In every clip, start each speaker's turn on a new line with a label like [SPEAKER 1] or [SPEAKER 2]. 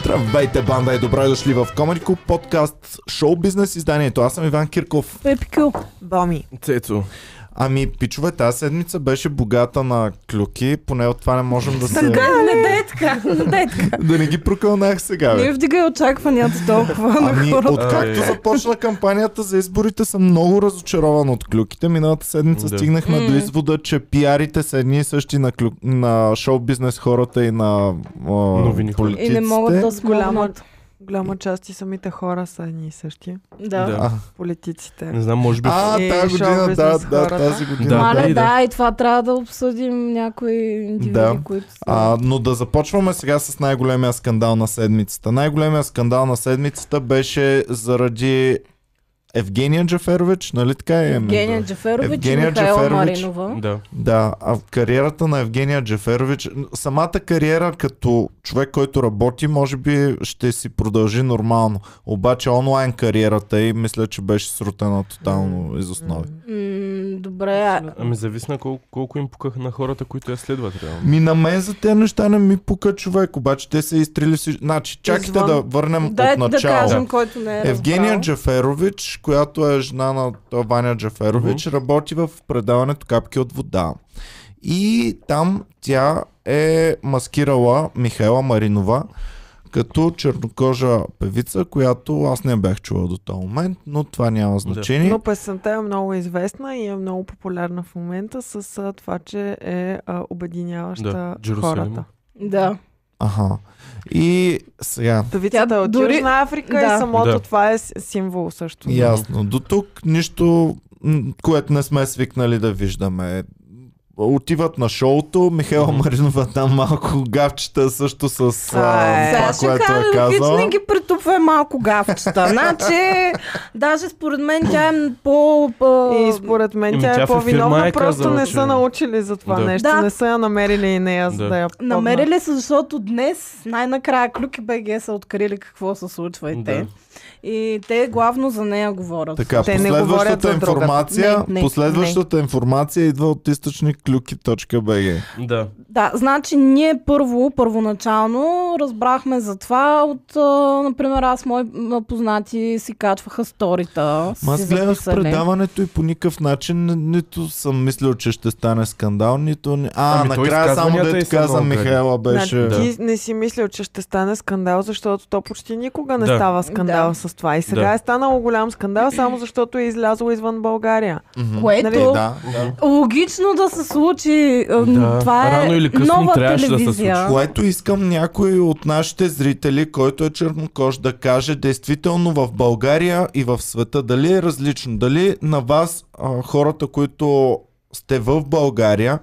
[SPEAKER 1] Здравейте, банда и добре дошли в Comedy Club подкаст шоу бизнес изданието. Аз съм Иван Кирков.
[SPEAKER 2] Пепкю.
[SPEAKER 3] Боми.
[SPEAKER 2] Цецо.
[SPEAKER 1] Ами, пичове, тази седмица беше богата на клюки, поне от това не можем да се...
[SPEAKER 3] Така,
[SPEAKER 2] е, Не дай така, не дай така.
[SPEAKER 1] да не ги прокълнах сега, бе.
[SPEAKER 2] Не вдигай очакванията толкова на
[SPEAKER 1] Ами,
[SPEAKER 2] хората.
[SPEAKER 1] откакто
[SPEAKER 4] Ай.
[SPEAKER 1] започна кампанията за изборите, съм много разочарован от клюките. Миналата седмица
[SPEAKER 4] Да.
[SPEAKER 1] стигнахме
[SPEAKER 3] М.
[SPEAKER 1] до извода, че пиарите са едни и същи на, клю... на шоу-бизнес хората и на а,
[SPEAKER 4] Новини хората.
[SPEAKER 2] И не могат да
[SPEAKER 1] политиците.
[SPEAKER 2] с
[SPEAKER 3] Голяма,
[SPEAKER 2] голяма.
[SPEAKER 3] голяма част и самите хора са едни и същи.
[SPEAKER 2] Да.
[SPEAKER 1] А,
[SPEAKER 3] Политиците.
[SPEAKER 4] Не знам, може би.
[SPEAKER 1] а
[SPEAKER 2] Е,
[SPEAKER 3] И
[SPEAKER 1] тази година, да,
[SPEAKER 3] шоу-бизнес
[SPEAKER 1] да,
[SPEAKER 3] хората.
[SPEAKER 1] тази година.
[SPEAKER 4] Да,
[SPEAKER 2] Мале,
[SPEAKER 4] да,
[SPEAKER 2] да, и това трябва да обсъдим някои индивиди,
[SPEAKER 1] Да.
[SPEAKER 2] които са...
[SPEAKER 1] А, но да започваме сега с най-големия скандал на седмицата. Най-големия скандал на седмицата беше заради Евгения Джаферович, нали така е?
[SPEAKER 2] Евгения Джаферович
[SPEAKER 1] Евгения
[SPEAKER 2] и Михаела
[SPEAKER 1] Джаферович.
[SPEAKER 2] Маринова.
[SPEAKER 4] Да.
[SPEAKER 1] Да, а в кариерата на Евгения Джеферович, самата кариера като човек, който работи, може би ще си продължи нормално. Обаче онлайн кариерата и мисля, че беше срутена тотално из основи.
[SPEAKER 2] М,
[SPEAKER 3] Е,
[SPEAKER 2] добре, а...
[SPEAKER 4] Ами зависи на колко, колко им пукаха на хората, които я следват реално.
[SPEAKER 1] Ми на мен за тези неща не ми пука човек, обаче те са изстрели си. Значи, чакайте
[SPEAKER 3] Извън.
[SPEAKER 1] да върнем
[SPEAKER 2] Дай
[SPEAKER 1] от начало.
[SPEAKER 2] да кажем, който не е
[SPEAKER 1] Евгения
[SPEAKER 2] разбрал.
[SPEAKER 1] Джаферович, която е жена на Ваня Джаферович, работи в предаването Капки от вода. И там тя е маскирала Михайла Маринова като чернокожа певица, която аз не бях чувал до този момент, но това няма значение.
[SPEAKER 3] Но песента е много известна и е много популярна в момента с а, това, че е а, обединяваща
[SPEAKER 4] Да,
[SPEAKER 3] да,
[SPEAKER 4] Джерусалима.
[SPEAKER 3] хората.
[SPEAKER 2] Да.
[SPEAKER 1] Аха. И сега,
[SPEAKER 3] Певицата е от
[SPEAKER 2] дори-
[SPEAKER 3] Южна Африка
[SPEAKER 2] Да.
[SPEAKER 3] и самото
[SPEAKER 4] Да.
[SPEAKER 3] това е с- символ също.
[SPEAKER 1] ясно. До тук нищо, м, което не сме свикнали да виждаме. Отиват на шоуто, Михайла
[SPEAKER 4] Мгм.
[SPEAKER 1] Маринова там малко гавчета също с а,
[SPEAKER 3] Ай.
[SPEAKER 1] това,
[SPEAKER 2] Сега ще
[SPEAKER 1] което е
[SPEAKER 2] кажа,
[SPEAKER 1] казала.
[SPEAKER 2] логично ги претупваме малко гавчета. Значи, даже според мен тя е по... по...
[SPEAKER 3] И според мен
[SPEAKER 4] Ами
[SPEAKER 3] тя
[SPEAKER 4] тя
[SPEAKER 3] е
[SPEAKER 4] в ефир
[SPEAKER 3] по-виновна,
[SPEAKER 4] май е
[SPEAKER 3] просто
[SPEAKER 4] казала,
[SPEAKER 3] не
[SPEAKER 4] че-
[SPEAKER 3] са научили за това
[SPEAKER 4] Да.
[SPEAKER 3] нещо.
[SPEAKER 2] Да.
[SPEAKER 3] Не са я намерили и нея, за
[SPEAKER 4] Да.
[SPEAKER 3] да я поднат.
[SPEAKER 2] Намерили са, защото днес най-накрая Клюки БГ са открили какво се случва и
[SPEAKER 4] Да.
[SPEAKER 2] те. И те главно за нея говорят.
[SPEAKER 1] Така,
[SPEAKER 3] Те не говорят
[SPEAKER 1] последващата
[SPEAKER 3] за другата.
[SPEAKER 1] информация,
[SPEAKER 2] Не, не,
[SPEAKER 1] последващата информация идва от източник клюки.bg.
[SPEAKER 4] Да.
[SPEAKER 2] Да, значи ние първо, първоначално разбрахме за това от, а, например, аз мои м, познати си качваха сторита.
[SPEAKER 1] Ма
[SPEAKER 2] си
[SPEAKER 1] аз гледах
[SPEAKER 2] записали.
[SPEAKER 1] предаването и по никакъв начин ни- нито съм мислил, че ще стане скандал, нито... ни- А,
[SPEAKER 4] Ами, той
[SPEAKER 1] накрая само
[SPEAKER 4] изказванията
[SPEAKER 1] дете
[SPEAKER 4] и са
[SPEAKER 1] каза
[SPEAKER 4] много гадни.
[SPEAKER 1] Михайла беше...
[SPEAKER 3] Значи,
[SPEAKER 1] Да.
[SPEAKER 3] ти не си мислил, че ще стане скандал, защото то почти никога не
[SPEAKER 4] Да.
[SPEAKER 3] става скандал
[SPEAKER 2] Да.
[SPEAKER 3] с това. И сега
[SPEAKER 4] Да.
[SPEAKER 3] е станало голям скандал, само защото е излязло извън България.
[SPEAKER 1] Мгм.
[SPEAKER 2] Което
[SPEAKER 1] Е, да, да.
[SPEAKER 2] логично да се случи. а,
[SPEAKER 4] Да,
[SPEAKER 2] Това е
[SPEAKER 4] рано или късно
[SPEAKER 2] нова
[SPEAKER 4] трябваше да се
[SPEAKER 2] телевизия.
[SPEAKER 4] случи.
[SPEAKER 1] Значи, Което искам някой от нашите зрители, който е чернокож, да каже действително в България и в света дали е различно. Дали на вас а, хората, които сте в България,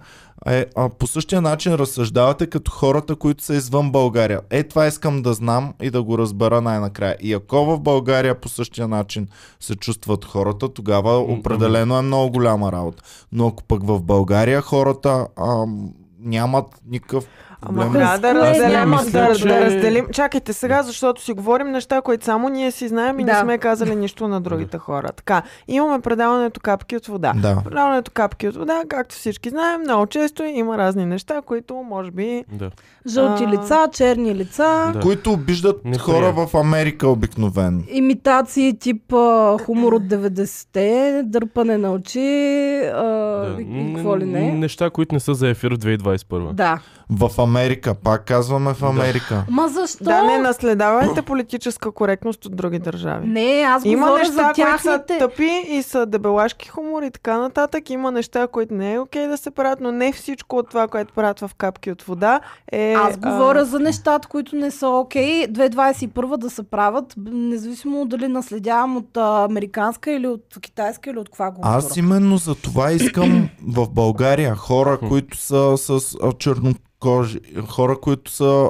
[SPEAKER 1] е, а, по същия начин разсъждавате като хората, които са извън България. Е, това искам да знам и да го разбера най-накрая. И ако в България по същия начин се чувстват хората, тогава определено е много голяма работа. Но ако пък в България хората ам, нямат никакъв
[SPEAKER 3] Ама
[SPEAKER 1] проблем.
[SPEAKER 3] трябва да,
[SPEAKER 2] Безкрайно
[SPEAKER 3] разделим,
[SPEAKER 2] мисля,
[SPEAKER 3] да,
[SPEAKER 4] че-
[SPEAKER 3] да разделим. Чакайте сега, защото си говорим неща, които само ние си знаем и
[SPEAKER 2] Да.
[SPEAKER 3] не сме казали нищо на другите хора. Така, имаме предаването капки от вода.
[SPEAKER 1] Да.
[SPEAKER 3] Предаването капки от вода, както всички знаем, много често има разни неща, които може би
[SPEAKER 4] Да.
[SPEAKER 2] Жълти
[SPEAKER 3] А.
[SPEAKER 2] лица, черни лица.
[SPEAKER 4] Да.
[SPEAKER 1] които обиждат
[SPEAKER 4] Не
[SPEAKER 1] хора
[SPEAKER 4] приемат.
[SPEAKER 1] в Америка обикновено.
[SPEAKER 2] Имитации тип а, хумор от 90-те, дърпане на очи а,
[SPEAKER 4] да.
[SPEAKER 2] и и какво ли
[SPEAKER 4] Н-
[SPEAKER 2] не.
[SPEAKER 4] Неща, които не са за ефир в 2021.
[SPEAKER 2] Да.
[SPEAKER 1] В Америка, пак казваме в Америка.
[SPEAKER 2] Ма защо?
[SPEAKER 3] да не наследавайте политическа коректност от други държави.
[SPEAKER 2] не, аз
[SPEAKER 3] Има
[SPEAKER 2] говоря
[SPEAKER 3] неща,
[SPEAKER 2] за
[SPEAKER 3] които са
[SPEAKER 2] тяхните.
[SPEAKER 3] тъпи и са дебелашки хумор и така нататък. Има неща, които не е окей да се правят, но не всичко от това, което правят в капки от вода е...
[SPEAKER 2] Аз
[SPEAKER 3] а,
[SPEAKER 2] говоря за нещата, които не са окей. 2021 да се правят, б- независимо дали наследявам от а, американска или от китайска или от каква култура.
[SPEAKER 1] Аз именно за това искам в България хора, които са с а, чернокожи, хора, които са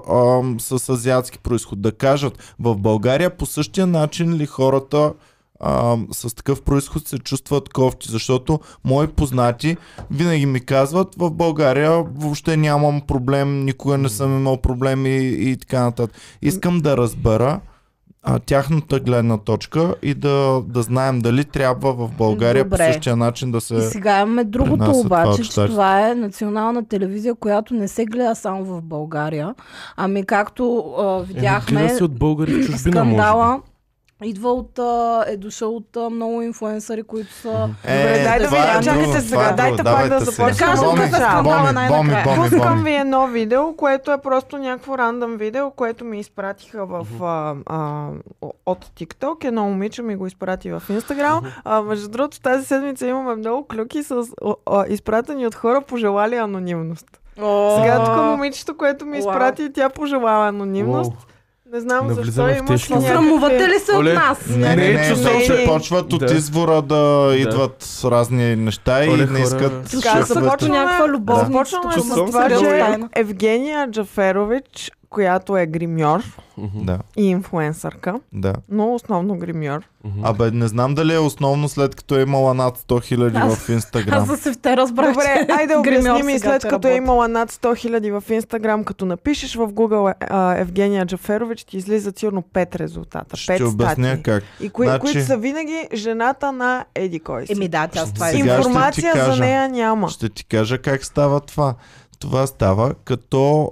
[SPEAKER 1] а, с азиатски происход, да кажат в България по същия начин ли хората а, с такъв происход се чувстват кофти, защото мои познати винаги ми казват в България въобще нямам проблем, никога не съм имал проблеми и, и така нататък. Искам да разбера а, тяхната гледна точка и да, да знаем дали трябва в България
[SPEAKER 2] Добре.
[SPEAKER 1] по същия начин да
[SPEAKER 2] И
[SPEAKER 1] се...
[SPEAKER 2] сега имаме другото
[SPEAKER 1] принася това от
[SPEAKER 2] обаче, че
[SPEAKER 1] Щатите.
[SPEAKER 2] това е национална телевизия, която не се гледа само в България. Ами както а,
[SPEAKER 4] Е,
[SPEAKER 2] видяхме,
[SPEAKER 4] гледа се от българи в чужбина, може
[SPEAKER 2] скандала идва от, а, е дошъл от а, много инфуенсъри, които са...
[SPEAKER 3] Добре, дай да
[SPEAKER 1] това
[SPEAKER 2] видим.
[SPEAKER 1] е
[SPEAKER 2] Чакайте
[SPEAKER 1] друго,
[SPEAKER 3] сега,
[SPEAKER 1] това е
[SPEAKER 3] дайте
[SPEAKER 1] друго.
[SPEAKER 3] пак да
[SPEAKER 1] Давайте
[SPEAKER 3] започнем
[SPEAKER 1] сега.
[SPEAKER 2] от
[SPEAKER 1] Боми, Боми,
[SPEAKER 2] начало. Скандала най-накрая.
[SPEAKER 1] Боми, Боми,
[SPEAKER 3] Пускам
[SPEAKER 1] Боми.
[SPEAKER 3] ви едно видео, което е просто някакво рандъм видео, което ми изпратиха в, а, а, от TikTok. Едно момиче ми го изпрати в Instagram. А, между другото, тази седмица имаме много клюки с а, а, изпратени от хора пожелали анонимност. Сега тук момичето, което ми
[SPEAKER 2] Уау.
[SPEAKER 3] изпрати, тя пожела
[SPEAKER 4] би.
[SPEAKER 3] анонимност. Не знам
[SPEAKER 4] Не
[SPEAKER 3] защо
[SPEAKER 4] влизаме в
[SPEAKER 3] има
[SPEAKER 4] тежки
[SPEAKER 3] някакви-
[SPEAKER 2] Срамувате ли се от
[SPEAKER 4] Оле,
[SPEAKER 2] нас?
[SPEAKER 1] Не, не, не,
[SPEAKER 3] Чувствам,
[SPEAKER 1] вече
[SPEAKER 3] че-
[SPEAKER 1] почват от
[SPEAKER 4] Да.
[SPEAKER 1] извора да идват с разни неща и
[SPEAKER 4] Оле,
[SPEAKER 1] не
[SPEAKER 4] хора.
[SPEAKER 1] искат
[SPEAKER 2] Тук
[SPEAKER 3] Така,
[SPEAKER 1] шефовете.
[SPEAKER 2] започва някаква любов.
[SPEAKER 3] Започваме
[SPEAKER 4] Чувствам
[SPEAKER 3] с
[SPEAKER 4] се
[SPEAKER 3] това,
[SPEAKER 4] много
[SPEAKER 3] че
[SPEAKER 2] е тайна.
[SPEAKER 3] Евгения Джаферович, която е гримьор
[SPEAKER 4] Мгм,
[SPEAKER 1] Да,
[SPEAKER 3] и инфуенсърка,
[SPEAKER 1] да.
[SPEAKER 3] но основно гримьор,
[SPEAKER 4] мгм.
[SPEAKER 1] Абе, не знам дали е основно след като е имала над 100 хиляди
[SPEAKER 2] Аз-
[SPEAKER 1] в Инстаграм.
[SPEAKER 2] Аз за се те разбрах,
[SPEAKER 3] Добре,
[SPEAKER 2] че
[SPEAKER 3] айде
[SPEAKER 2] гримьор
[SPEAKER 3] обясни ми,
[SPEAKER 2] сега
[SPEAKER 3] след
[SPEAKER 2] ще
[SPEAKER 3] като е
[SPEAKER 2] работи.
[SPEAKER 3] имала над 100 хиляди в Инстаграм, като напишеш в Google а, Евгения Джаферович, ти излиза сигурно 5 резултата, 5
[SPEAKER 1] Ще обясня
[SPEAKER 3] статии.
[SPEAKER 1] как.
[SPEAKER 3] И кои,
[SPEAKER 1] Значи-
[SPEAKER 3] които са винаги жената на Еди кой си.
[SPEAKER 2] Еми да, тя с това е.
[SPEAKER 1] Сега ще ти
[SPEAKER 3] Информация за
[SPEAKER 1] кажа.
[SPEAKER 3] нея няма.
[SPEAKER 1] Ще ти кажа как става това. Това става като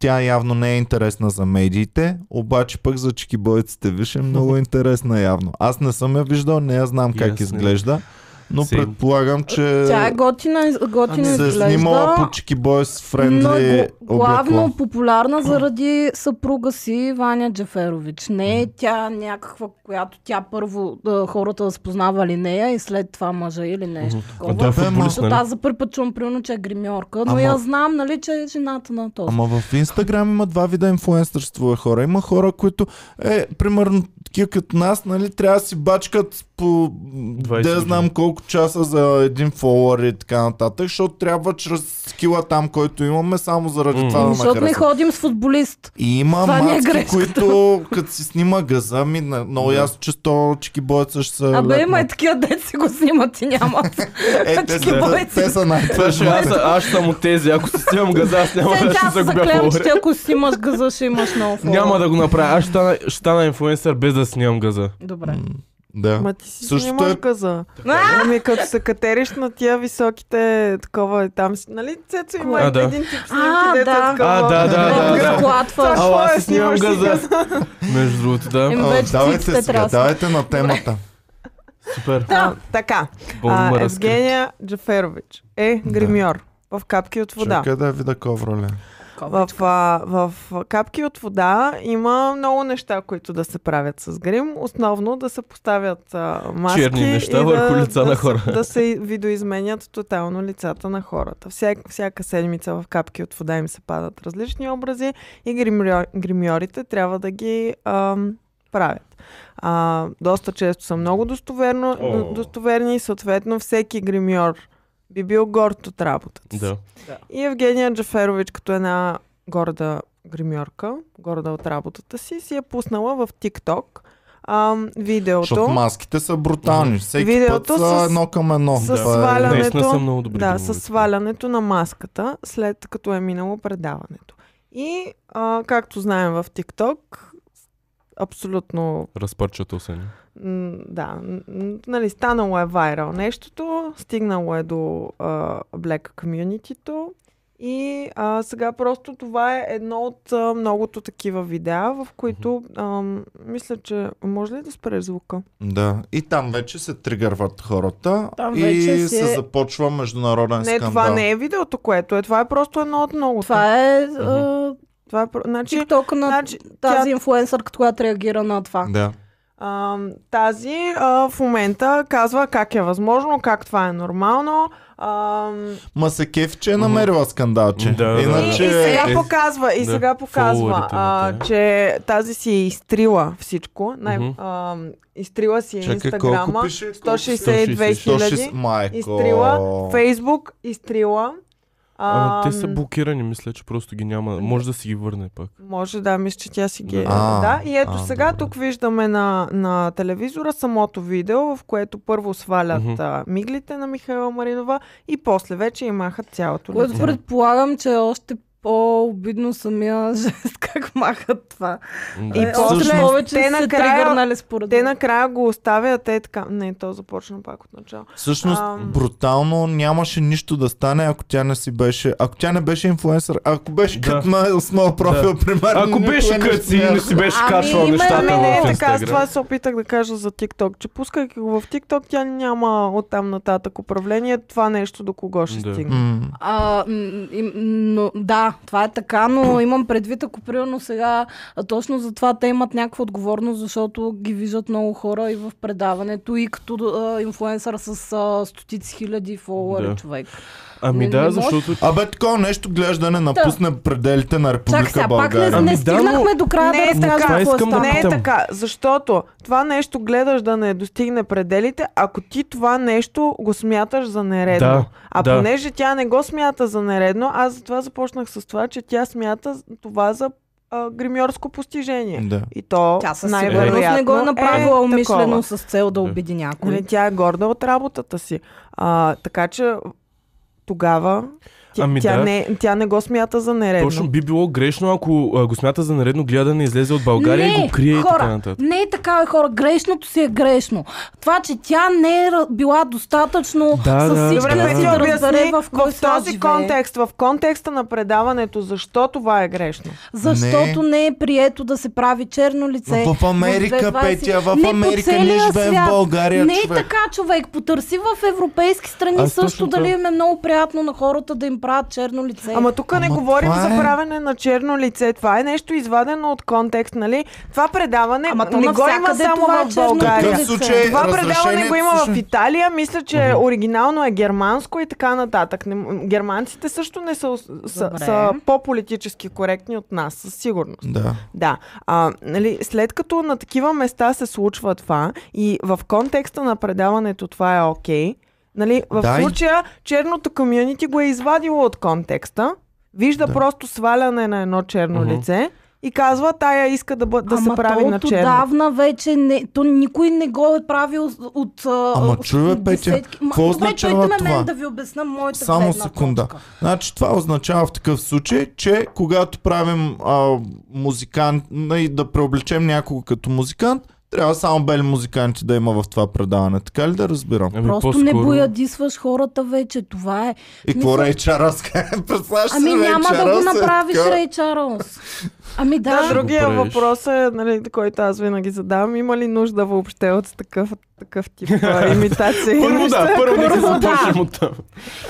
[SPEAKER 1] тя явно не е интересна за медиите, обаче пък за чекибойците виж е много интересна явно. Аз не съм я виждал, не я знам как
[SPEAKER 4] Ясно.
[SPEAKER 1] изглежда, но
[SPEAKER 4] Same.
[SPEAKER 1] предполагам, че
[SPEAKER 2] Тя е готина, готина
[SPEAKER 1] се е
[SPEAKER 2] изглежда.
[SPEAKER 1] снимала по чекибойс
[SPEAKER 2] но
[SPEAKER 1] френдли
[SPEAKER 2] е гл- главно
[SPEAKER 1] облекло.
[SPEAKER 2] популярна заради съпруга си Ваня Джаферович. Не е тя някаква, която тя първо а, хората да спознавали нея и след това мъжа или нещо
[SPEAKER 4] А той
[SPEAKER 2] такова.
[SPEAKER 4] е
[SPEAKER 1] Абе, ма-
[SPEAKER 4] футболист,
[SPEAKER 2] Защото аз
[SPEAKER 4] нали?
[SPEAKER 2] за първи път чувам, примерно, че е гримьорка, но
[SPEAKER 1] Ама-
[SPEAKER 2] я знам, нали, че е жената на този.
[SPEAKER 1] Ама в Инстаграм има два вида инфлуенсърство е, хора. Има хора, които, е, примерно, такива като нас, нали, трябва да си бачкат по
[SPEAKER 4] 20
[SPEAKER 1] да знам колко часа за един фолуър и така нататък, защото трябва чрез скила там, който имаме, само заради
[SPEAKER 4] М.
[SPEAKER 1] това да
[SPEAKER 2] Ами, Защото не
[SPEAKER 1] нахаресат.
[SPEAKER 2] ходим с футболист.
[SPEAKER 1] И има
[SPEAKER 2] Това не е
[SPEAKER 1] мацки,
[SPEAKER 2] грешката.
[SPEAKER 1] които като си снима газа ми, на- много ясно, че сто чики бойца ще
[SPEAKER 4] Е,
[SPEAKER 1] са
[SPEAKER 2] Абе, има и
[SPEAKER 1] лекна.
[SPEAKER 2] такива деца го снимат и нямат.
[SPEAKER 1] е, те,
[SPEAKER 2] чики
[SPEAKER 1] са,
[SPEAKER 2] бойци.
[SPEAKER 1] те са
[SPEAKER 4] Това ще
[SPEAKER 2] е
[SPEAKER 1] най-тъжните.
[SPEAKER 4] нали? аз, аз съм от тези. Ако си снимам газа, аз няма
[SPEAKER 2] Сега
[SPEAKER 4] да ще
[SPEAKER 2] аз
[SPEAKER 4] загубя
[SPEAKER 2] заклевам, че
[SPEAKER 4] фолуари.
[SPEAKER 2] ти ако си имаш газа, ще имаш много фолуари.
[SPEAKER 4] Няма да го направя. Аз ще стана, ще стана инфуенсър без да снимам газа.
[SPEAKER 2] Добре.
[SPEAKER 1] Да.
[SPEAKER 3] Ма ти си
[SPEAKER 1] Същото
[SPEAKER 3] снимаш
[SPEAKER 1] е-
[SPEAKER 3] каза.
[SPEAKER 2] А,
[SPEAKER 3] Ами като се катериш на тия високите такова и там си, нали Цецо има
[SPEAKER 4] А, да.
[SPEAKER 3] един тип
[SPEAKER 2] А,
[SPEAKER 3] снимки, дето
[SPEAKER 2] да.
[SPEAKER 3] е такова.
[SPEAKER 4] А, да, да, да,
[SPEAKER 2] да,
[SPEAKER 4] да.
[SPEAKER 2] разклатваш.
[SPEAKER 3] Ама
[SPEAKER 4] Ало,
[SPEAKER 3] аз
[SPEAKER 4] аз
[SPEAKER 3] си
[SPEAKER 4] си снимам
[SPEAKER 3] снимаш си
[SPEAKER 4] газа. Между другото, да.
[SPEAKER 2] Еми,
[SPEAKER 1] О,
[SPEAKER 2] вече
[SPEAKER 1] давайте
[SPEAKER 2] циците
[SPEAKER 1] сега,
[SPEAKER 2] трябва.
[SPEAKER 1] давайте на темата.
[SPEAKER 4] Супер.
[SPEAKER 3] А, така,
[SPEAKER 4] Болно ме
[SPEAKER 3] а,
[SPEAKER 4] разкри.
[SPEAKER 3] Евгения Джаферович е гримьор в капки от вода.
[SPEAKER 1] Чакай да видя е ковроле.
[SPEAKER 3] В, а, в капки от вода има много неща, които да се правят с грим. Основно да се поставят а, маски.
[SPEAKER 4] Черни неща
[SPEAKER 3] и
[SPEAKER 4] върху
[SPEAKER 3] да,
[SPEAKER 4] лица
[SPEAKER 3] да,
[SPEAKER 4] на
[SPEAKER 3] се-
[SPEAKER 4] хора.
[SPEAKER 3] Да се видоизменят тотално лицата на хората. Всяк, всяка седмица в капки от вода им се падат различни образи и гримьор, гримьорите трябва да ги ам, правят. А, доста често са много достоверно,
[SPEAKER 4] О.
[SPEAKER 3] до- достоверни и съответно всеки гримьор би бил горд от работата си.
[SPEAKER 4] Да.
[SPEAKER 3] И Евгения Джаферович, като една горда гримьорка, горда от работата си, си е пуснала в TikTok ам,
[SPEAKER 1] Защото
[SPEAKER 3] видеото
[SPEAKER 1] маските са брутални. Всеки
[SPEAKER 3] Видеото
[SPEAKER 1] път са
[SPEAKER 3] с-
[SPEAKER 1] едно към едно.
[SPEAKER 3] с
[SPEAKER 1] Това е-
[SPEAKER 3] сваляне.
[SPEAKER 1] Не,
[SPEAKER 4] Наистина са много добри.
[SPEAKER 3] да,
[SPEAKER 4] гримове.
[SPEAKER 3] с свалянето на маската, след като е минало предаването. И, а, както знаем в TikTok, абсолютно,
[SPEAKER 4] Разпърчато се. не?
[SPEAKER 3] м, да, м, м, нали, станало е вайрал нещото, стигнало е до а, Black Community-то и а, сега просто това е едно от а, многото такива видеа, в които а, мисля, че може ли да спре звука?
[SPEAKER 1] Да. И там вече се тригърват хората.
[SPEAKER 2] Там
[SPEAKER 1] и
[SPEAKER 2] вече си
[SPEAKER 1] се
[SPEAKER 2] е-
[SPEAKER 1] започва международен
[SPEAKER 3] Не,
[SPEAKER 1] скандал.
[SPEAKER 3] това не е видеото, което е. Това е просто едно от многото.
[SPEAKER 2] Това е
[SPEAKER 4] Мгм.
[SPEAKER 3] това е про- значи,
[SPEAKER 2] тиктока на
[SPEAKER 3] значи,
[SPEAKER 2] тази инфлуенсърка, която реагира на това.
[SPEAKER 1] Да.
[SPEAKER 3] А, тази а, в момента казва как е възможно, как това е нормално. А,
[SPEAKER 1] Ма се кеф, че е намерила скандалче.
[SPEAKER 4] Да, да.
[SPEAKER 3] и, и
[SPEAKER 1] Иначе...
[SPEAKER 3] сега
[SPEAKER 4] Е,
[SPEAKER 3] показва, и
[SPEAKER 4] да,
[SPEAKER 3] сега показва,
[SPEAKER 4] фолуърите на
[SPEAKER 3] а,
[SPEAKER 4] тая.
[SPEAKER 3] че тази си е изтрила всичко. Най,
[SPEAKER 4] Мгм.
[SPEAKER 3] а, изтрила си е
[SPEAKER 1] Чакай, колко
[SPEAKER 3] Инстаграма.
[SPEAKER 1] пише?
[SPEAKER 3] 162
[SPEAKER 1] 160
[SPEAKER 3] хиляди.
[SPEAKER 1] майко.
[SPEAKER 3] Изтрила. Фейсбук изтрила.
[SPEAKER 4] А, те са
[SPEAKER 3] ам,
[SPEAKER 4] блокирани, мисля, че просто ги няма. Може да си ги върне пак.
[SPEAKER 3] Може да, мисля, че тя си ги е.
[SPEAKER 1] А,
[SPEAKER 3] Да, и ето
[SPEAKER 1] а,
[SPEAKER 3] сега
[SPEAKER 4] добре.
[SPEAKER 3] тук виждаме на, на телевизора самото видео, в което първо свалят
[SPEAKER 4] Мгм.
[SPEAKER 3] а, миглите на Михайла Маринова и после вече и махат цялото лице.
[SPEAKER 2] Което предполагам, че е още по-обидно самия жест, как махат това.
[SPEAKER 4] Да.
[SPEAKER 3] И
[SPEAKER 2] Е,
[SPEAKER 3] после
[SPEAKER 2] още повече
[SPEAKER 3] те
[SPEAKER 2] те се
[SPEAKER 3] накрая-
[SPEAKER 2] тригърнали според
[SPEAKER 3] Те
[SPEAKER 2] мен.
[SPEAKER 3] накрая го оставят, те е така. Не, то започна пак от начало.
[SPEAKER 1] Всъщност,
[SPEAKER 3] Ам.
[SPEAKER 1] брутално нямаше нищо да стане, ако тя не си беше. Ако тя не беше инфлуенсър, ако беше
[SPEAKER 4] Да.
[SPEAKER 1] като мен с моя профил, примерно.
[SPEAKER 4] Ако
[SPEAKER 1] никога
[SPEAKER 4] беше
[SPEAKER 1] не
[SPEAKER 4] къци,
[SPEAKER 1] щеше.
[SPEAKER 4] не си беше
[SPEAKER 2] Ами,
[SPEAKER 4] качвал
[SPEAKER 2] има-
[SPEAKER 4] нещата
[SPEAKER 3] Ами не е
[SPEAKER 4] в
[SPEAKER 3] така, аз това
[SPEAKER 4] Инстаграм.
[SPEAKER 3] се опитах да кажа за TikTok, че пускайки го в TikTok, тя няма оттам нататък управление, това нещо до кого ще
[SPEAKER 4] Да.
[SPEAKER 3] стигне.
[SPEAKER 1] М.
[SPEAKER 2] А, м, им, но, да, това е така, но имам предвид, ако примерно сега а, точно за това те имат някаква отговорност, защото ги виждат много хора и в предаването, и като а, инфлуенсър с а, стотици хиляди фолуари
[SPEAKER 4] Да.
[SPEAKER 2] човек.
[SPEAKER 4] Ами
[SPEAKER 2] Не- не
[SPEAKER 4] да,
[SPEAKER 2] може.
[SPEAKER 4] защото...
[SPEAKER 1] Абе, такова нещо гледане напусне пределите на
[SPEAKER 2] Чак
[SPEAKER 1] Република
[SPEAKER 2] сега, пак не,
[SPEAKER 1] България.
[SPEAKER 4] Ами да,
[SPEAKER 2] не стигнахме до края
[SPEAKER 3] Не е
[SPEAKER 2] да
[SPEAKER 3] така.
[SPEAKER 2] разказвам
[SPEAKER 4] Това
[SPEAKER 2] какво е
[SPEAKER 4] искам да
[SPEAKER 2] станало.
[SPEAKER 3] Не е
[SPEAKER 4] питам.
[SPEAKER 3] така, защото това нещо гледаш да не достигне пределите, ако ти това нещо го смяташ за нередно.
[SPEAKER 4] Да,
[SPEAKER 3] а
[SPEAKER 4] да.
[SPEAKER 3] понеже тя не го смята за нередно, аз затова започнах с това, че тя смята това за а, гримьорско постижение.
[SPEAKER 2] Ами,
[SPEAKER 1] Да.
[SPEAKER 3] И то
[SPEAKER 2] Тя със сигурност
[SPEAKER 3] най-вероятно
[SPEAKER 2] не го е направила
[SPEAKER 3] е
[SPEAKER 2] умишлено
[SPEAKER 3] такова.
[SPEAKER 2] с цел да
[SPEAKER 4] Да.
[SPEAKER 2] обиди някой.
[SPEAKER 3] Нали, тя е горда от работата си. А, така че тогава тя,
[SPEAKER 4] Ами
[SPEAKER 3] тя,
[SPEAKER 4] да.
[SPEAKER 3] не, тя не го смята за нередно.
[SPEAKER 4] Точно би било грешно, ако а, го смята за наредно гледа да не излезе от България и го крие и
[SPEAKER 2] хора,
[SPEAKER 4] така нататък.
[SPEAKER 2] Не е така, бе, хора. Грешното си е грешно. Това, че тя не е ра- била достатъчно
[SPEAKER 4] Да,
[SPEAKER 2] със
[SPEAKER 4] да,
[SPEAKER 2] всички
[SPEAKER 4] Добре,
[SPEAKER 2] да,
[SPEAKER 4] бе,
[SPEAKER 2] си
[SPEAKER 4] ти
[SPEAKER 2] да разбере
[SPEAKER 3] обясни
[SPEAKER 2] в кой свят
[SPEAKER 3] този
[SPEAKER 2] живее.
[SPEAKER 3] контекст, в контекста на предаването, защо това е грешно.
[SPEAKER 2] Защото не. е прието да се прави черно лице.
[SPEAKER 1] Но в Америка,
[SPEAKER 2] 2020.
[SPEAKER 1] Петя, в
[SPEAKER 2] Не по
[SPEAKER 1] Америка,
[SPEAKER 2] целия
[SPEAKER 1] ние живеем в
[SPEAKER 2] свят.
[SPEAKER 1] България,
[SPEAKER 2] Не е
[SPEAKER 1] човек.
[SPEAKER 2] така, човек. Потърси в европейски страни
[SPEAKER 4] Аз
[SPEAKER 2] също
[SPEAKER 4] точно
[SPEAKER 2] дали
[SPEAKER 4] това.
[SPEAKER 2] им е много приятно на хората да им правят черно лице.
[SPEAKER 3] Ама тук не
[SPEAKER 1] Ама
[SPEAKER 3] говорим
[SPEAKER 1] това
[SPEAKER 3] за
[SPEAKER 1] е-
[SPEAKER 3] правене на черно лице. Това е нещо извадено от контекст, нали? Това предаване
[SPEAKER 2] Ама то
[SPEAKER 3] не го има
[SPEAKER 2] навсякъде
[SPEAKER 3] само
[SPEAKER 2] това е
[SPEAKER 3] в
[SPEAKER 2] черно
[SPEAKER 1] В
[SPEAKER 3] България.
[SPEAKER 2] лице.
[SPEAKER 1] такъв случай
[SPEAKER 3] Това предаване
[SPEAKER 1] разрешението
[SPEAKER 3] го има в
[SPEAKER 1] Е, всъщност-
[SPEAKER 3] Италия, мисля, че оригинално е германско и така нататък. Не, м- германците също не са, ос- са,
[SPEAKER 2] Добре.
[SPEAKER 3] са по-политически коректни от нас, със сигурност.
[SPEAKER 1] Да.
[SPEAKER 3] Да. А, нали, след като на такива места се случва това и в контекста на предаването това е окей, нали, в
[SPEAKER 1] Да, и-
[SPEAKER 3] случая черното комюнити го е извадило от контекста, вижда
[SPEAKER 1] Да.
[SPEAKER 3] просто сваляне на едно черно
[SPEAKER 4] Мгм.
[SPEAKER 3] лице и казва, тая иска да, бъ... да се
[SPEAKER 2] Ама
[SPEAKER 3] прави
[SPEAKER 2] то
[SPEAKER 3] на
[SPEAKER 2] от
[SPEAKER 3] черно.
[SPEAKER 2] отдавна вече не, то никой не го е правил с- от а,
[SPEAKER 1] Ама
[SPEAKER 2] от
[SPEAKER 1] чуй, бе, Петя,
[SPEAKER 2] десетки. Ма,
[SPEAKER 1] какво
[SPEAKER 2] добре,
[SPEAKER 1] означава
[SPEAKER 2] чуйте ме
[SPEAKER 1] това?
[SPEAKER 2] мен да ви обясна моята
[SPEAKER 1] Само
[SPEAKER 2] гледна
[SPEAKER 1] секунда.
[SPEAKER 2] точка.
[SPEAKER 1] Значи това означава в такъв случай, че когато правим а, музикант, и да преоблечем някого като музикант, трябва само бели музиканти да има в това предаване. Така ли да разбирам?
[SPEAKER 4] Ами
[SPEAKER 2] Просто не
[SPEAKER 4] по-скоро-
[SPEAKER 2] боядисваш хората вече, това е.
[SPEAKER 1] И какво
[SPEAKER 2] Мисля-
[SPEAKER 1] Рей Чарлз казва? Представяш си
[SPEAKER 2] Ами
[SPEAKER 1] Рей
[SPEAKER 2] няма да го
[SPEAKER 1] Чарлз е
[SPEAKER 2] направиш,
[SPEAKER 1] така.
[SPEAKER 2] Рей Чарлз. Ами
[SPEAKER 3] Да,
[SPEAKER 2] да,
[SPEAKER 3] другия
[SPEAKER 4] правиш.
[SPEAKER 3] въпрос е, нали, който аз винаги задавам, има ли нужда въобще от такъв, такъв тип а, имитации?
[SPEAKER 4] Първо да, първо нека
[SPEAKER 2] Първо да.
[SPEAKER 4] започнем от там.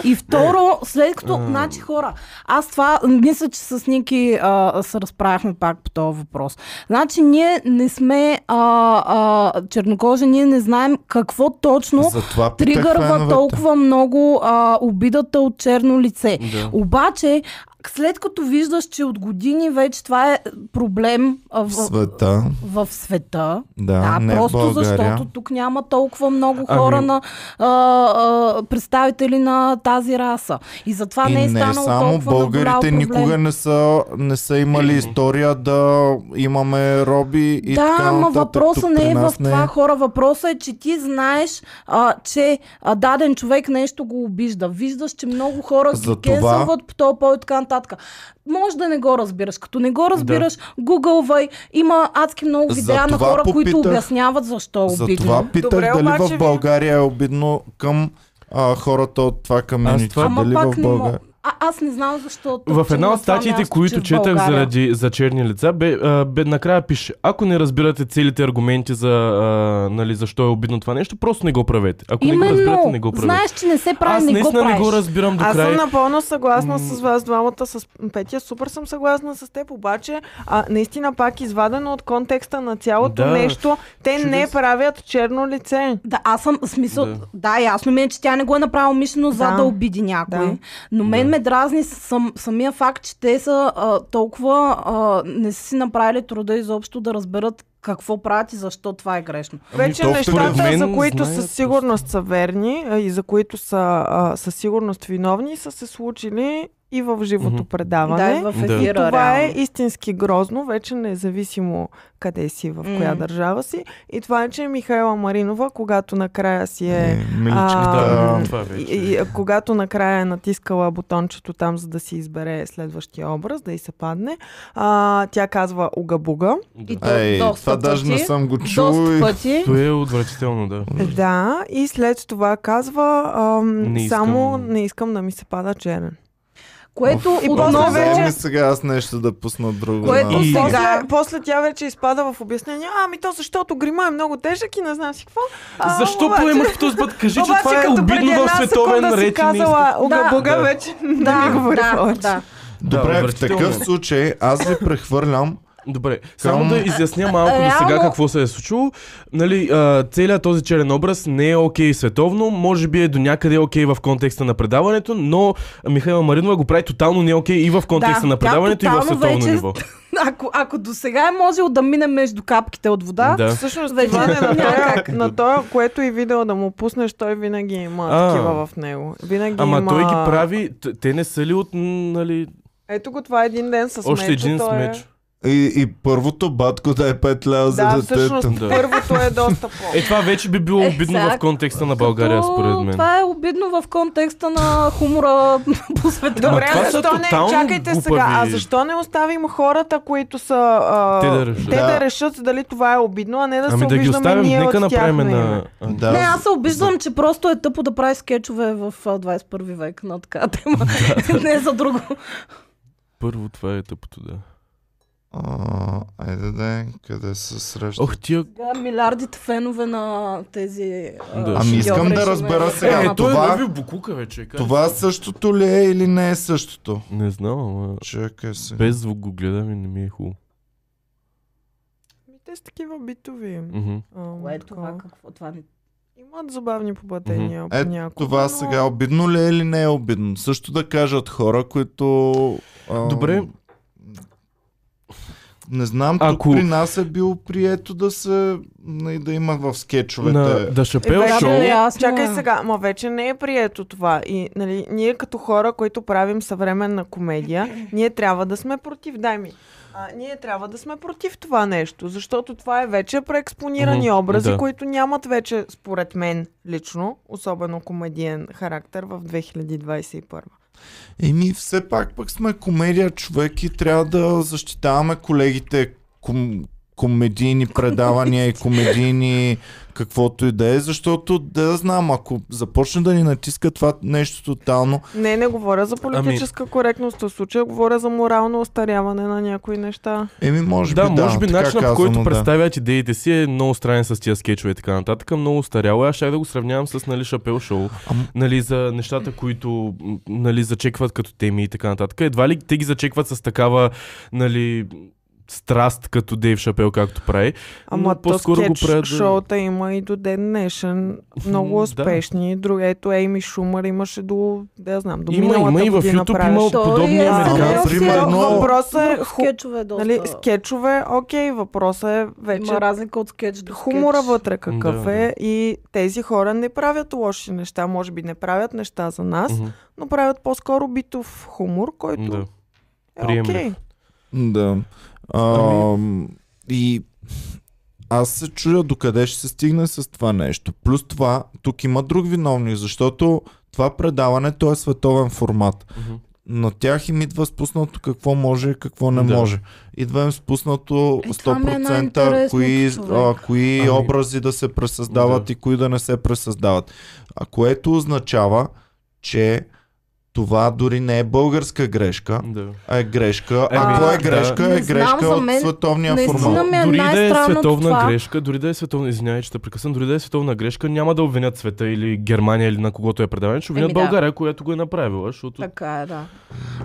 [SPEAKER 2] И второ,
[SPEAKER 1] Е.
[SPEAKER 2] след като,
[SPEAKER 4] Ам.
[SPEAKER 2] значи хора, аз това, мисля, че с Ники а, се разправяхме пак по този въпрос. Значи ние не сме а, а, чернокожи, ние не знаем какво точно
[SPEAKER 1] Затова питах
[SPEAKER 2] тригърва
[SPEAKER 1] феновете.
[SPEAKER 2] толкова много а, обидата от черно лице.
[SPEAKER 4] Да.
[SPEAKER 2] Обаче, след като виждаш, че от години вече това е проблем а,
[SPEAKER 1] В
[SPEAKER 2] в,
[SPEAKER 1] света,
[SPEAKER 2] в света,
[SPEAKER 1] да,
[SPEAKER 2] да,
[SPEAKER 1] не в
[SPEAKER 2] просто
[SPEAKER 1] България.
[SPEAKER 2] защото тук няма толкова много
[SPEAKER 4] Ами-
[SPEAKER 2] хора на а, а, представители на тази раса. И затова
[SPEAKER 1] И
[SPEAKER 2] не е
[SPEAKER 1] не
[SPEAKER 2] станало
[SPEAKER 1] само
[SPEAKER 2] толкова наболял
[SPEAKER 1] българите
[SPEAKER 2] проблем.
[SPEAKER 1] никога не са, не са имали
[SPEAKER 4] Мгм.
[SPEAKER 1] история да имаме роби и
[SPEAKER 2] да,
[SPEAKER 1] така
[SPEAKER 2] ама
[SPEAKER 1] нататък.
[SPEAKER 2] въпросът
[SPEAKER 1] Тук
[SPEAKER 2] не
[SPEAKER 1] при
[SPEAKER 2] е в
[SPEAKER 1] нас не е.
[SPEAKER 2] това, хора. Въпросът е, че ти знаеш, а, че а, даден човек нещо го обижда. Виждаш, че много хора ги
[SPEAKER 1] Затова-
[SPEAKER 2] кенсълват по този повод, така нататък. Може да не го разбираш. Като не го разбираш, гугълвай. Има адски много видеа на
[SPEAKER 1] Затова
[SPEAKER 2] хора, които
[SPEAKER 1] попитах-
[SPEAKER 2] обясняват защо е
[SPEAKER 1] За
[SPEAKER 2] обидно.
[SPEAKER 1] това питах
[SPEAKER 3] Добре,
[SPEAKER 1] дали
[SPEAKER 3] обаче
[SPEAKER 1] в
[SPEAKER 3] вие-
[SPEAKER 1] България е обидно към а, хората от това
[SPEAKER 4] Аз
[SPEAKER 1] комьюнити.
[SPEAKER 4] това-
[SPEAKER 2] Ама
[SPEAKER 1] Дали
[SPEAKER 2] пак
[SPEAKER 1] в
[SPEAKER 2] не мога.
[SPEAKER 1] България?
[SPEAKER 2] А, аз не знам защо.
[SPEAKER 4] В
[SPEAKER 2] точно
[SPEAKER 4] една
[SPEAKER 2] на
[SPEAKER 4] от
[SPEAKER 2] това
[SPEAKER 4] статиите,
[SPEAKER 2] място, че
[SPEAKER 4] които
[SPEAKER 2] в
[SPEAKER 4] четах
[SPEAKER 2] България.
[SPEAKER 4] заради, за черни лица, бе, а, бе, накрая пише, ако не разбирате целите аргументи за а, нали, защо е обидно това нещо, просто не го правете. Ако не го разбирате,
[SPEAKER 2] Именно,
[SPEAKER 4] не го правете.
[SPEAKER 2] знаеш, че не се прави,
[SPEAKER 4] Аз
[SPEAKER 2] не го
[SPEAKER 4] наистина не
[SPEAKER 2] правиш.
[SPEAKER 4] го разбирам до
[SPEAKER 3] Аз
[SPEAKER 4] край.
[SPEAKER 3] съм напълно съгласна с
[SPEAKER 4] М.
[SPEAKER 3] вас двамата, с Петя. Супер съм съгласна с теб, обаче а, наистина пак извадено от контекста на цялото
[SPEAKER 4] Да,
[SPEAKER 3] нещо, те не
[SPEAKER 4] чудес.
[SPEAKER 3] правят черно лице.
[SPEAKER 2] Да, аз съм, в смисъл, да,
[SPEAKER 4] Да.
[SPEAKER 2] ясно ми е, че тя не го е направила мишлено, за
[SPEAKER 3] Да.
[SPEAKER 2] да, обиди някой.
[SPEAKER 3] Да.
[SPEAKER 2] Но мен
[SPEAKER 4] Да.
[SPEAKER 2] ме дразни сам, самия факт, че те са а, толкова а, не са си направили труда изобщо да разберат какво правят и защо това е грешно.
[SPEAKER 4] Ами,
[SPEAKER 3] Вече
[SPEAKER 1] то според
[SPEAKER 3] нещата,
[SPEAKER 4] мен
[SPEAKER 3] за които
[SPEAKER 4] знаят
[SPEAKER 3] със
[SPEAKER 4] просто.
[SPEAKER 3] сигурност са верни а, и за които са а, със сигурност виновни, са се случили и в живото
[SPEAKER 4] Мгм.
[SPEAKER 3] предаване.
[SPEAKER 2] Да, и в
[SPEAKER 4] Да.
[SPEAKER 2] ефира,
[SPEAKER 3] Това е
[SPEAKER 2] реално.
[SPEAKER 3] истински грозно, вече независимо къде си, в
[SPEAKER 2] М.
[SPEAKER 3] коя държава си. И това е, че Михайла Маринова, когато накрая си е...
[SPEAKER 1] Е, миличката.
[SPEAKER 3] а,
[SPEAKER 4] Да, това вече.
[SPEAKER 3] И, и, а, когато накрая е натискала бутончето там, за да си избере следващия образ, да й се падне, а, тя казва угабуга.
[SPEAKER 4] Да.
[SPEAKER 2] то
[SPEAKER 1] Ей,
[SPEAKER 2] доста
[SPEAKER 1] това даже не
[SPEAKER 2] пъти.
[SPEAKER 1] съм го
[SPEAKER 2] Доста
[SPEAKER 1] чул.
[SPEAKER 2] пъти.
[SPEAKER 4] То е отвратително, да.
[SPEAKER 3] Да, и след това казва ам,
[SPEAKER 4] Не искам.
[SPEAKER 3] само не искам да ми се пада черен.
[SPEAKER 2] Което
[SPEAKER 3] И
[SPEAKER 2] отново... е,
[SPEAKER 3] после
[SPEAKER 1] Дай ми
[SPEAKER 3] вече-
[SPEAKER 1] сега аз нещо да пусна друго.
[SPEAKER 2] Което
[SPEAKER 1] малко.
[SPEAKER 4] И-
[SPEAKER 2] сега-
[SPEAKER 3] После, после тя вече изпада в обяснение, ами то защото грима е много тежък и не знам си какво. А,
[SPEAKER 4] Защо
[SPEAKER 3] обаче-
[SPEAKER 4] поемаш по този път? Кажи, че
[SPEAKER 3] обаче
[SPEAKER 4] това е
[SPEAKER 3] като преди
[SPEAKER 4] обидно
[SPEAKER 3] една
[SPEAKER 4] в световен
[SPEAKER 3] секунда си
[SPEAKER 4] ред. и не искам.
[SPEAKER 3] казала угабуга
[SPEAKER 4] Да.
[SPEAKER 3] вече не
[SPEAKER 2] Да,
[SPEAKER 3] ми говори
[SPEAKER 2] да,
[SPEAKER 3] повече.
[SPEAKER 2] да.
[SPEAKER 1] Добре, в
[SPEAKER 4] отвратително.
[SPEAKER 1] такъв случай аз ви прехвърлям.
[SPEAKER 4] Добре, само
[SPEAKER 1] Към-
[SPEAKER 4] да изясня малко до
[SPEAKER 2] Реално-
[SPEAKER 4] сега какво се е случило. Нали, а, целият този черен образ не е окей световно, може би е до някъде окей в контекста на предаването, но Михайла Маринова го прави тотално не окей и в контекста
[SPEAKER 2] Да,
[SPEAKER 4] на
[SPEAKER 2] тя
[SPEAKER 4] предаването и в
[SPEAKER 2] тотално
[SPEAKER 4] световно
[SPEAKER 2] вече-
[SPEAKER 4] ниво.
[SPEAKER 2] Ако, ако до сега е можел да мине между капките от вода,
[SPEAKER 4] Да.
[SPEAKER 3] Всъщност
[SPEAKER 2] Вече
[SPEAKER 3] това е на
[SPEAKER 2] няма
[SPEAKER 3] тоя,
[SPEAKER 2] как.
[SPEAKER 3] на тоя, което и видео да му пуснеш, той винаги има
[SPEAKER 4] А.
[SPEAKER 3] такива в него. Винаги
[SPEAKER 4] Ама
[SPEAKER 3] има...
[SPEAKER 4] той ги прави, т- те не са ли от, м, нали,
[SPEAKER 3] Ето го, това е един ден с
[SPEAKER 4] още
[SPEAKER 3] мечо,
[SPEAKER 4] един
[SPEAKER 3] той е-
[SPEAKER 4] смеч.
[SPEAKER 1] И, и първото батко да е 5 лева за
[SPEAKER 3] Да,
[SPEAKER 1] детето.
[SPEAKER 3] всъщност
[SPEAKER 4] Да.
[SPEAKER 3] първото е доста по...
[SPEAKER 4] Е, това вече би било
[SPEAKER 2] Е,
[SPEAKER 4] обидно
[SPEAKER 2] сега-
[SPEAKER 4] в контекста на България,
[SPEAKER 2] като
[SPEAKER 4] според мен.
[SPEAKER 2] Това е обидно в контекста на хумора по света.
[SPEAKER 4] Ама
[SPEAKER 3] Добре,
[SPEAKER 4] това са
[SPEAKER 3] а защо не...
[SPEAKER 4] тотално
[SPEAKER 3] Чакайте
[SPEAKER 4] глупави.
[SPEAKER 3] сега, а защо не оставим хората, които са... А...
[SPEAKER 4] Те да решат.
[SPEAKER 3] те
[SPEAKER 1] Да.
[SPEAKER 3] да решат дали това е обидно, а не да се
[SPEAKER 4] Ами да ги
[SPEAKER 3] обиждаме
[SPEAKER 4] оставим,
[SPEAKER 3] ние
[SPEAKER 4] нека
[SPEAKER 3] от тях.
[SPEAKER 4] направим
[SPEAKER 3] име.
[SPEAKER 4] на...
[SPEAKER 1] Да.
[SPEAKER 2] Ами Не, аз се обиждам, че просто е тъпо да прави скетчове в а, 21 век на така тема. Не е за друго.
[SPEAKER 4] Първо това е тъпото, да.
[SPEAKER 1] А, айде да, е, къде се среща?
[SPEAKER 4] Ох, тия
[SPEAKER 2] Сега милиардите фенове на тези... а,
[SPEAKER 4] Да.
[SPEAKER 1] Ами искам да
[SPEAKER 2] георежими.
[SPEAKER 1] разбера сега.
[SPEAKER 2] Е,
[SPEAKER 1] Е, това-
[SPEAKER 4] е ловил букука вече. Как?
[SPEAKER 1] Това същото ли е или не е същото?
[SPEAKER 4] Не знам,
[SPEAKER 1] Е.
[SPEAKER 4] ама...
[SPEAKER 1] Чакай се.
[SPEAKER 4] Без звук го гледам и не ми е хубаво.
[SPEAKER 3] Ми Ами Те са такива битови.
[SPEAKER 4] Мгм.
[SPEAKER 3] ам,
[SPEAKER 2] Кое е
[SPEAKER 3] такова.
[SPEAKER 2] това? Какво? Това не...
[SPEAKER 3] Имат забавни попадения.
[SPEAKER 1] Е,
[SPEAKER 3] понякога,
[SPEAKER 1] Това
[SPEAKER 3] но-
[SPEAKER 1] сега обидно ли е или не е обидно? Също да кажат хора, които... А,
[SPEAKER 4] Добре.
[SPEAKER 1] Не знам, тук
[SPEAKER 4] Ако-
[SPEAKER 1] при нас е било прието да се... нали, да има в скетчовете.
[SPEAKER 4] На Да Шапел
[SPEAKER 3] вече
[SPEAKER 4] шоу...
[SPEAKER 3] не е-
[SPEAKER 2] Ясно
[SPEAKER 3] Чакай
[SPEAKER 2] е.
[SPEAKER 3] сега, ма вече не е прието това. И нали, ние като хора, които правим съвременна комедия, ние трябва да сме против. Дай ми. А, ние трябва да сме против това нещо, защото това е вече преекспонирани
[SPEAKER 4] Мгм,
[SPEAKER 3] образи,
[SPEAKER 4] да.
[SPEAKER 3] които нямат вече, според мен лично, особено комедиен характер в 2021.
[SPEAKER 1] Еми, все пак пък сме комедия, човек и трябва да защитаваме колегите ком, комедийни предавания и комедийни каквото и да е, защото да знам, ако започне да ни натиска това нещо тотално,
[SPEAKER 3] Не, не говоря
[SPEAKER 4] Ами-
[SPEAKER 3] за политическа коректност в случая, говоря за морално остаряване на някои неща.
[SPEAKER 1] еми може
[SPEAKER 4] Да,
[SPEAKER 1] би
[SPEAKER 4] може би
[SPEAKER 1] така
[SPEAKER 4] начинът по
[SPEAKER 1] казано,
[SPEAKER 4] който
[SPEAKER 1] да.
[SPEAKER 4] представят идеите си е много странен с тия скетчове и така нататък. Много устаряло е. Аз ще да го сравнявам с нали, Шапел шоу.
[SPEAKER 1] Ам-
[SPEAKER 4] Нали, за нещата, които м, нали, зачекват като теми и така нататък. Едва ли те ги зачекват с такава нали, страст като Дейв Шапел, както прави.
[SPEAKER 3] Ама
[SPEAKER 4] Но
[SPEAKER 3] то
[SPEAKER 4] по-скоро го
[SPEAKER 3] скетч
[SPEAKER 4] правят за-
[SPEAKER 3] шоута има и до ден днешен. Много
[SPEAKER 4] Да.
[SPEAKER 3] успешни. Да. Ето Ейми Шумър имаше до, да я знам, до
[SPEAKER 4] Има,
[SPEAKER 3] миналата
[SPEAKER 4] има и в
[SPEAKER 3] година
[SPEAKER 4] YouTube
[SPEAKER 3] правеше.
[SPEAKER 4] има
[SPEAKER 2] Той
[SPEAKER 4] подобни
[SPEAKER 2] е
[SPEAKER 1] американци.
[SPEAKER 2] сериал,
[SPEAKER 1] Примерно-
[SPEAKER 2] сериал.
[SPEAKER 3] Въпросът е
[SPEAKER 2] Друг
[SPEAKER 3] ху-
[SPEAKER 2] Скетчове е доста...
[SPEAKER 3] Нали, скетчове, окей, въпросът е вече
[SPEAKER 2] Има разлика от скетч до скетч.
[SPEAKER 3] хумора вътре какъв
[SPEAKER 4] Да,
[SPEAKER 3] е и тези хора не правят лоши неща, може би не правят неща за нас,
[SPEAKER 4] Мгм.
[SPEAKER 3] но правят по-скоро битов хумор, който
[SPEAKER 4] Да.
[SPEAKER 3] е
[SPEAKER 4] приемлив.
[SPEAKER 3] окей.
[SPEAKER 1] Да.
[SPEAKER 4] Ами-
[SPEAKER 1] А, и аз се чудя докъде ще се стигне с това нещо. Плюс това, тук има друг виновник, защото това предаване, то е световен формат.
[SPEAKER 4] Мгм.
[SPEAKER 1] На тях им идва спуснато какво може и какво не
[SPEAKER 4] Да.
[SPEAKER 1] може. Идва им спуснато
[SPEAKER 2] Е, това ми е
[SPEAKER 1] 100%
[SPEAKER 2] най-интересното,
[SPEAKER 1] кои, а,
[SPEAKER 2] човек.
[SPEAKER 1] кои
[SPEAKER 4] Ами-
[SPEAKER 1] образи да се пресъздават
[SPEAKER 4] Да.
[SPEAKER 1] и кои да не се пресъздават. А което означава, че това дори не е българска грешка,
[SPEAKER 4] Да.
[SPEAKER 1] а е грешка.
[SPEAKER 4] Еми,
[SPEAKER 1] Ако е
[SPEAKER 4] Ами, да.
[SPEAKER 1] грешка, е
[SPEAKER 2] Не знам,
[SPEAKER 1] грешка
[SPEAKER 2] за
[SPEAKER 1] от
[SPEAKER 2] мен
[SPEAKER 1] световния
[SPEAKER 2] наистина
[SPEAKER 1] формат.
[SPEAKER 2] ми е
[SPEAKER 4] дори да е
[SPEAKER 2] най-странното
[SPEAKER 4] световна
[SPEAKER 2] това.
[SPEAKER 4] грешка, дори да е световна, извинявай, че те прекъсвам, дори да е световна грешка, няма да обвинят света или Германия или на когото е предаване, ще обвинят
[SPEAKER 2] Еми да.
[SPEAKER 4] България, която го е направила, защото...
[SPEAKER 2] Така е, да.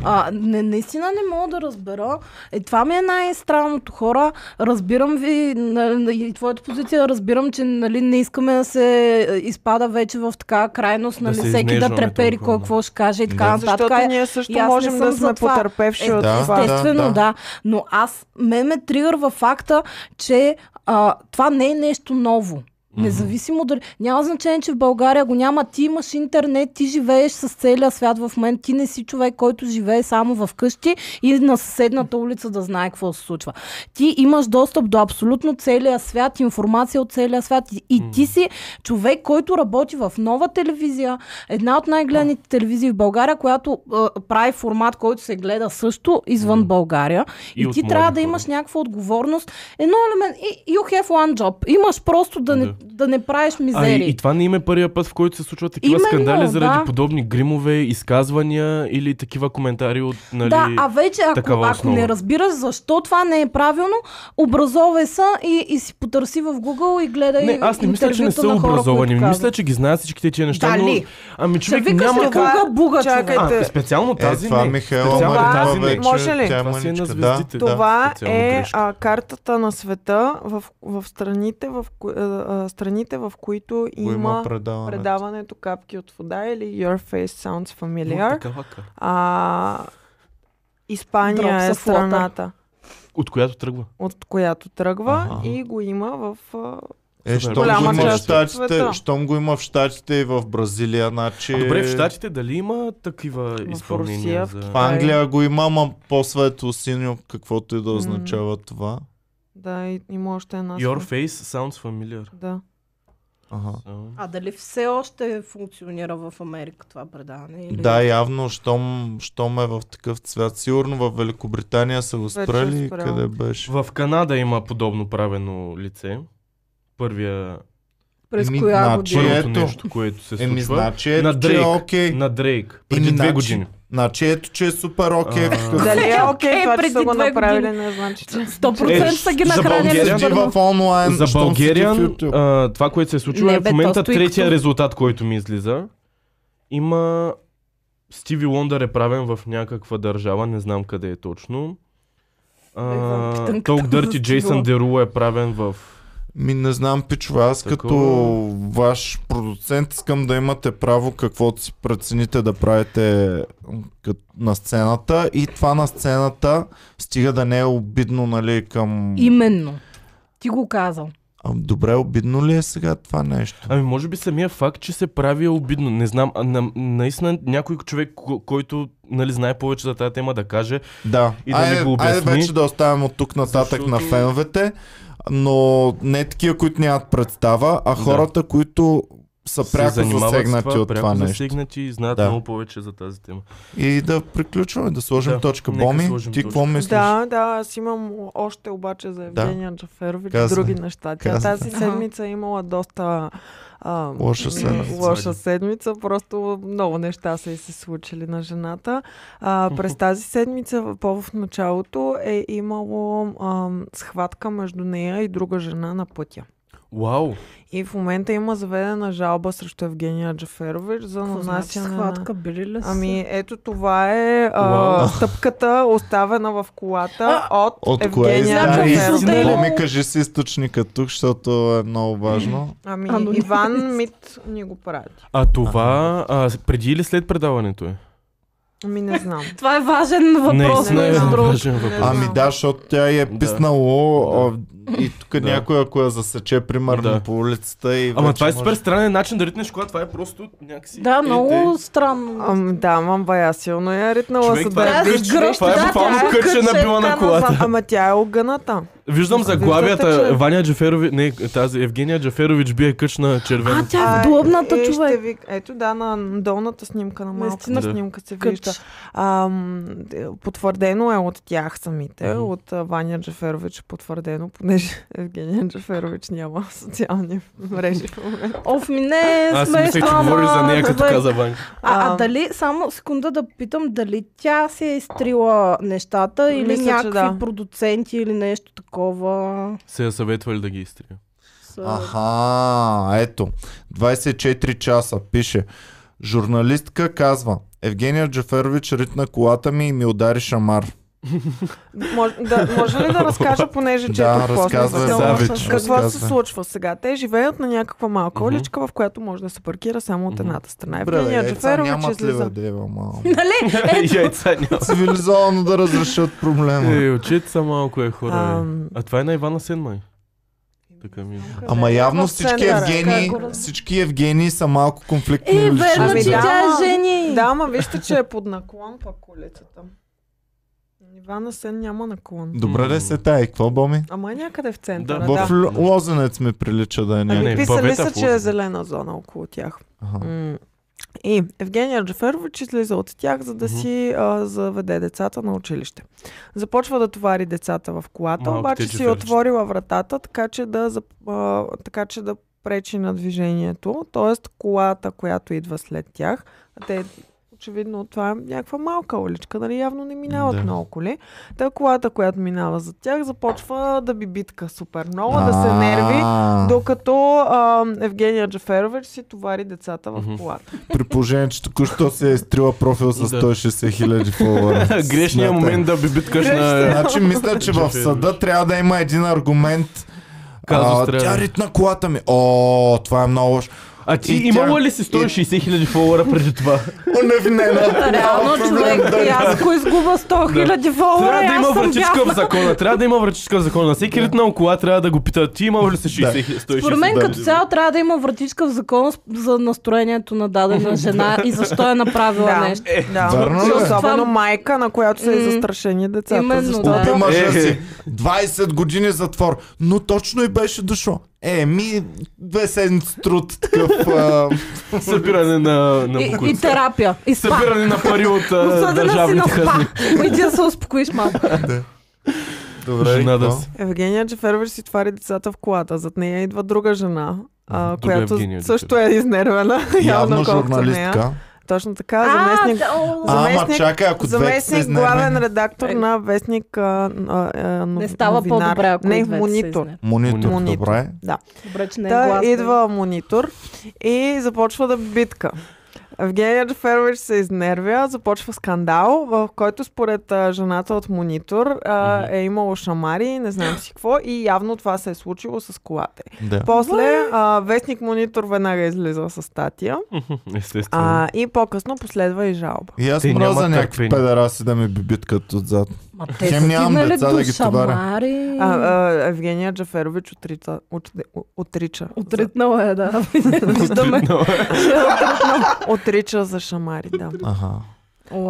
[SPEAKER 2] А, не, наистина не мога да разбера. Е, това ми е най-странното хора. Разбирам ви на- на- и твоята позиция, разбирам, че нали, не искаме да се е, изпада вече в така крайност,
[SPEAKER 4] Да
[SPEAKER 2] нали,
[SPEAKER 4] се
[SPEAKER 2] всеки да
[SPEAKER 4] изнежваме
[SPEAKER 2] трепери
[SPEAKER 4] толкова,
[SPEAKER 2] кой
[SPEAKER 4] да.
[SPEAKER 2] какво ще каже и
[SPEAKER 1] Да.
[SPEAKER 2] така нататък.
[SPEAKER 3] Защото
[SPEAKER 2] Е,
[SPEAKER 3] ние също
[SPEAKER 2] и аз не
[SPEAKER 3] можем да
[SPEAKER 2] съм за
[SPEAKER 3] сме
[SPEAKER 2] това.
[SPEAKER 3] потърпевши
[SPEAKER 2] Е,
[SPEAKER 3] от
[SPEAKER 1] да,
[SPEAKER 3] това.
[SPEAKER 2] Естествено,
[SPEAKER 1] да.
[SPEAKER 2] да, Но аз, ме ме тригърва факта, че а, това не е нещо ново. Независимо дали. Няма значение, че в България го няма. Ти имаш интернет, ти живееш с целия свят в момента. Ти не си човек, който живее само в къщи и на съседната улица да знае какво се случва. Ти имаш достъп до абсолютно целия свят, информация от целия свят. И, и ти си човек, който работи в нова телевизия, една от най-гледаните телевизии в България, която а, прави формат, който се гледа също извън България.
[SPEAKER 4] И
[SPEAKER 2] И,
[SPEAKER 4] от
[SPEAKER 2] ти
[SPEAKER 4] млади
[SPEAKER 2] трябва да
[SPEAKER 4] хора.
[SPEAKER 2] имаш някаква отговорност. Едно елемент. И, you have one job. Имаш просто да не,
[SPEAKER 4] Да.
[SPEAKER 2] да. не правиш
[SPEAKER 4] А,
[SPEAKER 2] мизерии.
[SPEAKER 4] и, и това не им е първия път, в който се случват такива
[SPEAKER 2] Именно,
[SPEAKER 4] скандали заради
[SPEAKER 2] да.
[SPEAKER 4] подобни гримове, изказвания или такива коментари от, нали...
[SPEAKER 2] Да, а вече ако,
[SPEAKER 4] такава
[SPEAKER 2] ако
[SPEAKER 4] основа.
[SPEAKER 2] не разбираш защо това не е правилно, образовай са и, и си потърси в Google и гледай
[SPEAKER 4] Не, аз не мисля, че не
[SPEAKER 2] интервюта
[SPEAKER 4] са
[SPEAKER 2] на хора,
[SPEAKER 4] образовани.
[SPEAKER 2] които
[SPEAKER 4] Мисля,
[SPEAKER 2] казват.
[SPEAKER 4] че ги знаят всички тези неща, но...
[SPEAKER 2] Дали?
[SPEAKER 4] Ами човек
[SPEAKER 2] викаш
[SPEAKER 4] няма
[SPEAKER 2] ли
[SPEAKER 4] как...
[SPEAKER 2] Google буга,
[SPEAKER 3] Чакайте,
[SPEAKER 2] човек.
[SPEAKER 4] А, специално тази
[SPEAKER 1] е, това
[SPEAKER 4] не.
[SPEAKER 1] Михайла
[SPEAKER 4] Специално
[SPEAKER 3] Маринова
[SPEAKER 4] тази не.
[SPEAKER 1] вече.
[SPEAKER 3] Може ли?
[SPEAKER 1] Тя е
[SPEAKER 4] Това си е на
[SPEAKER 1] мъничка, да.
[SPEAKER 4] звездите.
[SPEAKER 1] да.
[SPEAKER 3] Това
[SPEAKER 4] специално
[SPEAKER 3] е
[SPEAKER 4] грешка.
[SPEAKER 3] а, картата на света в, в страните, в, кои- а, а, страните, в които
[SPEAKER 1] Го
[SPEAKER 3] има,
[SPEAKER 1] има предаването.
[SPEAKER 3] предаването Капки от вода или Your Face Sounds
[SPEAKER 2] е
[SPEAKER 4] Но
[SPEAKER 3] Familiar.
[SPEAKER 4] такава ка-
[SPEAKER 3] А, Испания
[SPEAKER 2] Drops of
[SPEAKER 3] е
[SPEAKER 2] water.
[SPEAKER 3] страната,
[SPEAKER 4] От която тръгва.
[SPEAKER 3] от която тръгва
[SPEAKER 1] Ага.
[SPEAKER 3] и го има в... а,
[SPEAKER 1] Е, щом го,
[SPEAKER 4] Голяма
[SPEAKER 1] има в
[SPEAKER 4] част
[SPEAKER 3] от
[SPEAKER 1] щатите,
[SPEAKER 3] света.
[SPEAKER 1] щом го има в щатите и в Бразилия, значи...
[SPEAKER 4] А добре, в Штатите дали има такива изпълнения
[SPEAKER 3] Русия, в
[SPEAKER 4] за...
[SPEAKER 1] В Англия го има, ама по-светло синьо, каквото и да означава това.
[SPEAKER 3] Да, и- има още една...
[SPEAKER 4] Your
[SPEAKER 3] страна.
[SPEAKER 4] face sounds familiar.
[SPEAKER 3] Да.
[SPEAKER 1] Ага.
[SPEAKER 4] So-
[SPEAKER 2] А дали все още функционира в Америка това предаване? Или...
[SPEAKER 1] Да, е. явно, щом, щом е в такъв цвят. Сигурно в Великобритания са го
[SPEAKER 3] Вече е
[SPEAKER 1] спрели.
[SPEAKER 3] спрял.
[SPEAKER 1] Къде беше?
[SPEAKER 4] В Канада има подобно правено лице. Първия...
[SPEAKER 2] През
[SPEAKER 1] Еми,
[SPEAKER 2] коя
[SPEAKER 1] значи-
[SPEAKER 2] година?
[SPEAKER 4] Първото
[SPEAKER 1] ето.
[SPEAKER 4] нещо, което се
[SPEAKER 1] Еми,
[SPEAKER 4] случва.
[SPEAKER 1] значи ето,
[SPEAKER 4] на
[SPEAKER 1] че е
[SPEAKER 4] Дрейк.
[SPEAKER 1] окей.
[SPEAKER 4] На Дрейк.
[SPEAKER 1] Еми,
[SPEAKER 4] Преди две
[SPEAKER 1] значи-
[SPEAKER 4] години.
[SPEAKER 1] Значи ето, че е супер окей.
[SPEAKER 4] А.
[SPEAKER 1] Какъв-
[SPEAKER 3] Дали е окей
[SPEAKER 2] Е,
[SPEAKER 3] това, че
[SPEAKER 2] преди
[SPEAKER 3] са го
[SPEAKER 2] две
[SPEAKER 3] направили, не значи, че...
[SPEAKER 2] 100%
[SPEAKER 4] Е,
[SPEAKER 2] са ги
[SPEAKER 1] За
[SPEAKER 2] нахранили.
[SPEAKER 4] България-
[SPEAKER 1] България
[SPEAKER 2] с
[SPEAKER 1] седи в
[SPEAKER 2] първо.
[SPEAKER 1] онлайн.
[SPEAKER 4] За
[SPEAKER 1] щом си в
[SPEAKER 4] Българиан,
[SPEAKER 1] YouTube.
[SPEAKER 4] а, това, което се случва
[SPEAKER 2] Не,
[SPEAKER 4] е в
[SPEAKER 2] бе,
[SPEAKER 4] момента
[SPEAKER 2] просто и
[SPEAKER 4] третия
[SPEAKER 2] като-
[SPEAKER 4] резултат, който ми излиза. Има... Стиви Лондър е правен в някаква държава, не знам къде е точно.
[SPEAKER 2] знам, питам
[SPEAKER 4] Толк
[SPEAKER 2] като за
[SPEAKER 4] Дърти
[SPEAKER 2] Стиви
[SPEAKER 4] Джейсън
[SPEAKER 2] Лондър.
[SPEAKER 4] Дерула е правен в...
[SPEAKER 1] Ми не знам, пичове, аз
[SPEAKER 4] Такова.
[SPEAKER 1] като ваш продуцент искам да имате право каквото си прецените да правите м, кът- на сцената и това на сцената стига да не е обидно, нали, към...
[SPEAKER 2] Именно. Ти го казал.
[SPEAKER 1] А, добре, обидно ли е сега това нещо?
[SPEAKER 4] Ами може би самия факт, че се прави е обидно. Не знам, а, на, наистина някой човек, ко- който нали, знае повече за тази тема да каже,
[SPEAKER 1] Да,
[SPEAKER 4] И да ни го обясни.
[SPEAKER 1] айде вече да оставим от тук нататък
[SPEAKER 4] Защото-
[SPEAKER 1] на феновете, но не такива, които нямат представа, а
[SPEAKER 4] Да.
[SPEAKER 1] хората, които са
[SPEAKER 4] се
[SPEAKER 1] пряко
[SPEAKER 4] занимават с
[SPEAKER 1] засегнати
[SPEAKER 4] това,
[SPEAKER 1] от
[SPEAKER 4] пряко
[SPEAKER 1] това нещо.
[SPEAKER 4] засегнати и знаят
[SPEAKER 1] Да.
[SPEAKER 4] много повече за тази тема.
[SPEAKER 1] И да приключваме, да сложим
[SPEAKER 4] Да,
[SPEAKER 1] точка.
[SPEAKER 4] нека
[SPEAKER 1] Боми,
[SPEAKER 4] сложим
[SPEAKER 1] ти какво
[SPEAKER 4] точка.
[SPEAKER 1] мислиш?
[SPEAKER 3] Да, да, аз имам още обаче за Евгения да. Джаферович
[SPEAKER 1] Казвай.
[SPEAKER 3] други неща. Тя
[SPEAKER 1] Казвай.
[SPEAKER 3] тази седмица е имала доста а,
[SPEAKER 1] Лоша
[SPEAKER 3] м,
[SPEAKER 1] седмица.
[SPEAKER 4] Извади.
[SPEAKER 3] лоша седмица. Просто много неща са и се случили на жената. А, през тази седмица, в- по в началото, е имало а, схватка между нея и друга жена на пътя.
[SPEAKER 4] Вау!
[SPEAKER 3] И в момента има заведена жалба срещу Евгения Джаферович за
[SPEAKER 2] Какво значи
[SPEAKER 3] нанасяне на...
[SPEAKER 2] схватка? Били ли са?
[SPEAKER 3] Ами ето това е а,
[SPEAKER 4] Уау.
[SPEAKER 3] стъпката оставена в колата от,
[SPEAKER 1] От кое
[SPEAKER 3] Евгения
[SPEAKER 1] издание?
[SPEAKER 2] Джаферов.
[SPEAKER 1] Истина ли?
[SPEAKER 2] Отделно.
[SPEAKER 1] Боми, Ами, кажи си източника тук, защото е много важно.
[SPEAKER 3] Ами
[SPEAKER 2] Аноним.
[SPEAKER 3] Иван Мит ни го прати.
[SPEAKER 4] А това а, преди или след предаването е?
[SPEAKER 3] Ами не знам.
[SPEAKER 2] Това е важен въпрос,
[SPEAKER 4] не,
[SPEAKER 2] между
[SPEAKER 4] е
[SPEAKER 3] знам.
[SPEAKER 2] другото.
[SPEAKER 4] важен въпрос.
[SPEAKER 1] Ами да, защото тя й е
[SPEAKER 4] Да.
[SPEAKER 1] писнало а, и тук
[SPEAKER 4] Да.
[SPEAKER 1] някой, ако я засече, примерно
[SPEAKER 4] Да.
[SPEAKER 1] по улицата и
[SPEAKER 4] Ама
[SPEAKER 1] вече
[SPEAKER 4] това е супер
[SPEAKER 1] може-
[SPEAKER 4] странен начин да ритнеш кола, това е просто някакси...
[SPEAKER 2] Да,
[SPEAKER 4] Е,
[SPEAKER 2] много
[SPEAKER 4] те-
[SPEAKER 2] странно.
[SPEAKER 3] Ам, да, мам, бая силно я ритнала
[SPEAKER 4] Човек,
[SPEAKER 3] за
[SPEAKER 4] това
[SPEAKER 3] да
[SPEAKER 4] е
[SPEAKER 2] Да,
[SPEAKER 3] я
[SPEAKER 4] бивш
[SPEAKER 2] с
[SPEAKER 3] биш.
[SPEAKER 4] човек,
[SPEAKER 2] гръщ,
[SPEAKER 4] това е
[SPEAKER 2] да,
[SPEAKER 4] буквално
[SPEAKER 2] това е
[SPEAKER 4] кътче набила на
[SPEAKER 2] кътчета
[SPEAKER 4] колата.
[SPEAKER 3] Ама тя е огъната.
[SPEAKER 4] Виждам
[SPEAKER 3] Виждате,
[SPEAKER 4] заглавията,
[SPEAKER 3] че-
[SPEAKER 4] Ваня Джаферович, не, тази Евгения Джаферович бие къч на червено.
[SPEAKER 2] А, тя е в дулъбната
[SPEAKER 3] е,
[SPEAKER 2] човек.
[SPEAKER 3] ще Ви... Ето да, на долната снимка, на малката
[SPEAKER 2] Наистина.
[SPEAKER 4] Да.
[SPEAKER 3] снимка се
[SPEAKER 2] Кътче.
[SPEAKER 3] вижда. Ам, е, потвърдено е от тях самите,
[SPEAKER 4] Мгм.
[SPEAKER 3] от а, Ваня Джаферович е потвърдено, понеже Евгения Джаферович няма социални мрежи в момента.
[SPEAKER 2] Оф, ми не е
[SPEAKER 4] Аз си
[SPEAKER 2] смешно.
[SPEAKER 4] мислех, че
[SPEAKER 2] ама,
[SPEAKER 4] говориш за нея, като
[SPEAKER 2] добре.
[SPEAKER 4] каза Ваня.
[SPEAKER 2] А,
[SPEAKER 3] Ам.
[SPEAKER 2] а дали, само секунда да питам, дали тя си е изтрила нещата или
[SPEAKER 3] Мисля, че
[SPEAKER 2] някакви
[SPEAKER 3] да.
[SPEAKER 2] продуценти или нещо такова?
[SPEAKER 4] Се я съветвали да ги изтрия.
[SPEAKER 2] Са...
[SPEAKER 1] Аха, ето. 24 часа пише. Журналистка казва, Евгения Джаферович ритна колата ми и ми удари шамар.
[SPEAKER 3] Мож, да, може ли да разкажа, понеже че
[SPEAKER 1] Да,
[SPEAKER 3] е
[SPEAKER 1] разказвай,
[SPEAKER 4] Савич,
[SPEAKER 3] Какво се
[SPEAKER 1] разказвай.
[SPEAKER 3] случва сега? Те живеят на някаква малка
[SPEAKER 4] Мгм.
[SPEAKER 3] уличка, в която може да се паркира само от
[SPEAKER 4] Мгм.
[SPEAKER 3] едната страна.
[SPEAKER 1] Добре, бе,
[SPEAKER 3] Евгения
[SPEAKER 1] яйца
[SPEAKER 3] Джаферович
[SPEAKER 1] нямат ли, бе,
[SPEAKER 3] излиза.
[SPEAKER 1] дева, малко?
[SPEAKER 2] Нали? Ето,
[SPEAKER 4] Яйца няма.
[SPEAKER 1] Цивилизовано да разрешат проблема.
[SPEAKER 4] Е, очите са малко е хора. бе.
[SPEAKER 3] Ам,
[SPEAKER 4] А това е на Ивана Сенмай. Така ми.
[SPEAKER 1] Ама явно
[SPEAKER 3] В
[SPEAKER 1] всички
[SPEAKER 3] центъра.
[SPEAKER 1] Евгени,
[SPEAKER 2] Как го раз-
[SPEAKER 1] всички Евгени са малко конфликтни
[SPEAKER 2] Е, верно,
[SPEAKER 1] личности.
[SPEAKER 2] че
[SPEAKER 3] Ами да,
[SPEAKER 2] тя
[SPEAKER 3] ама-
[SPEAKER 2] е жени.
[SPEAKER 3] Да, ама вижте, че е под наклон пък улицата. Нива на сен няма наклон.
[SPEAKER 1] Добре
[SPEAKER 4] М.
[SPEAKER 1] де се тая, какво боми?
[SPEAKER 3] Ама е някъде в центъра,
[SPEAKER 4] Да.
[SPEAKER 3] да.
[SPEAKER 1] В Л- Лозенец ми прилича да е
[SPEAKER 3] Ами,
[SPEAKER 1] някакъв.
[SPEAKER 4] не,
[SPEAKER 3] писали
[SPEAKER 4] бавета
[SPEAKER 3] са,
[SPEAKER 4] в
[SPEAKER 3] че е
[SPEAKER 4] Лозенец.
[SPEAKER 3] зелена зона около тях.
[SPEAKER 1] Аха.
[SPEAKER 3] М. И Евгения Джаферович излиза от тях, за да
[SPEAKER 4] Мгм.
[SPEAKER 3] си а, заведе децата на училище. Започва да товари децата в колата,
[SPEAKER 4] Малките
[SPEAKER 3] обаче си е
[SPEAKER 4] джаферчета.
[SPEAKER 3] отворила вратата, така че да, зап- а, така че да пречи на движението. Тоест колата, която идва след тях, а те очевидно това е някаква малка уличка, нали явно не минават
[SPEAKER 4] Да.
[SPEAKER 3] да. много коли. Та колата, която минава за тях, започва да би битка супер много, да се нерви.
[SPEAKER 1] А,
[SPEAKER 3] Докато а, Евгения Джаферович си товари децата в
[SPEAKER 4] Мгм.
[SPEAKER 3] колата.
[SPEAKER 1] При положение, че току-що се е изтрила профил с
[SPEAKER 4] Да.
[SPEAKER 1] 160 хиляди фолуара.
[SPEAKER 4] Грешният момент да бибиткаш на...
[SPEAKER 1] Значи мисля, че в
[SPEAKER 4] Джаферович.
[SPEAKER 1] съда трябва да има един аргумент.
[SPEAKER 4] Казус
[SPEAKER 1] а,
[SPEAKER 4] трябва. е.
[SPEAKER 1] Тя ритна колата ми. О, това е много лошо.
[SPEAKER 4] А ти
[SPEAKER 1] И
[SPEAKER 4] имала
[SPEAKER 1] тя-
[SPEAKER 4] ли си 160 хиляди фолуара преди това?
[SPEAKER 1] Оневинена.
[SPEAKER 2] Реално човек, и аз ако изгуба 100 хиляди фолуара,
[SPEAKER 4] Трябва да
[SPEAKER 2] аз
[SPEAKER 4] има
[SPEAKER 2] съм
[SPEAKER 4] вратичка в
[SPEAKER 2] бясна.
[SPEAKER 4] закона. Трябва да има вратичка в закона. На всеки ритна около трябва да го питат. Ти имал ли си 60 хиляди?
[SPEAKER 2] Според мен като цяло трябва да има вратичка в закона с- за настроението на дадена жена и защо е направила нещо.
[SPEAKER 1] Вярно ли е?
[SPEAKER 3] Особено
[SPEAKER 2] Това-
[SPEAKER 3] майка, на която са и
[SPEAKER 2] М.
[SPEAKER 3] застрашени децата.
[SPEAKER 2] Именно,
[SPEAKER 3] защото-
[SPEAKER 2] да.
[SPEAKER 1] Купи мъжа
[SPEAKER 4] Е.
[SPEAKER 1] си. 20 години затвор. Но точно и беше дошло. Е, ми две седмици труд такъв. а,
[SPEAKER 4] Събиране на, на
[SPEAKER 2] И, и
[SPEAKER 4] покойници.
[SPEAKER 2] терапия, и спа.
[SPEAKER 4] Събиране на пари от а,
[SPEAKER 2] Осъдена си на
[SPEAKER 4] държавните
[SPEAKER 2] спа.
[SPEAKER 4] хазни.
[SPEAKER 2] Пойди да се успокоиш малко.
[SPEAKER 1] Добре,
[SPEAKER 4] Жена да
[SPEAKER 1] какво?
[SPEAKER 4] си.
[SPEAKER 3] Евгения Джаферович си твари децата в колата. Зад нея идва друга жена, а,
[SPEAKER 4] Друга
[SPEAKER 3] която
[SPEAKER 4] Евгения
[SPEAKER 3] също е изнервена.
[SPEAKER 1] Явно
[SPEAKER 3] колкото нея.
[SPEAKER 1] журналистка.
[SPEAKER 3] Точно така. Заместник,
[SPEAKER 2] да, о,
[SPEAKER 1] А, Ама
[SPEAKER 3] Заместник-
[SPEAKER 1] чакай, ако двете са
[SPEAKER 3] заместник главен
[SPEAKER 1] изнервени.
[SPEAKER 3] редактор
[SPEAKER 2] Е.
[SPEAKER 3] на вестник а, а, а, но-
[SPEAKER 2] не става
[SPEAKER 3] новинар.
[SPEAKER 2] по-добре, ако
[SPEAKER 3] Не, е
[SPEAKER 2] и двете са
[SPEAKER 3] монитор.
[SPEAKER 2] изнервени.
[SPEAKER 1] Монитор,
[SPEAKER 3] Монитор.
[SPEAKER 1] добре.
[SPEAKER 2] Добре, че не е
[SPEAKER 3] Та
[SPEAKER 2] гласно.
[SPEAKER 3] идва монитор и започва да битка. Евгения Джаферович се изнервя, започва скандал, в който според а, жената от монитор а, е имало шамари, и не знам си какво и явно това се е случило с колата. й.
[SPEAKER 1] Да.
[SPEAKER 3] После а, вестник монитор веднага излиза с статия
[SPEAKER 4] Естествено.
[SPEAKER 3] а, и по-късно последва и жалба.
[SPEAKER 1] И аз
[SPEAKER 4] Те
[SPEAKER 1] мразя
[SPEAKER 4] нямат
[SPEAKER 1] някакви
[SPEAKER 4] какви.
[SPEAKER 1] педераси да ми бибиткат отзад.
[SPEAKER 2] Ма те
[SPEAKER 1] Хем
[SPEAKER 2] са
[SPEAKER 1] нямам
[SPEAKER 2] стигнали
[SPEAKER 1] деца
[SPEAKER 2] до
[SPEAKER 1] да ги товаря.
[SPEAKER 2] шамари.
[SPEAKER 3] А, а, Евгения Джаферович отрита, от, отрича,
[SPEAKER 2] Отритнала е, да. Виждаме.
[SPEAKER 3] отрича за шамари. Да.
[SPEAKER 1] Аха.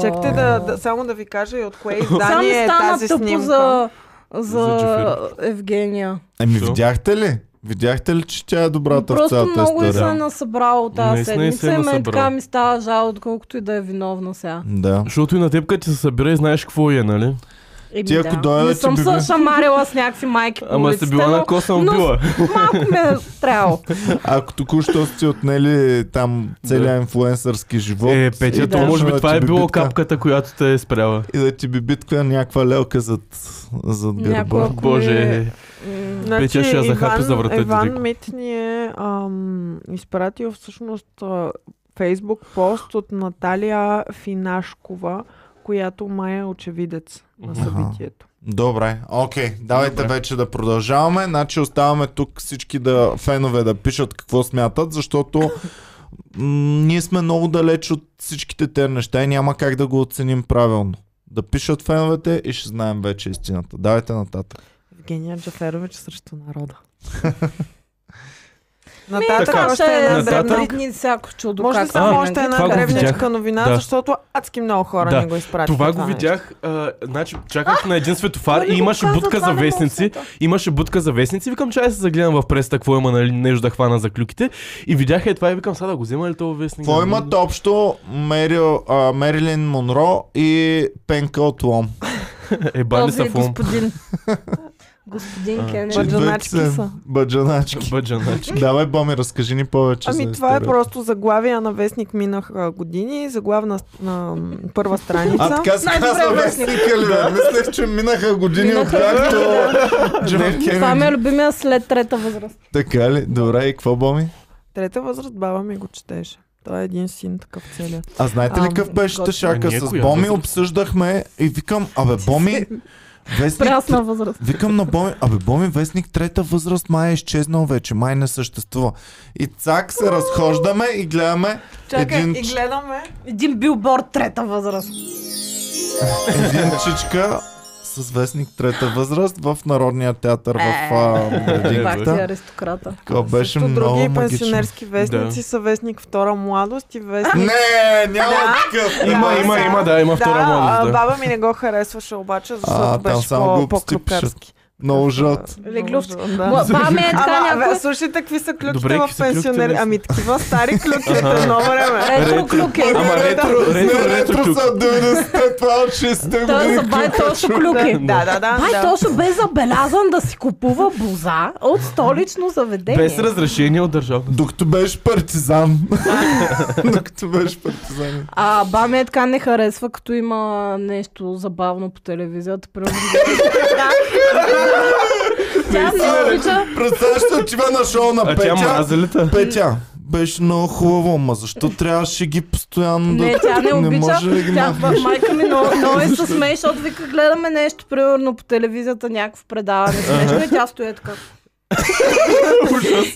[SPEAKER 3] Чакайте да, да, само да ви кажа и от кое
[SPEAKER 2] Само
[SPEAKER 3] издание е
[SPEAKER 2] стана
[SPEAKER 3] тази
[SPEAKER 2] тъпо
[SPEAKER 3] снимка.
[SPEAKER 2] за,
[SPEAKER 4] За
[SPEAKER 2] за
[SPEAKER 4] Джаферов.
[SPEAKER 2] Евгения.
[SPEAKER 1] Еми,
[SPEAKER 4] Що?
[SPEAKER 1] видяхте ли? Видяхте ли, че тя е добрата в
[SPEAKER 2] Просто
[SPEAKER 1] цялата
[SPEAKER 2] много и се е
[SPEAKER 1] история?
[SPEAKER 2] насъбрало тази
[SPEAKER 4] Наистина и се е
[SPEAKER 2] седмица и мен
[SPEAKER 4] насъбрал.
[SPEAKER 2] така ми става жал, отколкото и да е виновна сега.
[SPEAKER 1] Да.
[SPEAKER 4] Защото и на теб като ти се събира и знаеш какво е, нали?
[SPEAKER 2] Еми,
[SPEAKER 1] Ти ако
[SPEAKER 2] да.
[SPEAKER 1] дойде,
[SPEAKER 2] Не
[SPEAKER 1] ти
[SPEAKER 2] съм
[SPEAKER 1] би бил-
[SPEAKER 2] се шамарила с някакви майки по
[SPEAKER 4] Ама
[SPEAKER 2] улиците,
[SPEAKER 4] сте била на
[SPEAKER 2] но
[SPEAKER 4] коса
[SPEAKER 2] но-
[SPEAKER 4] била.
[SPEAKER 2] малко ме е трябвало.
[SPEAKER 1] Ако току-що сте отнели там целият инфлуенсърски живот.
[SPEAKER 4] Е, Петя,
[SPEAKER 1] и
[SPEAKER 4] то
[SPEAKER 1] да
[SPEAKER 4] може би
[SPEAKER 1] почна
[SPEAKER 4] това
[SPEAKER 1] да
[SPEAKER 4] е
[SPEAKER 1] ти
[SPEAKER 4] било
[SPEAKER 1] бибитка-
[SPEAKER 4] капката, която те е спряла.
[SPEAKER 1] И да ти бибитка някаква лелка зад, зад гърба.
[SPEAKER 2] Някаква. Ако
[SPEAKER 4] Боже, Петя ще я захапе за врата
[SPEAKER 3] Значи Иван
[SPEAKER 4] директно.
[SPEAKER 3] Мит ни е ам, изпратил всъщност а, фейсбук пост от Наталия Финашкова, която май е очевидец на
[SPEAKER 4] Аха.
[SPEAKER 3] събитието.
[SPEAKER 1] Добре, окей, okay, давайте
[SPEAKER 4] Добре.
[SPEAKER 1] Добре. вече да продължаваме. Значи оставаме тук всички да, фенове да пишат какво смятат, защото м- ние сме много далеч от всичките те неща и няма как да го оценим правилно. Да пишат феновете и ще знаем вече истината. Давайте нататък.
[SPEAKER 3] Евгения Джаферович срещу народа.
[SPEAKER 2] Така,
[SPEAKER 3] Нататък
[SPEAKER 2] ще
[SPEAKER 3] още
[SPEAKER 2] е
[SPEAKER 3] една
[SPEAKER 4] нататък.
[SPEAKER 3] дребна.
[SPEAKER 2] три дни всяко чудо.
[SPEAKER 3] Може ли
[SPEAKER 2] как
[SPEAKER 3] само
[SPEAKER 4] нали, А,
[SPEAKER 3] още една
[SPEAKER 4] това го
[SPEAKER 3] древничка
[SPEAKER 4] видях.
[SPEAKER 3] новина,
[SPEAKER 4] Да.
[SPEAKER 3] защото адски много хора
[SPEAKER 4] Да.
[SPEAKER 3] ни го изпратиха.
[SPEAKER 4] Това го
[SPEAKER 3] нещо.
[SPEAKER 4] видях. А, значи, чаках на един светофар
[SPEAKER 2] Той не
[SPEAKER 4] и
[SPEAKER 2] нали го
[SPEAKER 4] имаше
[SPEAKER 2] каза,
[SPEAKER 4] будка
[SPEAKER 2] това
[SPEAKER 4] за
[SPEAKER 2] не мога да
[SPEAKER 4] вестници.
[SPEAKER 2] се сета.
[SPEAKER 4] Имаше будка за вестници. Викам, че аз се загледам в преста, какво има, нали, нещо да хвана за клюките. И видях е това и викам, сега да го взема ли този вестник?
[SPEAKER 1] Какво имат общо Мерил, а, Мерилин Монро и Пенка от Лом?
[SPEAKER 4] Е, бани
[SPEAKER 2] Този
[SPEAKER 4] са фон.
[SPEAKER 2] господин. Господин Кенен.
[SPEAKER 3] Баджаначки
[SPEAKER 1] Двете
[SPEAKER 3] са.
[SPEAKER 1] Баджаначки.
[SPEAKER 4] Бъджа, значи.
[SPEAKER 1] Давай, Боми, разкажи ни повече за
[SPEAKER 3] Ами това е
[SPEAKER 1] историята.
[SPEAKER 3] просто заглавия на вестник минаха години, заглавна на м, първа страница.
[SPEAKER 1] А така се
[SPEAKER 2] Най-добре
[SPEAKER 1] казва
[SPEAKER 2] вестник.
[SPEAKER 1] вестника ли? бе? Мислех, че минаха години
[SPEAKER 2] Минаха
[SPEAKER 1] откакто Джон
[SPEAKER 2] Това ми
[SPEAKER 1] Кеннеди.
[SPEAKER 2] е любимия след трета възраст.
[SPEAKER 1] Така ли? Добре, и какво боми?
[SPEAKER 3] Трета възраст баба ми го четеше. Той е един син такъв целият.
[SPEAKER 1] А знаете ли
[SPEAKER 3] Ам,
[SPEAKER 1] какъв беше
[SPEAKER 3] готино.
[SPEAKER 1] тъшака
[SPEAKER 4] Ние
[SPEAKER 1] с
[SPEAKER 4] коя
[SPEAKER 1] Боми?
[SPEAKER 4] възраст?
[SPEAKER 1] Обсъждахме и викам, абе Боми, вестник...
[SPEAKER 2] Прясна възраст.
[SPEAKER 1] Викам на Боми, абе Боми, вестник трета възраст май е изчезнал вече, май не съществува. И цак се разхождаме и гледаме един, ч-
[SPEAKER 3] гледаме. Е,
[SPEAKER 2] Един билборд трета възраст.
[SPEAKER 1] един чичка с вестник Трета възраст в Народния театър в а,
[SPEAKER 2] Пак си
[SPEAKER 1] градинката.
[SPEAKER 2] аристократа.
[SPEAKER 1] Това беше
[SPEAKER 3] Също
[SPEAKER 1] много
[SPEAKER 3] други
[SPEAKER 1] магично.
[SPEAKER 3] пенсионерски вестници
[SPEAKER 4] Да.
[SPEAKER 3] са вестник Втора младост и вестник...
[SPEAKER 1] Не, няма
[SPEAKER 3] Да.
[SPEAKER 1] такъв.
[SPEAKER 4] Има,
[SPEAKER 3] Да,
[SPEAKER 4] има,
[SPEAKER 3] да.
[SPEAKER 4] има, да, има втора
[SPEAKER 3] да, а,
[SPEAKER 4] младост, да.
[SPEAKER 3] баба ми не го харесваше обаче, защото
[SPEAKER 1] А, там
[SPEAKER 3] беше
[SPEAKER 1] само
[SPEAKER 3] по-
[SPEAKER 1] глупости
[SPEAKER 3] по-клюкарски.
[SPEAKER 1] Много жълт.
[SPEAKER 2] Легловци.
[SPEAKER 3] Много жълт,
[SPEAKER 2] Ба-
[SPEAKER 3] Да.
[SPEAKER 2] Баба ми е така
[SPEAKER 3] Ама,
[SPEAKER 2] някой...
[SPEAKER 3] бе, слушайте, какви са
[SPEAKER 4] Добре,
[SPEAKER 3] ключите
[SPEAKER 4] какви
[SPEAKER 3] в
[SPEAKER 4] са ключите,
[SPEAKER 3] пенсионери.
[SPEAKER 1] нали?
[SPEAKER 4] мисля?
[SPEAKER 3] Ами такива стари ключи от едно време.
[SPEAKER 2] Ретро клюки.
[SPEAKER 4] Ама ретро,
[SPEAKER 1] Не,
[SPEAKER 4] ретро, ретро,
[SPEAKER 1] ретро
[SPEAKER 4] чук.
[SPEAKER 1] са 90-те, това от 60-те
[SPEAKER 2] Той са
[SPEAKER 1] години.
[SPEAKER 2] бай точно клюки.
[SPEAKER 3] Да, да, да.
[SPEAKER 2] Бай
[SPEAKER 3] да.
[SPEAKER 2] точно бе забелязан да си купува боза от столично заведение.
[SPEAKER 4] Без разрешение от държавата.
[SPEAKER 1] Докато беше партизан. Докато беше партизан.
[SPEAKER 2] А баба е така не харесва, като има нещо забавно по телевизията. Примерно. Тя не обича.
[SPEAKER 1] Представяш ли отива на шоу на
[SPEAKER 4] А тя
[SPEAKER 1] Петя?
[SPEAKER 4] мразелита.
[SPEAKER 1] Петя, беше много хубаво, ма защо трябваше ги постоянно да...
[SPEAKER 2] Не, тя не обича.
[SPEAKER 1] може да ги
[SPEAKER 2] Тя,
[SPEAKER 1] махнеш?
[SPEAKER 2] майка ми много, много е се смее, защото вика, гледаме нещо, примерно по телевизията, някакво предаване смешно и тя стои така.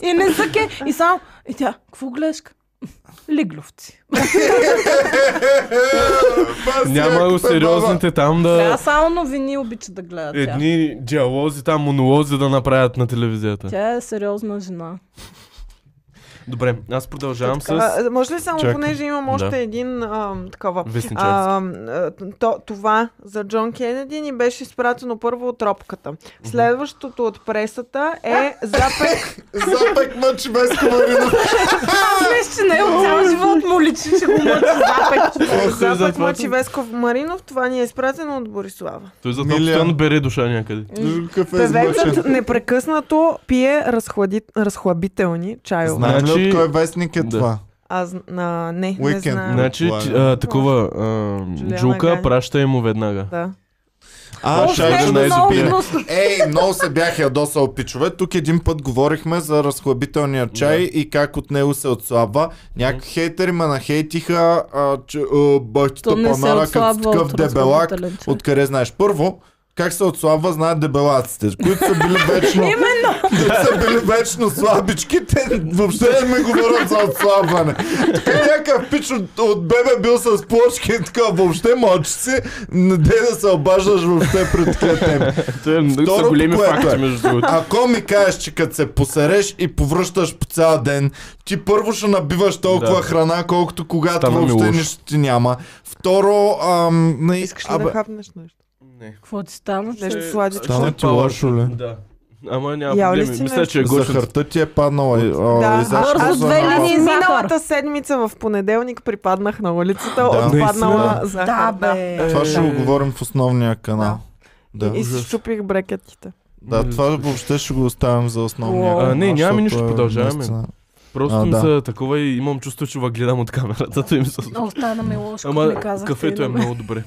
[SPEAKER 2] и не са ке. И само, и тя, какво гледаш? Лигловци.
[SPEAKER 1] Е, Бас,
[SPEAKER 4] Няма
[SPEAKER 1] яката
[SPEAKER 4] го сериозните там
[SPEAKER 2] Тя
[SPEAKER 4] да...
[SPEAKER 2] само новини обича да гледа тя.
[SPEAKER 4] Едни диалози там, монолози да направят на телевизията.
[SPEAKER 2] Тя е сериозна жена.
[SPEAKER 4] Добре, аз
[SPEAKER 3] Е,
[SPEAKER 4] продължавам с...
[SPEAKER 3] А, може ли само,
[SPEAKER 4] Чакай.
[SPEAKER 3] понеже имам още
[SPEAKER 4] Да.
[SPEAKER 3] един а, такова.
[SPEAKER 4] Вестничарски.
[SPEAKER 3] А, а, то, това за Джон Кенеди ни беше изпратено първо от робката. Следващото от пресата е запек.
[SPEAKER 1] баба. Запек мъчи без комарина.
[SPEAKER 2] Мисля, че не е от цял живот му личи, че го мъчи запек.
[SPEAKER 4] Ох, той
[SPEAKER 3] запек
[SPEAKER 4] затова-
[SPEAKER 3] Мъчи Весков Маринов. Това ни е изпратено от Борислава.
[SPEAKER 4] Той за това
[SPEAKER 1] Милия.
[SPEAKER 4] постоянно бере душа някъде.
[SPEAKER 1] Кафе с мъчен.
[SPEAKER 3] Певецът непрекъснато пие разхлади... разхлабителни чайове.
[SPEAKER 1] Знаем ли
[SPEAKER 4] Значи-
[SPEAKER 1] от кой вестник е
[SPEAKER 4] Да.
[SPEAKER 1] това?
[SPEAKER 3] Аз на... не, не
[SPEAKER 1] Уикенд.
[SPEAKER 3] знам.
[SPEAKER 4] Значи,
[SPEAKER 1] това е.
[SPEAKER 4] ти- а, такова а,
[SPEAKER 3] Джулиана
[SPEAKER 4] джука
[SPEAKER 3] Гани.
[SPEAKER 4] праща им му веднага.
[SPEAKER 3] Да.
[SPEAKER 1] А,
[SPEAKER 4] О,
[SPEAKER 1] чай, че
[SPEAKER 4] не
[SPEAKER 1] не
[SPEAKER 4] е
[SPEAKER 2] много
[SPEAKER 4] добре.
[SPEAKER 1] изобира.
[SPEAKER 2] гнусно.
[SPEAKER 1] Ей, много се бях ядосал, пичове. Тук един път говорихме за разхлабителния чай и как от него се отслабва. Някакви хейтери ме нахейтиха, а, че а, бащата
[SPEAKER 2] То не се
[SPEAKER 1] панара като с
[SPEAKER 2] отслабва
[SPEAKER 1] такъв
[SPEAKER 2] от
[SPEAKER 1] дебелак.
[SPEAKER 2] разхлабителен чай.
[SPEAKER 1] Откъде знаеш? Първо, как се отслабва, знаят дебелаците, които са били вечно... Именно! Които са били вечно слабички, те въобще не ми говорят за отслабване. Тук някакъв пич от, от бебе бил с плочки и така, въобще мълчи си, не дей да се обаждаш въобще при такива теми.
[SPEAKER 4] Те са
[SPEAKER 1] Второто,
[SPEAKER 4] големи
[SPEAKER 1] което
[SPEAKER 4] факти,
[SPEAKER 1] е.
[SPEAKER 4] между другото.
[SPEAKER 1] Ако ми кажеш, че като се посереш и повръщаш по цял ден, ти първо ще набиваш толкова
[SPEAKER 4] Да.
[SPEAKER 1] храна, колкото когато
[SPEAKER 4] Стана ми
[SPEAKER 1] въобще
[SPEAKER 4] лошо.
[SPEAKER 1] нищо ти няма. Второ, ам, не
[SPEAKER 3] Искаш ли да хапнеш нещо?
[SPEAKER 4] Не.
[SPEAKER 2] Какво ти стана?
[SPEAKER 3] Нещо
[SPEAKER 4] Ще-
[SPEAKER 3] сладичко.
[SPEAKER 4] ще
[SPEAKER 1] Стана
[SPEAKER 4] е
[SPEAKER 1] ти
[SPEAKER 4] палък.
[SPEAKER 1] лошо ли?
[SPEAKER 4] Да. Ама няма
[SPEAKER 3] Ял ли
[SPEAKER 4] проблеми.
[SPEAKER 3] си
[SPEAKER 4] Мисля,
[SPEAKER 3] нещо?
[SPEAKER 4] че е гошен.
[SPEAKER 1] Захарта ти е паднала. а,
[SPEAKER 3] Да.
[SPEAKER 1] изящно
[SPEAKER 2] Бързо
[SPEAKER 1] за
[SPEAKER 2] две
[SPEAKER 1] малко.
[SPEAKER 2] линии
[SPEAKER 3] Аз
[SPEAKER 2] Аз захар.
[SPEAKER 3] миналата седмица в понеделник припаднах на улицата
[SPEAKER 1] Да.
[SPEAKER 3] от паднала
[SPEAKER 1] Наистина.
[SPEAKER 2] Да,
[SPEAKER 3] захар.
[SPEAKER 2] бе.
[SPEAKER 1] Това ще го
[SPEAKER 4] Е.
[SPEAKER 1] говорим в основния канал. Да,
[SPEAKER 3] И
[SPEAKER 1] ужас.
[SPEAKER 3] си щупих брекетите.
[SPEAKER 1] да това въобще ще го оставим за основния
[SPEAKER 2] А,
[SPEAKER 1] канал.
[SPEAKER 4] не, нямаме
[SPEAKER 1] защото
[SPEAKER 4] нищо,
[SPEAKER 1] е
[SPEAKER 4] продължаваме.
[SPEAKER 1] наистина.
[SPEAKER 4] Просто
[SPEAKER 1] А,
[SPEAKER 4] ми
[SPEAKER 1] да.
[SPEAKER 4] са такова и имам чувство, че ва гледам от камерата. Тъй ми се...
[SPEAKER 2] О, стана ми лошо, като ми
[SPEAKER 4] Ама
[SPEAKER 2] казахте.
[SPEAKER 4] кафето е
[SPEAKER 2] но-
[SPEAKER 4] много добре.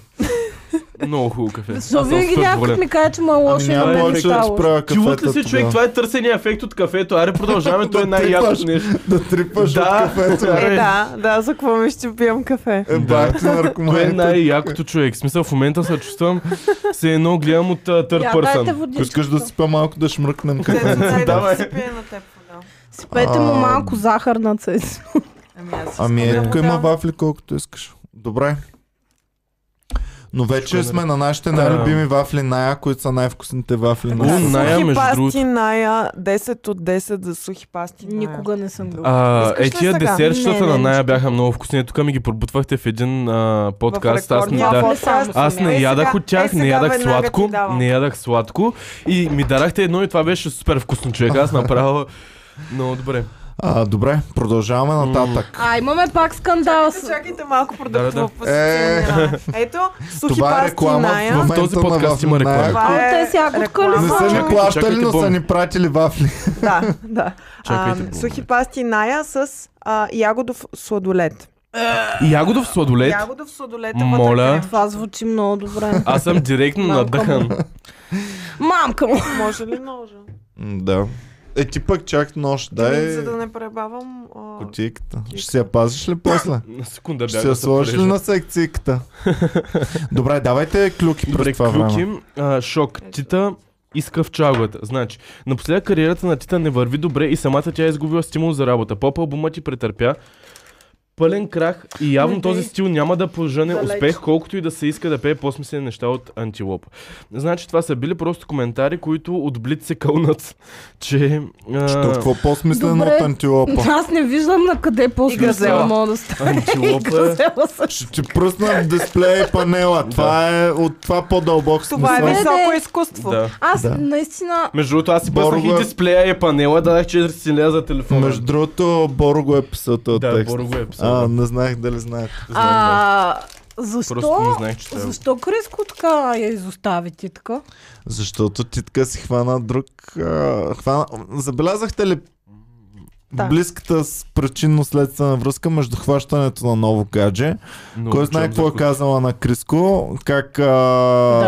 [SPEAKER 4] Много хубаво кафе. Аз
[SPEAKER 2] Защо
[SPEAKER 4] съм
[SPEAKER 2] винаги
[SPEAKER 4] супер
[SPEAKER 2] някой
[SPEAKER 4] доволен.
[SPEAKER 2] ми каже, че му е
[SPEAKER 1] Ами
[SPEAKER 2] лошо и на
[SPEAKER 1] няма
[SPEAKER 2] мен ми
[SPEAKER 1] повече да ти
[SPEAKER 2] става лошо.
[SPEAKER 1] правя
[SPEAKER 4] Чуват ли
[SPEAKER 1] кафето
[SPEAKER 4] се, човек?
[SPEAKER 1] тогава.
[SPEAKER 4] Това е търсения ефект от кафето. Аре, продължаваме. Той е
[SPEAKER 1] Да тръгваш.
[SPEAKER 4] най-якото нещо.
[SPEAKER 1] Да трипаш от
[SPEAKER 4] Да.
[SPEAKER 1] кафето.
[SPEAKER 3] Е,
[SPEAKER 4] Е.
[SPEAKER 3] да, да, за какво ми ще пием кафе?
[SPEAKER 1] Е, бах ти
[SPEAKER 4] Той е
[SPEAKER 1] наркоманите.
[SPEAKER 4] най-якото човек. В смисъл, в момента се чувствам, се едно гледам от а,
[SPEAKER 2] Я,
[SPEAKER 4] Third
[SPEAKER 2] дайте
[SPEAKER 4] Person.
[SPEAKER 1] Ако
[SPEAKER 2] водичка.
[SPEAKER 1] искаш да сипя малко, да шмръкнем кафе.
[SPEAKER 3] Да,
[SPEAKER 4] Давай.
[SPEAKER 3] си пие на теб. да.
[SPEAKER 2] Сипете му
[SPEAKER 1] А,
[SPEAKER 2] малко захар на цец.
[SPEAKER 3] Ами аз искам
[SPEAKER 1] Ами
[SPEAKER 3] да
[SPEAKER 1] е, тук
[SPEAKER 3] му
[SPEAKER 1] има
[SPEAKER 3] дам.
[SPEAKER 1] вафли колкото искаш. Добре. Но вече
[SPEAKER 4] Шкода.
[SPEAKER 1] сме на нашите най-любими вафли Ная, които са най-вкусните вафли
[SPEAKER 4] О,
[SPEAKER 1] на
[SPEAKER 3] Сухи
[SPEAKER 4] Ная, между
[SPEAKER 3] пасти,
[SPEAKER 4] другото.
[SPEAKER 3] Ная, 10 от 10 за сухи пасти. Ная.
[SPEAKER 2] Никога не съм го.
[SPEAKER 4] А,
[SPEAKER 3] Искаш
[SPEAKER 4] е,
[SPEAKER 3] ли
[SPEAKER 4] тия
[SPEAKER 3] сега?
[SPEAKER 2] Не,
[SPEAKER 4] десертчетата
[SPEAKER 2] не,
[SPEAKER 4] на Ная
[SPEAKER 2] нищо.
[SPEAKER 4] бяха много вкусни. Е, Тук ми ги пробутвахте в един а,
[SPEAKER 3] В
[SPEAKER 4] подкаст. Аз, не-
[SPEAKER 3] рекордния
[SPEAKER 4] да,
[SPEAKER 3] подкаст.
[SPEAKER 4] аз не
[SPEAKER 3] Е,
[SPEAKER 4] ядах
[SPEAKER 3] сега-
[SPEAKER 4] от тях,
[SPEAKER 3] е,
[SPEAKER 4] не
[SPEAKER 3] сега
[SPEAKER 4] ядах
[SPEAKER 3] веднага ти
[SPEAKER 4] сладко,
[SPEAKER 3] давам.
[SPEAKER 4] не ядах сладко и ми дарахте едно и това беше супер вкусно човек. Аз направо много добре.
[SPEAKER 1] А, добре, продължаваме нататък.
[SPEAKER 2] А, имаме пак скандал. с-
[SPEAKER 3] Чакайте малко
[SPEAKER 4] Да, да.
[SPEAKER 3] продуктово позициониране. Ето, сухи
[SPEAKER 1] Е. Това е
[SPEAKER 3] пасти
[SPEAKER 1] реклама
[SPEAKER 3] Ная.
[SPEAKER 1] в
[SPEAKER 4] този
[SPEAKER 1] момента на
[SPEAKER 4] подкаст
[SPEAKER 1] вафли
[SPEAKER 4] има
[SPEAKER 1] Ная.
[SPEAKER 4] реклама.
[SPEAKER 3] Това
[SPEAKER 2] А,
[SPEAKER 3] е
[SPEAKER 2] те сега го
[SPEAKER 3] реклама.
[SPEAKER 2] откъли
[SPEAKER 1] Не
[SPEAKER 2] са
[SPEAKER 1] са ни
[SPEAKER 4] Чакайте,
[SPEAKER 1] плащали,
[SPEAKER 4] чакайте,
[SPEAKER 1] но са
[SPEAKER 4] бомби.
[SPEAKER 1] ни пратили вафли.
[SPEAKER 3] Да, да.
[SPEAKER 4] Чакайте,
[SPEAKER 3] Ам,
[SPEAKER 4] бомби.
[SPEAKER 3] сухи пасти Ная с а, ягодов сладолет.
[SPEAKER 4] Ягодов сладолет.
[SPEAKER 3] Ягодов сладолет.
[SPEAKER 4] Моля.
[SPEAKER 2] Това звучи много добре.
[SPEAKER 4] Аз съм директно
[SPEAKER 2] Малко.
[SPEAKER 4] надъхан.
[SPEAKER 2] Мамка му.
[SPEAKER 3] Може ли ножа?
[SPEAKER 1] М, Да. Е, ти пък чак нощ, дай
[SPEAKER 3] За да не пребавам... а,
[SPEAKER 1] кутийката. Ще си я пазиш ли после?
[SPEAKER 4] На секунда бях.
[SPEAKER 1] Ще се
[SPEAKER 4] да
[SPEAKER 1] сложиш ли
[SPEAKER 4] порежа.
[SPEAKER 1] на секцийката? Добре, давайте клюки
[SPEAKER 4] Добре,
[SPEAKER 1] през това време.
[SPEAKER 4] клюки, а, шок. Тита иска в чалгата. Значи, напоследък кариерата на Тита не върви добре и самата тя е изгубила стимул за работа. Поп албумът ти претърпя пълен крах и явно
[SPEAKER 3] Не,
[SPEAKER 4] този
[SPEAKER 3] тъй.
[SPEAKER 4] стил няма да пожене
[SPEAKER 3] Далеч.
[SPEAKER 4] успех, колкото и да се иска да пее по-смислени неща от антилопа. Значи това са били просто коментари, които от Блиц се кълнат, че... а,
[SPEAKER 1] Що, какво по-смислено
[SPEAKER 2] Добре.
[SPEAKER 1] от антилопа?
[SPEAKER 2] Аз не виждам на къде
[SPEAKER 3] газела.
[SPEAKER 2] по-смислено мога да стане. И
[SPEAKER 4] Антилопа. е-
[SPEAKER 1] е.
[SPEAKER 2] газела също.
[SPEAKER 1] Ще ти пръсна в дисплея и панела. Това е от това по-дълбок
[SPEAKER 3] Това е
[SPEAKER 1] смисъл.
[SPEAKER 2] вис-
[SPEAKER 3] високо изкуство.
[SPEAKER 4] Да.
[SPEAKER 2] Аз
[SPEAKER 1] Да.
[SPEAKER 2] наистина
[SPEAKER 4] Между другото, аз си пъснах и
[SPEAKER 1] Борова-
[SPEAKER 4] дисплея и панела, дадах 400 лева за телефона.
[SPEAKER 1] Между другото, Боро го е писал този
[SPEAKER 4] да,
[SPEAKER 1] текст.
[SPEAKER 4] Боро го е писал.
[SPEAKER 1] А,
[SPEAKER 4] да.
[SPEAKER 1] не знаех дали знаех.
[SPEAKER 4] Знам, да.
[SPEAKER 2] А, защо?
[SPEAKER 4] Просто не знаех, че трябва.
[SPEAKER 2] Защо Криско така я изостави ти така?
[SPEAKER 1] Защото ти така си хвана друг... А, хвана... Забелязахте ли
[SPEAKER 3] Да.
[SPEAKER 1] близката с причинно-следствена връзка между хващането на ново гадже?
[SPEAKER 4] Много
[SPEAKER 1] Кой знае
[SPEAKER 4] чувам за
[SPEAKER 1] какво е казала на Криско, как а,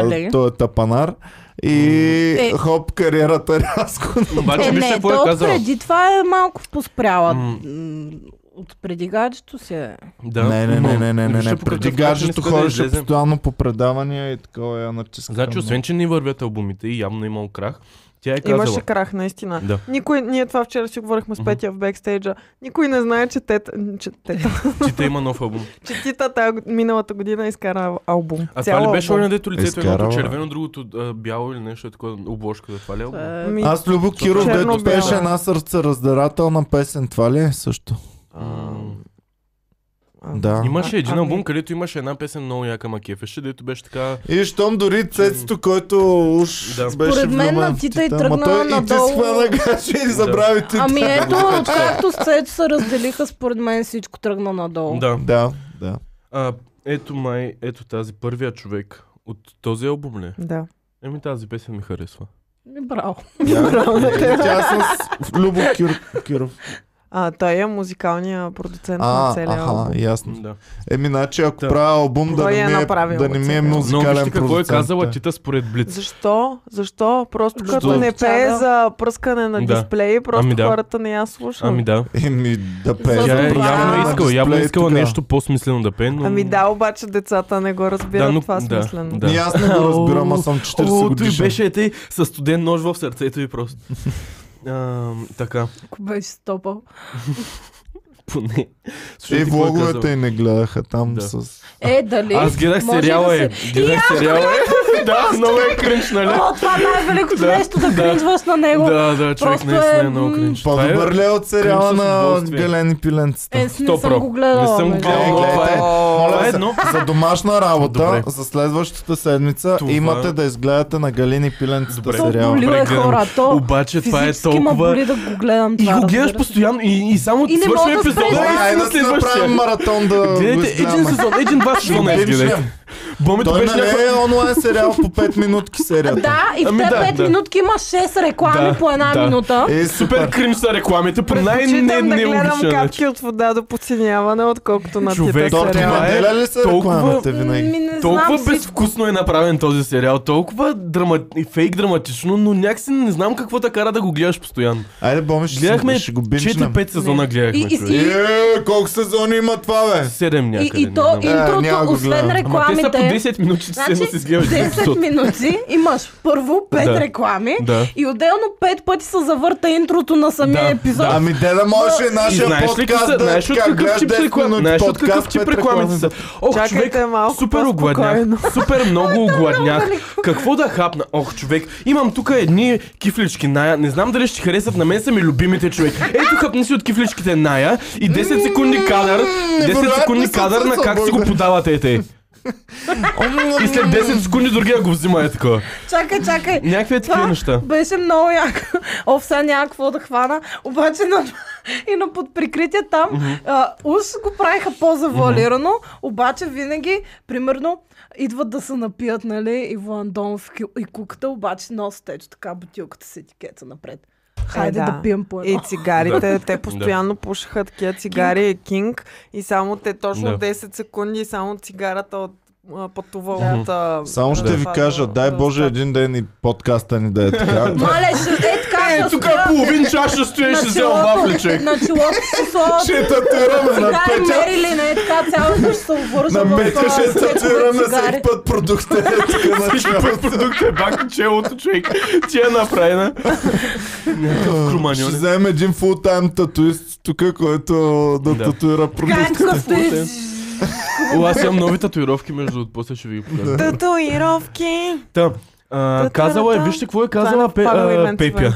[SPEAKER 2] Дале.
[SPEAKER 1] той е тапанар и
[SPEAKER 2] Е.
[SPEAKER 1] хоп, кариерата рязко.
[SPEAKER 4] Обаче
[SPEAKER 2] е,
[SPEAKER 4] вижте
[SPEAKER 2] не,
[SPEAKER 4] какво е
[SPEAKER 2] то
[SPEAKER 4] казал.
[SPEAKER 2] преди това е малко поспряла.
[SPEAKER 4] М.
[SPEAKER 2] М, От преди гаджето си е.
[SPEAKER 4] Да,
[SPEAKER 1] не, не,
[SPEAKER 4] но
[SPEAKER 1] не, не, не, не,
[SPEAKER 4] вижте
[SPEAKER 1] не.
[SPEAKER 4] по какъв
[SPEAKER 1] Преди
[SPEAKER 4] начин
[SPEAKER 1] гаджето
[SPEAKER 4] иска да
[SPEAKER 1] ходеше
[SPEAKER 4] излезем.
[SPEAKER 1] постоянно по предавания и такова е я натиска.
[SPEAKER 4] Значи, освен, че не вървят албумите и явно е имал крах, тя е казала.
[SPEAKER 3] Имаше крах, наистина.
[SPEAKER 4] Да.
[SPEAKER 3] Никой, ние това вчера си говорихме с
[SPEAKER 4] Мгм.
[SPEAKER 3] Петя в бекстейджа. Никой не знае, че, тета, че, тета,
[SPEAKER 4] Тита има нов албум.
[SPEAKER 3] че Тита тази миналата година е изкара албум.
[SPEAKER 4] А
[SPEAKER 3] Цял
[SPEAKER 4] това ли беше
[SPEAKER 3] албум.
[SPEAKER 4] оня, дето лицето е
[SPEAKER 1] Изкарала.
[SPEAKER 4] едното червено, другото а, бяло или нещо е такова, обложка за това ли е албум?
[SPEAKER 2] Е,
[SPEAKER 3] Ми,
[SPEAKER 1] Аз Любо Киров,
[SPEAKER 3] Черно-бяло.
[SPEAKER 1] дето беше една сърцераздарателна песен, това ли е също?
[SPEAKER 4] А,
[SPEAKER 3] а,
[SPEAKER 1] Да.
[SPEAKER 4] Имаше
[SPEAKER 3] А,
[SPEAKER 4] един
[SPEAKER 3] ами-
[SPEAKER 4] албум, където имаше една песен много яка макефеше, дето беше така...
[SPEAKER 1] И щом дори Цецето, който уж
[SPEAKER 4] Да.
[SPEAKER 1] беше
[SPEAKER 2] Според мен
[SPEAKER 1] влюбен
[SPEAKER 2] на
[SPEAKER 1] в
[SPEAKER 3] е
[SPEAKER 2] Тита и
[SPEAKER 1] Ама
[SPEAKER 2] тръгна
[SPEAKER 1] той
[SPEAKER 2] надолу.
[SPEAKER 1] И ти схвана гадже и забрави Тита.
[SPEAKER 2] Ами ето, откакто с Цецо се разделиха, според мен всичко тръгна надолу.
[SPEAKER 4] Да.
[SPEAKER 1] Да, да.
[SPEAKER 4] А, ето май, ето тази първия човек от този албум ли? е?
[SPEAKER 3] Да.
[SPEAKER 4] Еми тази песен ми харесва.
[SPEAKER 2] Ми, Е, Браво.
[SPEAKER 1] Тя- Тя е с Любо Кир- Киров.
[SPEAKER 3] А, той е музикалния продуцент Е, на
[SPEAKER 1] А,
[SPEAKER 3] целия албум.
[SPEAKER 1] аха, ясно.
[SPEAKER 4] Да.
[SPEAKER 1] Еми, значи, ако
[SPEAKER 4] Да.
[SPEAKER 1] правя албум, да
[SPEAKER 3] Кой
[SPEAKER 1] не
[SPEAKER 3] е
[SPEAKER 1] ми е,
[SPEAKER 3] направил
[SPEAKER 1] да не ми е
[SPEAKER 3] целия?
[SPEAKER 4] Но вижте
[SPEAKER 1] музикален
[SPEAKER 4] какво е
[SPEAKER 1] продуцент.
[SPEAKER 4] казала
[SPEAKER 1] да.
[SPEAKER 4] Тита според Блиц.
[SPEAKER 3] Защо? Защо? Просто
[SPEAKER 2] Защо?
[SPEAKER 3] като не пее
[SPEAKER 2] Да.
[SPEAKER 3] за пръскане на
[SPEAKER 4] Да.
[SPEAKER 3] дисплей, просто
[SPEAKER 4] Ами да.
[SPEAKER 3] хората не я слушат.
[SPEAKER 4] Ами да.
[SPEAKER 1] Еми, да пее.
[SPEAKER 2] Тя
[SPEAKER 4] Тя е,
[SPEAKER 2] това-
[SPEAKER 4] явно е
[SPEAKER 2] на
[SPEAKER 4] искала, явно е
[SPEAKER 1] дисплей
[SPEAKER 4] искала
[SPEAKER 1] тука.
[SPEAKER 4] нещо по-смислено да пее, но...
[SPEAKER 3] Ами да, обаче децата не го разбират
[SPEAKER 4] Да, но-
[SPEAKER 3] това е
[SPEAKER 4] да,
[SPEAKER 3] смислено.
[SPEAKER 4] да.
[SPEAKER 1] И Ами, аз не го разбирам, аз съм 40
[SPEAKER 4] О, той
[SPEAKER 1] годишен.
[SPEAKER 4] беше е тъй със студен нож в сърцето и просто. А, така,
[SPEAKER 2] Ако беше стопал.
[SPEAKER 4] поне.
[SPEAKER 1] И
[SPEAKER 4] Слушайте, какво е
[SPEAKER 1] влоговете и не гледаха там
[SPEAKER 4] Да.
[SPEAKER 1] с...
[SPEAKER 2] Е, дали?
[SPEAKER 4] казал. Аз гледах
[SPEAKER 2] може
[SPEAKER 4] сериала
[SPEAKER 2] да
[SPEAKER 4] е.
[SPEAKER 2] се-
[SPEAKER 4] Гледах сериала е. Да, много е кринч, нали?
[SPEAKER 2] О, това е най-великото
[SPEAKER 4] Да,
[SPEAKER 2] нещо да
[SPEAKER 4] да.
[SPEAKER 2] кринжваш на него.
[SPEAKER 4] Да, да, човек
[SPEAKER 2] Просто
[SPEAKER 4] наистина е
[SPEAKER 2] е,
[SPEAKER 4] много
[SPEAKER 2] м,
[SPEAKER 4] кринч. Това е-
[SPEAKER 1] По-добър ли е от сериала
[SPEAKER 4] Крим с
[SPEAKER 1] на
[SPEAKER 4] удоволствие.
[SPEAKER 1] Галени Пиленцата?
[SPEAKER 2] Е, с- не
[SPEAKER 4] Стоп,
[SPEAKER 2] съм
[SPEAKER 4] бро.
[SPEAKER 2] го гледала.
[SPEAKER 4] Не съм го
[SPEAKER 2] бе.
[SPEAKER 4] гледал.
[SPEAKER 1] Е,
[SPEAKER 4] това е-
[SPEAKER 1] гледайте.
[SPEAKER 4] това е
[SPEAKER 1] Моля
[SPEAKER 4] едно.
[SPEAKER 1] се, за домашна работа,
[SPEAKER 4] Добре.
[SPEAKER 1] за следващата седмица,
[SPEAKER 4] Това- е-
[SPEAKER 1] имате да изгледате на Галини Пиленцата
[SPEAKER 4] Добре.
[SPEAKER 2] То
[SPEAKER 1] сериала.
[SPEAKER 4] боли.
[SPEAKER 2] болива е
[SPEAKER 4] Прегледам.
[SPEAKER 2] хора. То
[SPEAKER 4] Обаче това е
[SPEAKER 2] физически ме
[SPEAKER 4] толкова...
[SPEAKER 2] боли да го гледам
[SPEAKER 4] И
[SPEAKER 2] това,
[SPEAKER 4] го гледаш
[SPEAKER 2] разбираш.
[SPEAKER 4] постоянно и, и само
[SPEAKER 2] И не
[SPEAKER 4] свършва
[SPEAKER 2] мога да
[SPEAKER 4] епизода
[SPEAKER 2] спреш.
[SPEAKER 4] и
[SPEAKER 1] Добре,
[SPEAKER 2] Добре,
[SPEAKER 1] айде
[SPEAKER 4] на
[SPEAKER 1] да си
[SPEAKER 4] следващия.
[SPEAKER 1] направим маратон да го
[SPEAKER 4] Гледайте един
[SPEAKER 1] изгледаме.
[SPEAKER 4] сезон, един два сезона
[SPEAKER 1] Ще
[SPEAKER 4] изгледайте.
[SPEAKER 1] видим.
[SPEAKER 4] Бомито
[SPEAKER 1] Той
[SPEAKER 4] беше
[SPEAKER 1] не
[SPEAKER 4] някаква...
[SPEAKER 1] е онлайн сериал по 5 минутки серията.
[SPEAKER 2] Да, и в
[SPEAKER 4] Ами
[SPEAKER 2] те
[SPEAKER 4] да,
[SPEAKER 2] 5
[SPEAKER 4] да.
[SPEAKER 2] минутки има 6 реклами
[SPEAKER 4] Да,
[SPEAKER 2] по една
[SPEAKER 4] да.
[SPEAKER 2] минута.
[SPEAKER 1] Е,
[SPEAKER 4] Супер
[SPEAKER 1] супер.
[SPEAKER 4] крим са рекламите по
[SPEAKER 3] Предпочитам да гледам
[SPEAKER 4] най-нелогичен начин.
[SPEAKER 3] капки от вода до подсиняване, отколкото на
[SPEAKER 4] Човек,
[SPEAKER 3] Човек,
[SPEAKER 4] то
[SPEAKER 1] Торти
[SPEAKER 4] сериал.
[SPEAKER 3] сериал.
[SPEAKER 1] неделя ли са
[SPEAKER 4] Е, Толкова-
[SPEAKER 1] рекламите
[SPEAKER 2] Ми,
[SPEAKER 1] винаги?
[SPEAKER 2] Ами не
[SPEAKER 4] Толкова
[SPEAKER 2] знам всичко.
[SPEAKER 4] безвкусно е направен този сериал, толкова драма... и фейк драматично, но някакси не знам какво те кара да го гледаш постоянно.
[SPEAKER 1] Айде, Боми, ще,
[SPEAKER 4] Гледахме
[SPEAKER 1] си- ще го бинчнем.
[SPEAKER 4] 4-5 сезона
[SPEAKER 3] Не.
[SPEAKER 4] гледахме.
[SPEAKER 2] И- и-
[SPEAKER 4] човек.
[SPEAKER 2] и-
[SPEAKER 1] Е, колко сезони има това, бе?
[SPEAKER 4] Седем
[SPEAKER 2] И,
[SPEAKER 4] някъде.
[SPEAKER 2] и
[SPEAKER 4] не
[SPEAKER 2] то
[SPEAKER 4] знам.
[SPEAKER 1] и- няма
[SPEAKER 2] интрото,
[SPEAKER 1] го
[SPEAKER 2] освен
[SPEAKER 1] гледам.
[SPEAKER 4] Ама те са по
[SPEAKER 2] рекламите,
[SPEAKER 4] 10 минути, че
[SPEAKER 2] значи
[SPEAKER 4] седно си изгледаш един
[SPEAKER 2] 10
[SPEAKER 4] епизод.
[SPEAKER 2] минути имаш първо 5
[SPEAKER 4] Да.
[SPEAKER 2] реклами
[SPEAKER 4] Да.
[SPEAKER 2] и отделно 5 пъти се завърта интрото на самия
[SPEAKER 4] Да,
[SPEAKER 2] епизод.
[SPEAKER 4] да.
[SPEAKER 1] Ами де да можеш и
[SPEAKER 4] И
[SPEAKER 1] нашия
[SPEAKER 4] знаеш ли
[SPEAKER 1] подкаст
[SPEAKER 4] какъв,
[SPEAKER 1] да е
[SPEAKER 4] знаеш от
[SPEAKER 1] така,
[SPEAKER 4] какъв
[SPEAKER 1] гледаш
[SPEAKER 4] тип
[SPEAKER 1] 10
[SPEAKER 4] реклами?
[SPEAKER 1] минути
[SPEAKER 4] Знаеш от какъв
[SPEAKER 1] подкаст,
[SPEAKER 4] тип
[SPEAKER 1] 5
[SPEAKER 4] рекламите
[SPEAKER 1] реклами.
[SPEAKER 4] са? Ох, човек,
[SPEAKER 3] Чакайте малко
[SPEAKER 4] супер огладнях,
[SPEAKER 3] по-спокойно.
[SPEAKER 4] супер много огладнях. Какво да хапна? Ох, човек, имам тук едни кифлички Ная. Не знам дали ще ти харесат, на мен са ми любимите, човек. Ето хапни си от кифличките Ная и 10 секунди кадър, 10
[SPEAKER 1] невероятно
[SPEAKER 4] секунди
[SPEAKER 1] са,
[SPEAKER 4] кадър
[SPEAKER 1] са,
[SPEAKER 4] на
[SPEAKER 1] са,
[SPEAKER 4] как си го
[SPEAKER 1] Бойко.
[SPEAKER 4] подавате, ете.
[SPEAKER 1] Ами,
[SPEAKER 4] И след 10 секунди другия го взима, е такова.
[SPEAKER 2] Чакай, чакай.
[SPEAKER 4] Някакви е такива
[SPEAKER 2] Това
[SPEAKER 4] неща.
[SPEAKER 2] Беше много яко. О, сега няма какво да хвана. Обаче на, и на под прикритие там а, уж го правиха по-завуалирано, обаче винаги, примерно, идват да се напият, нали, и Вандонов и куката, обаче носят ето така бутилката с етикета напред. Хайде да. Е, пием по едно.
[SPEAKER 3] И цигарите,
[SPEAKER 4] е Да.
[SPEAKER 3] те постоянно пушаха такива цигари и кинг и само те точно
[SPEAKER 4] Да.
[SPEAKER 3] 10 секунди и само цигарата от а, пътува от... а,
[SPEAKER 1] Само ще
[SPEAKER 3] да,
[SPEAKER 1] ви
[SPEAKER 3] това
[SPEAKER 1] кажа,
[SPEAKER 3] до-
[SPEAKER 1] дай
[SPEAKER 3] до
[SPEAKER 1] Боже
[SPEAKER 3] стат.
[SPEAKER 1] един ден и подкаста ни да е така.
[SPEAKER 2] Мале, ще, е така, ще
[SPEAKER 4] Тук
[SPEAKER 2] спра.
[SPEAKER 4] половин час ще стоиш и взел вафли, човек.
[SPEAKER 2] На чулото си слагам
[SPEAKER 1] Ще татуираме на
[SPEAKER 2] цигара и
[SPEAKER 1] петя.
[SPEAKER 2] Мерилин, е така цялото ще се обвържа
[SPEAKER 1] На
[SPEAKER 2] в
[SPEAKER 1] петя
[SPEAKER 2] а,
[SPEAKER 4] е
[SPEAKER 1] ще
[SPEAKER 2] цветове
[SPEAKER 1] татуираме
[SPEAKER 2] цигари.
[SPEAKER 1] всеки път продукта. Е, така
[SPEAKER 4] Всеки път
[SPEAKER 1] началото.
[SPEAKER 4] продукт Значи, е бак на челото, човек. Ти е направена. Някакъв
[SPEAKER 1] Ще
[SPEAKER 4] круманьон.
[SPEAKER 1] вземем един фултайм татуист тук, който да
[SPEAKER 4] Да.
[SPEAKER 1] татуира продукта.
[SPEAKER 2] Ганка стои.
[SPEAKER 4] О, аз имам нови татуировки, между другото, после ще ви ги покажа.
[SPEAKER 3] Татуировки!
[SPEAKER 4] Та, а, казала е, вижте какво е казала
[SPEAKER 3] Това е Павел
[SPEAKER 4] Пе- а,
[SPEAKER 3] Иванцева.
[SPEAKER 4] Пепя.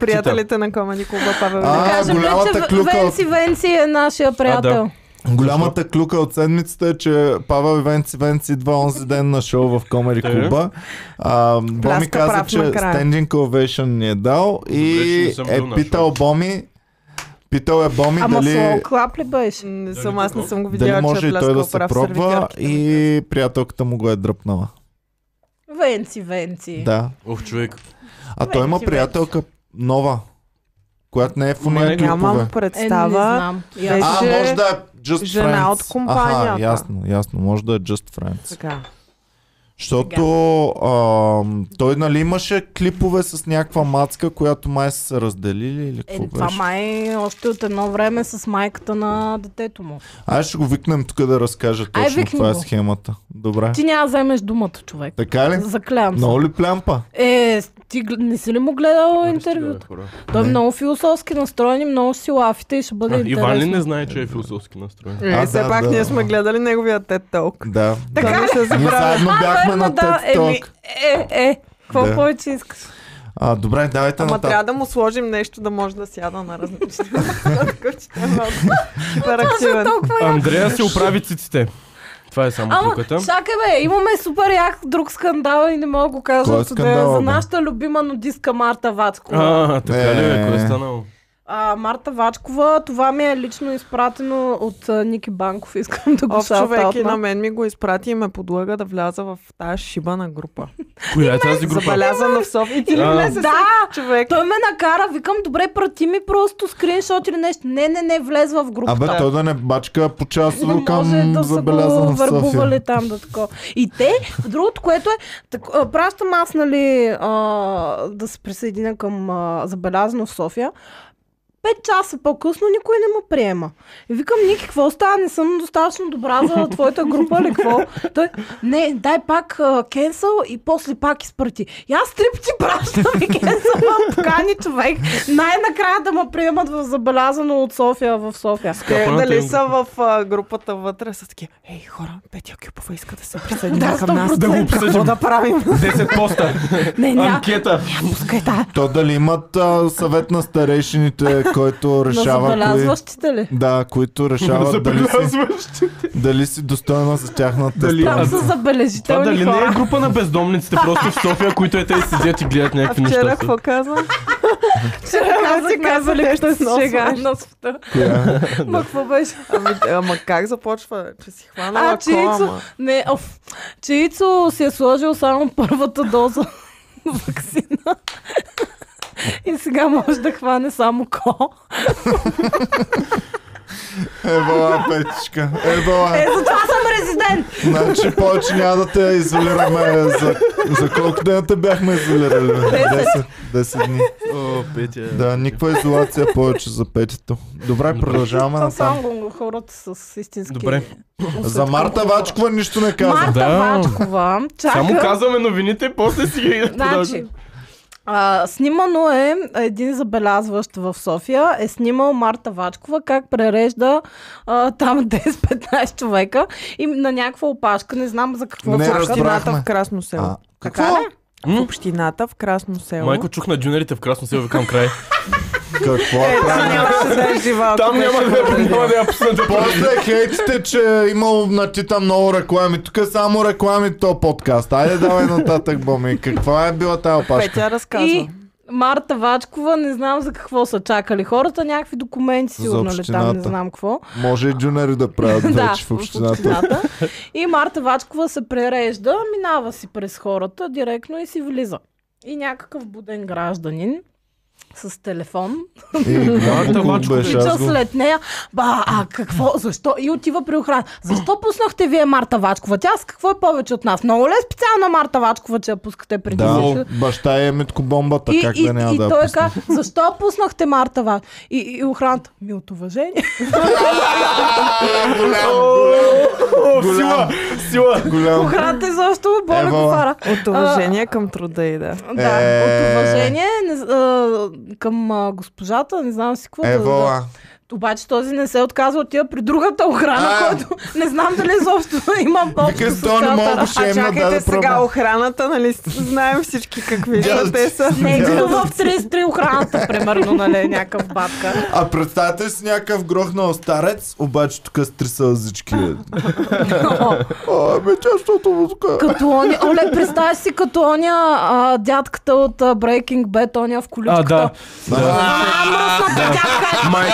[SPEAKER 3] Приятелите на Комани Клуба Павел
[SPEAKER 1] А,
[SPEAKER 2] Да
[SPEAKER 3] Иванов.
[SPEAKER 2] кажем, ли,
[SPEAKER 1] голямата
[SPEAKER 2] че
[SPEAKER 1] клюка.
[SPEAKER 2] Венци Венци е нашия приятел.
[SPEAKER 1] Голямата клюка от седмицата е, че Павел Ивенци Венци идва онзи ден на шоу в Комери
[SPEAKER 4] Така ли?
[SPEAKER 1] клуба. А, Боми
[SPEAKER 3] Пляска
[SPEAKER 1] каза,
[SPEAKER 3] прав
[SPEAKER 1] че
[SPEAKER 3] накрая.
[SPEAKER 1] standing ovation ни е дал
[SPEAKER 4] Добре, че
[SPEAKER 1] и
[SPEAKER 4] не съм
[SPEAKER 1] е
[SPEAKER 4] бил на
[SPEAKER 1] питал
[SPEAKER 4] шоу.
[SPEAKER 1] Боми Питал е Боми
[SPEAKER 2] Ама
[SPEAKER 1] дали,
[SPEAKER 2] Соло Клап ли беше?
[SPEAKER 3] Не съм, аз не съм го
[SPEAKER 1] дали
[SPEAKER 3] видяла,
[SPEAKER 1] може
[SPEAKER 3] че е
[SPEAKER 1] и той да
[SPEAKER 3] пляскал
[SPEAKER 1] се
[SPEAKER 3] прав
[SPEAKER 1] пробва
[SPEAKER 3] сервитьорките. нали,
[SPEAKER 1] и приятелката му го е дръпнала.
[SPEAKER 2] Венци
[SPEAKER 3] Е.
[SPEAKER 2] Венци.
[SPEAKER 1] Да.
[SPEAKER 4] Ох, човек.
[SPEAKER 1] А той има
[SPEAKER 2] Венци,
[SPEAKER 1] приятелка нова, която не е в уния
[SPEAKER 4] Май,
[SPEAKER 1] клипове.
[SPEAKER 3] Нямам
[SPEAKER 2] Е, не
[SPEAKER 3] представа.
[SPEAKER 2] знам.
[SPEAKER 3] Е,
[SPEAKER 2] Я.
[SPEAKER 1] А,
[SPEAKER 3] Че
[SPEAKER 1] може да е Just
[SPEAKER 3] жена
[SPEAKER 1] Friends.
[SPEAKER 3] от компанията.
[SPEAKER 1] Аха, ясно, ясно. Може да е Just Friends.
[SPEAKER 3] Така.
[SPEAKER 1] Защото а, той нали имаше клипове с някаква мацка, която май са се разделили или какво
[SPEAKER 2] Е, това
[SPEAKER 1] беше.
[SPEAKER 2] май още от едно време с майката на детето му.
[SPEAKER 1] Ай ще го викнем тук да разкажа
[SPEAKER 2] Ай,
[SPEAKER 1] точно
[SPEAKER 2] викни
[SPEAKER 1] каква е
[SPEAKER 2] го.
[SPEAKER 1] схемата. Добре.
[SPEAKER 2] Ти няма да вземеш думата, човек.
[SPEAKER 1] Така ли?
[SPEAKER 2] Заклявам се.
[SPEAKER 1] Много ли плямпа?
[SPEAKER 2] Е, ти гл- не си ли му гледал интервюто? Той е много философски настроен и много си лафите и ще бъде
[SPEAKER 4] А, Иван ли
[SPEAKER 2] интересно.
[SPEAKER 4] не знае, че е философски настроен?
[SPEAKER 1] А,
[SPEAKER 3] Е, все
[SPEAKER 1] да,
[SPEAKER 3] пак
[SPEAKER 1] да.
[SPEAKER 3] ние сме гледали неговия TED Talk.
[SPEAKER 1] Да.
[SPEAKER 3] Така ли се
[SPEAKER 1] Ние
[SPEAKER 3] забравя?
[SPEAKER 1] заедно бяхме на
[SPEAKER 2] Верно, да.
[SPEAKER 1] TED
[SPEAKER 2] Еми,
[SPEAKER 1] Talk.
[SPEAKER 2] е, е, какво
[SPEAKER 1] Да.
[SPEAKER 2] повече искаш?
[SPEAKER 1] А, добре, давайте
[SPEAKER 3] Ама
[SPEAKER 1] нататък.
[SPEAKER 3] трябва да му сложим нещо да може да сяда на различни. Такъв, че е малко интерактивен.
[SPEAKER 2] Толкова я-
[SPEAKER 4] Андрея се оправи циците. Това е само
[SPEAKER 2] Ама,
[SPEAKER 4] клюката.
[SPEAKER 2] чакай бе, имаме супер як друг скандал и не мога да го кажа
[SPEAKER 1] Кой е
[SPEAKER 2] от съда.
[SPEAKER 1] скандала,
[SPEAKER 2] за
[SPEAKER 1] бе?
[SPEAKER 2] нашата любима нудистка Марта Вацкова.
[SPEAKER 4] А, така ли
[SPEAKER 1] Е.
[SPEAKER 4] е? Кое е станало?
[SPEAKER 2] А, Марта Вачкова, това ми е лично изпратено от а, Ники Банков, искам да го
[SPEAKER 3] Ов човек и на
[SPEAKER 2] шаутаутна.
[SPEAKER 3] мен ми го изпрати и ме подлага да вляза в тази шиба на група.
[SPEAKER 4] Коя е тази група?
[SPEAKER 3] Забелязана в София. И ти ли
[SPEAKER 4] А.
[SPEAKER 3] влезе
[SPEAKER 2] Да!
[SPEAKER 3] всеки човек?
[SPEAKER 2] Той ме накара, викам, добре, прати ми просто скриншот или нещо. Не, не, не, влезва в групата.
[SPEAKER 1] Абе, той да не бачка по
[SPEAKER 2] Не
[SPEAKER 1] часово
[SPEAKER 2] може
[SPEAKER 1] към
[SPEAKER 2] да са го
[SPEAKER 1] забелязан в
[SPEAKER 2] върбували
[SPEAKER 1] София.
[SPEAKER 2] там да тако. И те, другото, което е, так, а, пращам аз, нали, а, да се присъединя към а, забелязано в София. Пет часа по-късно никой не му приема. И викам, Ники, какво става? Не съм достатъчно добра за твоята група или какво? Той, не, дай пак кенсъл и после пак изпрати. И аз три пъти пращам и кенсъл, покани човек. Най-накрая да ме приемат в забелязано от София в София.
[SPEAKER 3] Те
[SPEAKER 4] Капаната
[SPEAKER 3] дали
[SPEAKER 4] им
[SPEAKER 3] са в а, групата вътре са такива, ей хора, Петя Кюпова иска да се присъедини
[SPEAKER 2] Да,
[SPEAKER 3] към нас.
[SPEAKER 2] 100%. Да го
[SPEAKER 4] обсъдим.
[SPEAKER 3] Какво да правим?
[SPEAKER 4] 10 поста.
[SPEAKER 2] Не, няма.
[SPEAKER 4] Анкета.
[SPEAKER 2] Пускай тая.
[SPEAKER 1] То дали имат а, съвет на старейшините, който
[SPEAKER 4] е-
[SPEAKER 1] решава
[SPEAKER 2] На
[SPEAKER 1] кои...
[SPEAKER 2] забелязващите ли?
[SPEAKER 1] Да, които решават дали си,
[SPEAKER 4] Забелязваш.
[SPEAKER 1] дали си достойна за тяхната
[SPEAKER 4] Дали-
[SPEAKER 1] страна.
[SPEAKER 2] Там
[SPEAKER 4] а,
[SPEAKER 2] са
[SPEAKER 4] Това
[SPEAKER 2] забележителни
[SPEAKER 4] дали не
[SPEAKER 2] хора.
[SPEAKER 4] е група на бездомниците просто в София, които е те седят и гледат
[SPEAKER 3] А
[SPEAKER 4] някакви
[SPEAKER 3] вчера
[SPEAKER 4] неща.
[SPEAKER 3] какво казвам?
[SPEAKER 2] Вчера казах на
[SPEAKER 3] каза,
[SPEAKER 2] великата
[SPEAKER 3] нещо
[SPEAKER 2] си
[SPEAKER 3] носиш.
[SPEAKER 2] шега на света.
[SPEAKER 1] Коя?
[SPEAKER 2] Ма какво беше?
[SPEAKER 3] Ами, ама как започва? Че си хванала
[SPEAKER 2] А,
[SPEAKER 3] а,
[SPEAKER 2] че Ицо...
[SPEAKER 3] кола,
[SPEAKER 2] Не, оф. Че Ицо си е сложил само първата доза вакцина. И сега може да хване само ко.
[SPEAKER 1] Ева, печка. Ева.
[SPEAKER 2] Е, затова съм резидент!
[SPEAKER 1] Значи повече няма да те изолираме. За, за колко дена те бяхме изолирали? 10, 10 дни.
[SPEAKER 4] О, Петя.
[SPEAKER 1] Да, никаква изолация повече за петито. Добре, продължаваме
[SPEAKER 2] Там
[SPEAKER 1] натам.
[SPEAKER 2] само го- хората с истински...
[SPEAKER 4] Добре.
[SPEAKER 2] усет
[SPEAKER 1] За
[SPEAKER 2] към
[SPEAKER 1] Марта
[SPEAKER 2] хора.
[SPEAKER 1] Вачкова нищо не каза.
[SPEAKER 2] Марта
[SPEAKER 4] Да.
[SPEAKER 2] Вачкова.
[SPEAKER 4] Само
[SPEAKER 2] чака-
[SPEAKER 4] казваме новините, после си ги
[SPEAKER 2] Значи, а, снимано е един забелязващ в София, е снимал Марта Вачкова как прережда а, там 10-15 човека и на някаква опашка, не знам за какво
[SPEAKER 1] Не
[SPEAKER 3] В
[SPEAKER 2] чака.
[SPEAKER 1] разбра-
[SPEAKER 3] общината
[SPEAKER 1] разбрахме.
[SPEAKER 3] в Красно село.
[SPEAKER 1] А,
[SPEAKER 3] Така
[SPEAKER 1] какво?
[SPEAKER 3] ли? В общината в Красно село.
[SPEAKER 4] Майко чух на джунерите в Красно село към край.
[SPEAKER 1] Какво е правилно?
[SPEAKER 3] нямаше да е жива. ако
[SPEAKER 4] Там
[SPEAKER 3] беше
[SPEAKER 4] няма да
[SPEAKER 3] вътре.
[SPEAKER 4] няма да я пуснат да пазят.
[SPEAKER 1] После хейтите, че е имал на Тита много реклами. Тук е само реклами то подкаст. Айде давай нататък, Боми. Каква е била тази опашка?
[SPEAKER 3] Петя разказва.
[SPEAKER 2] И Марта Вачкова, не знам за какво са чакали хората, някакви документи
[SPEAKER 1] За
[SPEAKER 2] сигурно ли там, не
[SPEAKER 1] общината.
[SPEAKER 2] знам какво.
[SPEAKER 1] Може и джунери да правят
[SPEAKER 2] да,
[SPEAKER 1] вече в общината.
[SPEAKER 2] И Марта Вачкова се прережда, минава си през хората директно и си влиза. И някакъв буден гражданин с телефон.
[SPEAKER 1] И голям
[SPEAKER 4] Марта
[SPEAKER 1] буклук
[SPEAKER 4] Лачкова.
[SPEAKER 1] беше.
[SPEAKER 2] Причал
[SPEAKER 1] Аз го...
[SPEAKER 2] след нея. Ба, а какво? Защо? И отива при охрана. Защо пуснахте вие Марта Вачкова? Тя с какво е повече от нас? Много ли е специална Марта Вачкова, че я пускате при нас?
[SPEAKER 1] Да, баща е Митко бомбата,
[SPEAKER 2] И,
[SPEAKER 1] как
[SPEAKER 2] и,
[SPEAKER 1] да няма
[SPEAKER 2] и
[SPEAKER 1] да я
[SPEAKER 2] той е
[SPEAKER 1] пусне.
[SPEAKER 2] каза, защо пуснахте Марта Вачкова? И, и охраната, ми от уважение.
[SPEAKER 4] О, сила, сила.
[SPEAKER 1] Голям...
[SPEAKER 2] охраната изобщо боля
[SPEAKER 1] Ева.
[SPEAKER 2] кофара.
[SPEAKER 3] От уважение към труда и да.
[SPEAKER 2] Да,
[SPEAKER 1] Е.
[SPEAKER 2] от уважение не, з- а, към а, госпожата, не знам си какво. да- е да,
[SPEAKER 1] Евола.
[SPEAKER 2] Обаче този не се отказва от тия при другата охрана,
[SPEAKER 1] А.
[SPEAKER 2] който не знам дали изобщо има
[SPEAKER 1] Вика
[SPEAKER 2] общо
[SPEAKER 1] си,
[SPEAKER 2] с
[SPEAKER 1] той не
[SPEAKER 2] цялата
[SPEAKER 1] мога да
[SPEAKER 3] А
[SPEAKER 1] шемна да
[SPEAKER 3] чакайте
[SPEAKER 1] да
[SPEAKER 3] сега
[SPEAKER 1] пробва.
[SPEAKER 3] охраната, нали с- знаем всички какви
[SPEAKER 1] Дядо.
[SPEAKER 3] са те са.
[SPEAKER 2] Не, като в 33 охраната, примерно, нали, някакъв батка.
[SPEAKER 1] А представете ли си някакъв грохнал старец, обаче тук с три сълзички.
[SPEAKER 2] Но,
[SPEAKER 1] А, бе, тя, е защото му тук.
[SPEAKER 2] като оня, оле, представяш си като оня а, дядката от а, Breaking Bad, оня в количката.
[SPEAKER 4] А, да. Да.
[SPEAKER 2] А, мръсната дядка
[SPEAKER 4] Майк,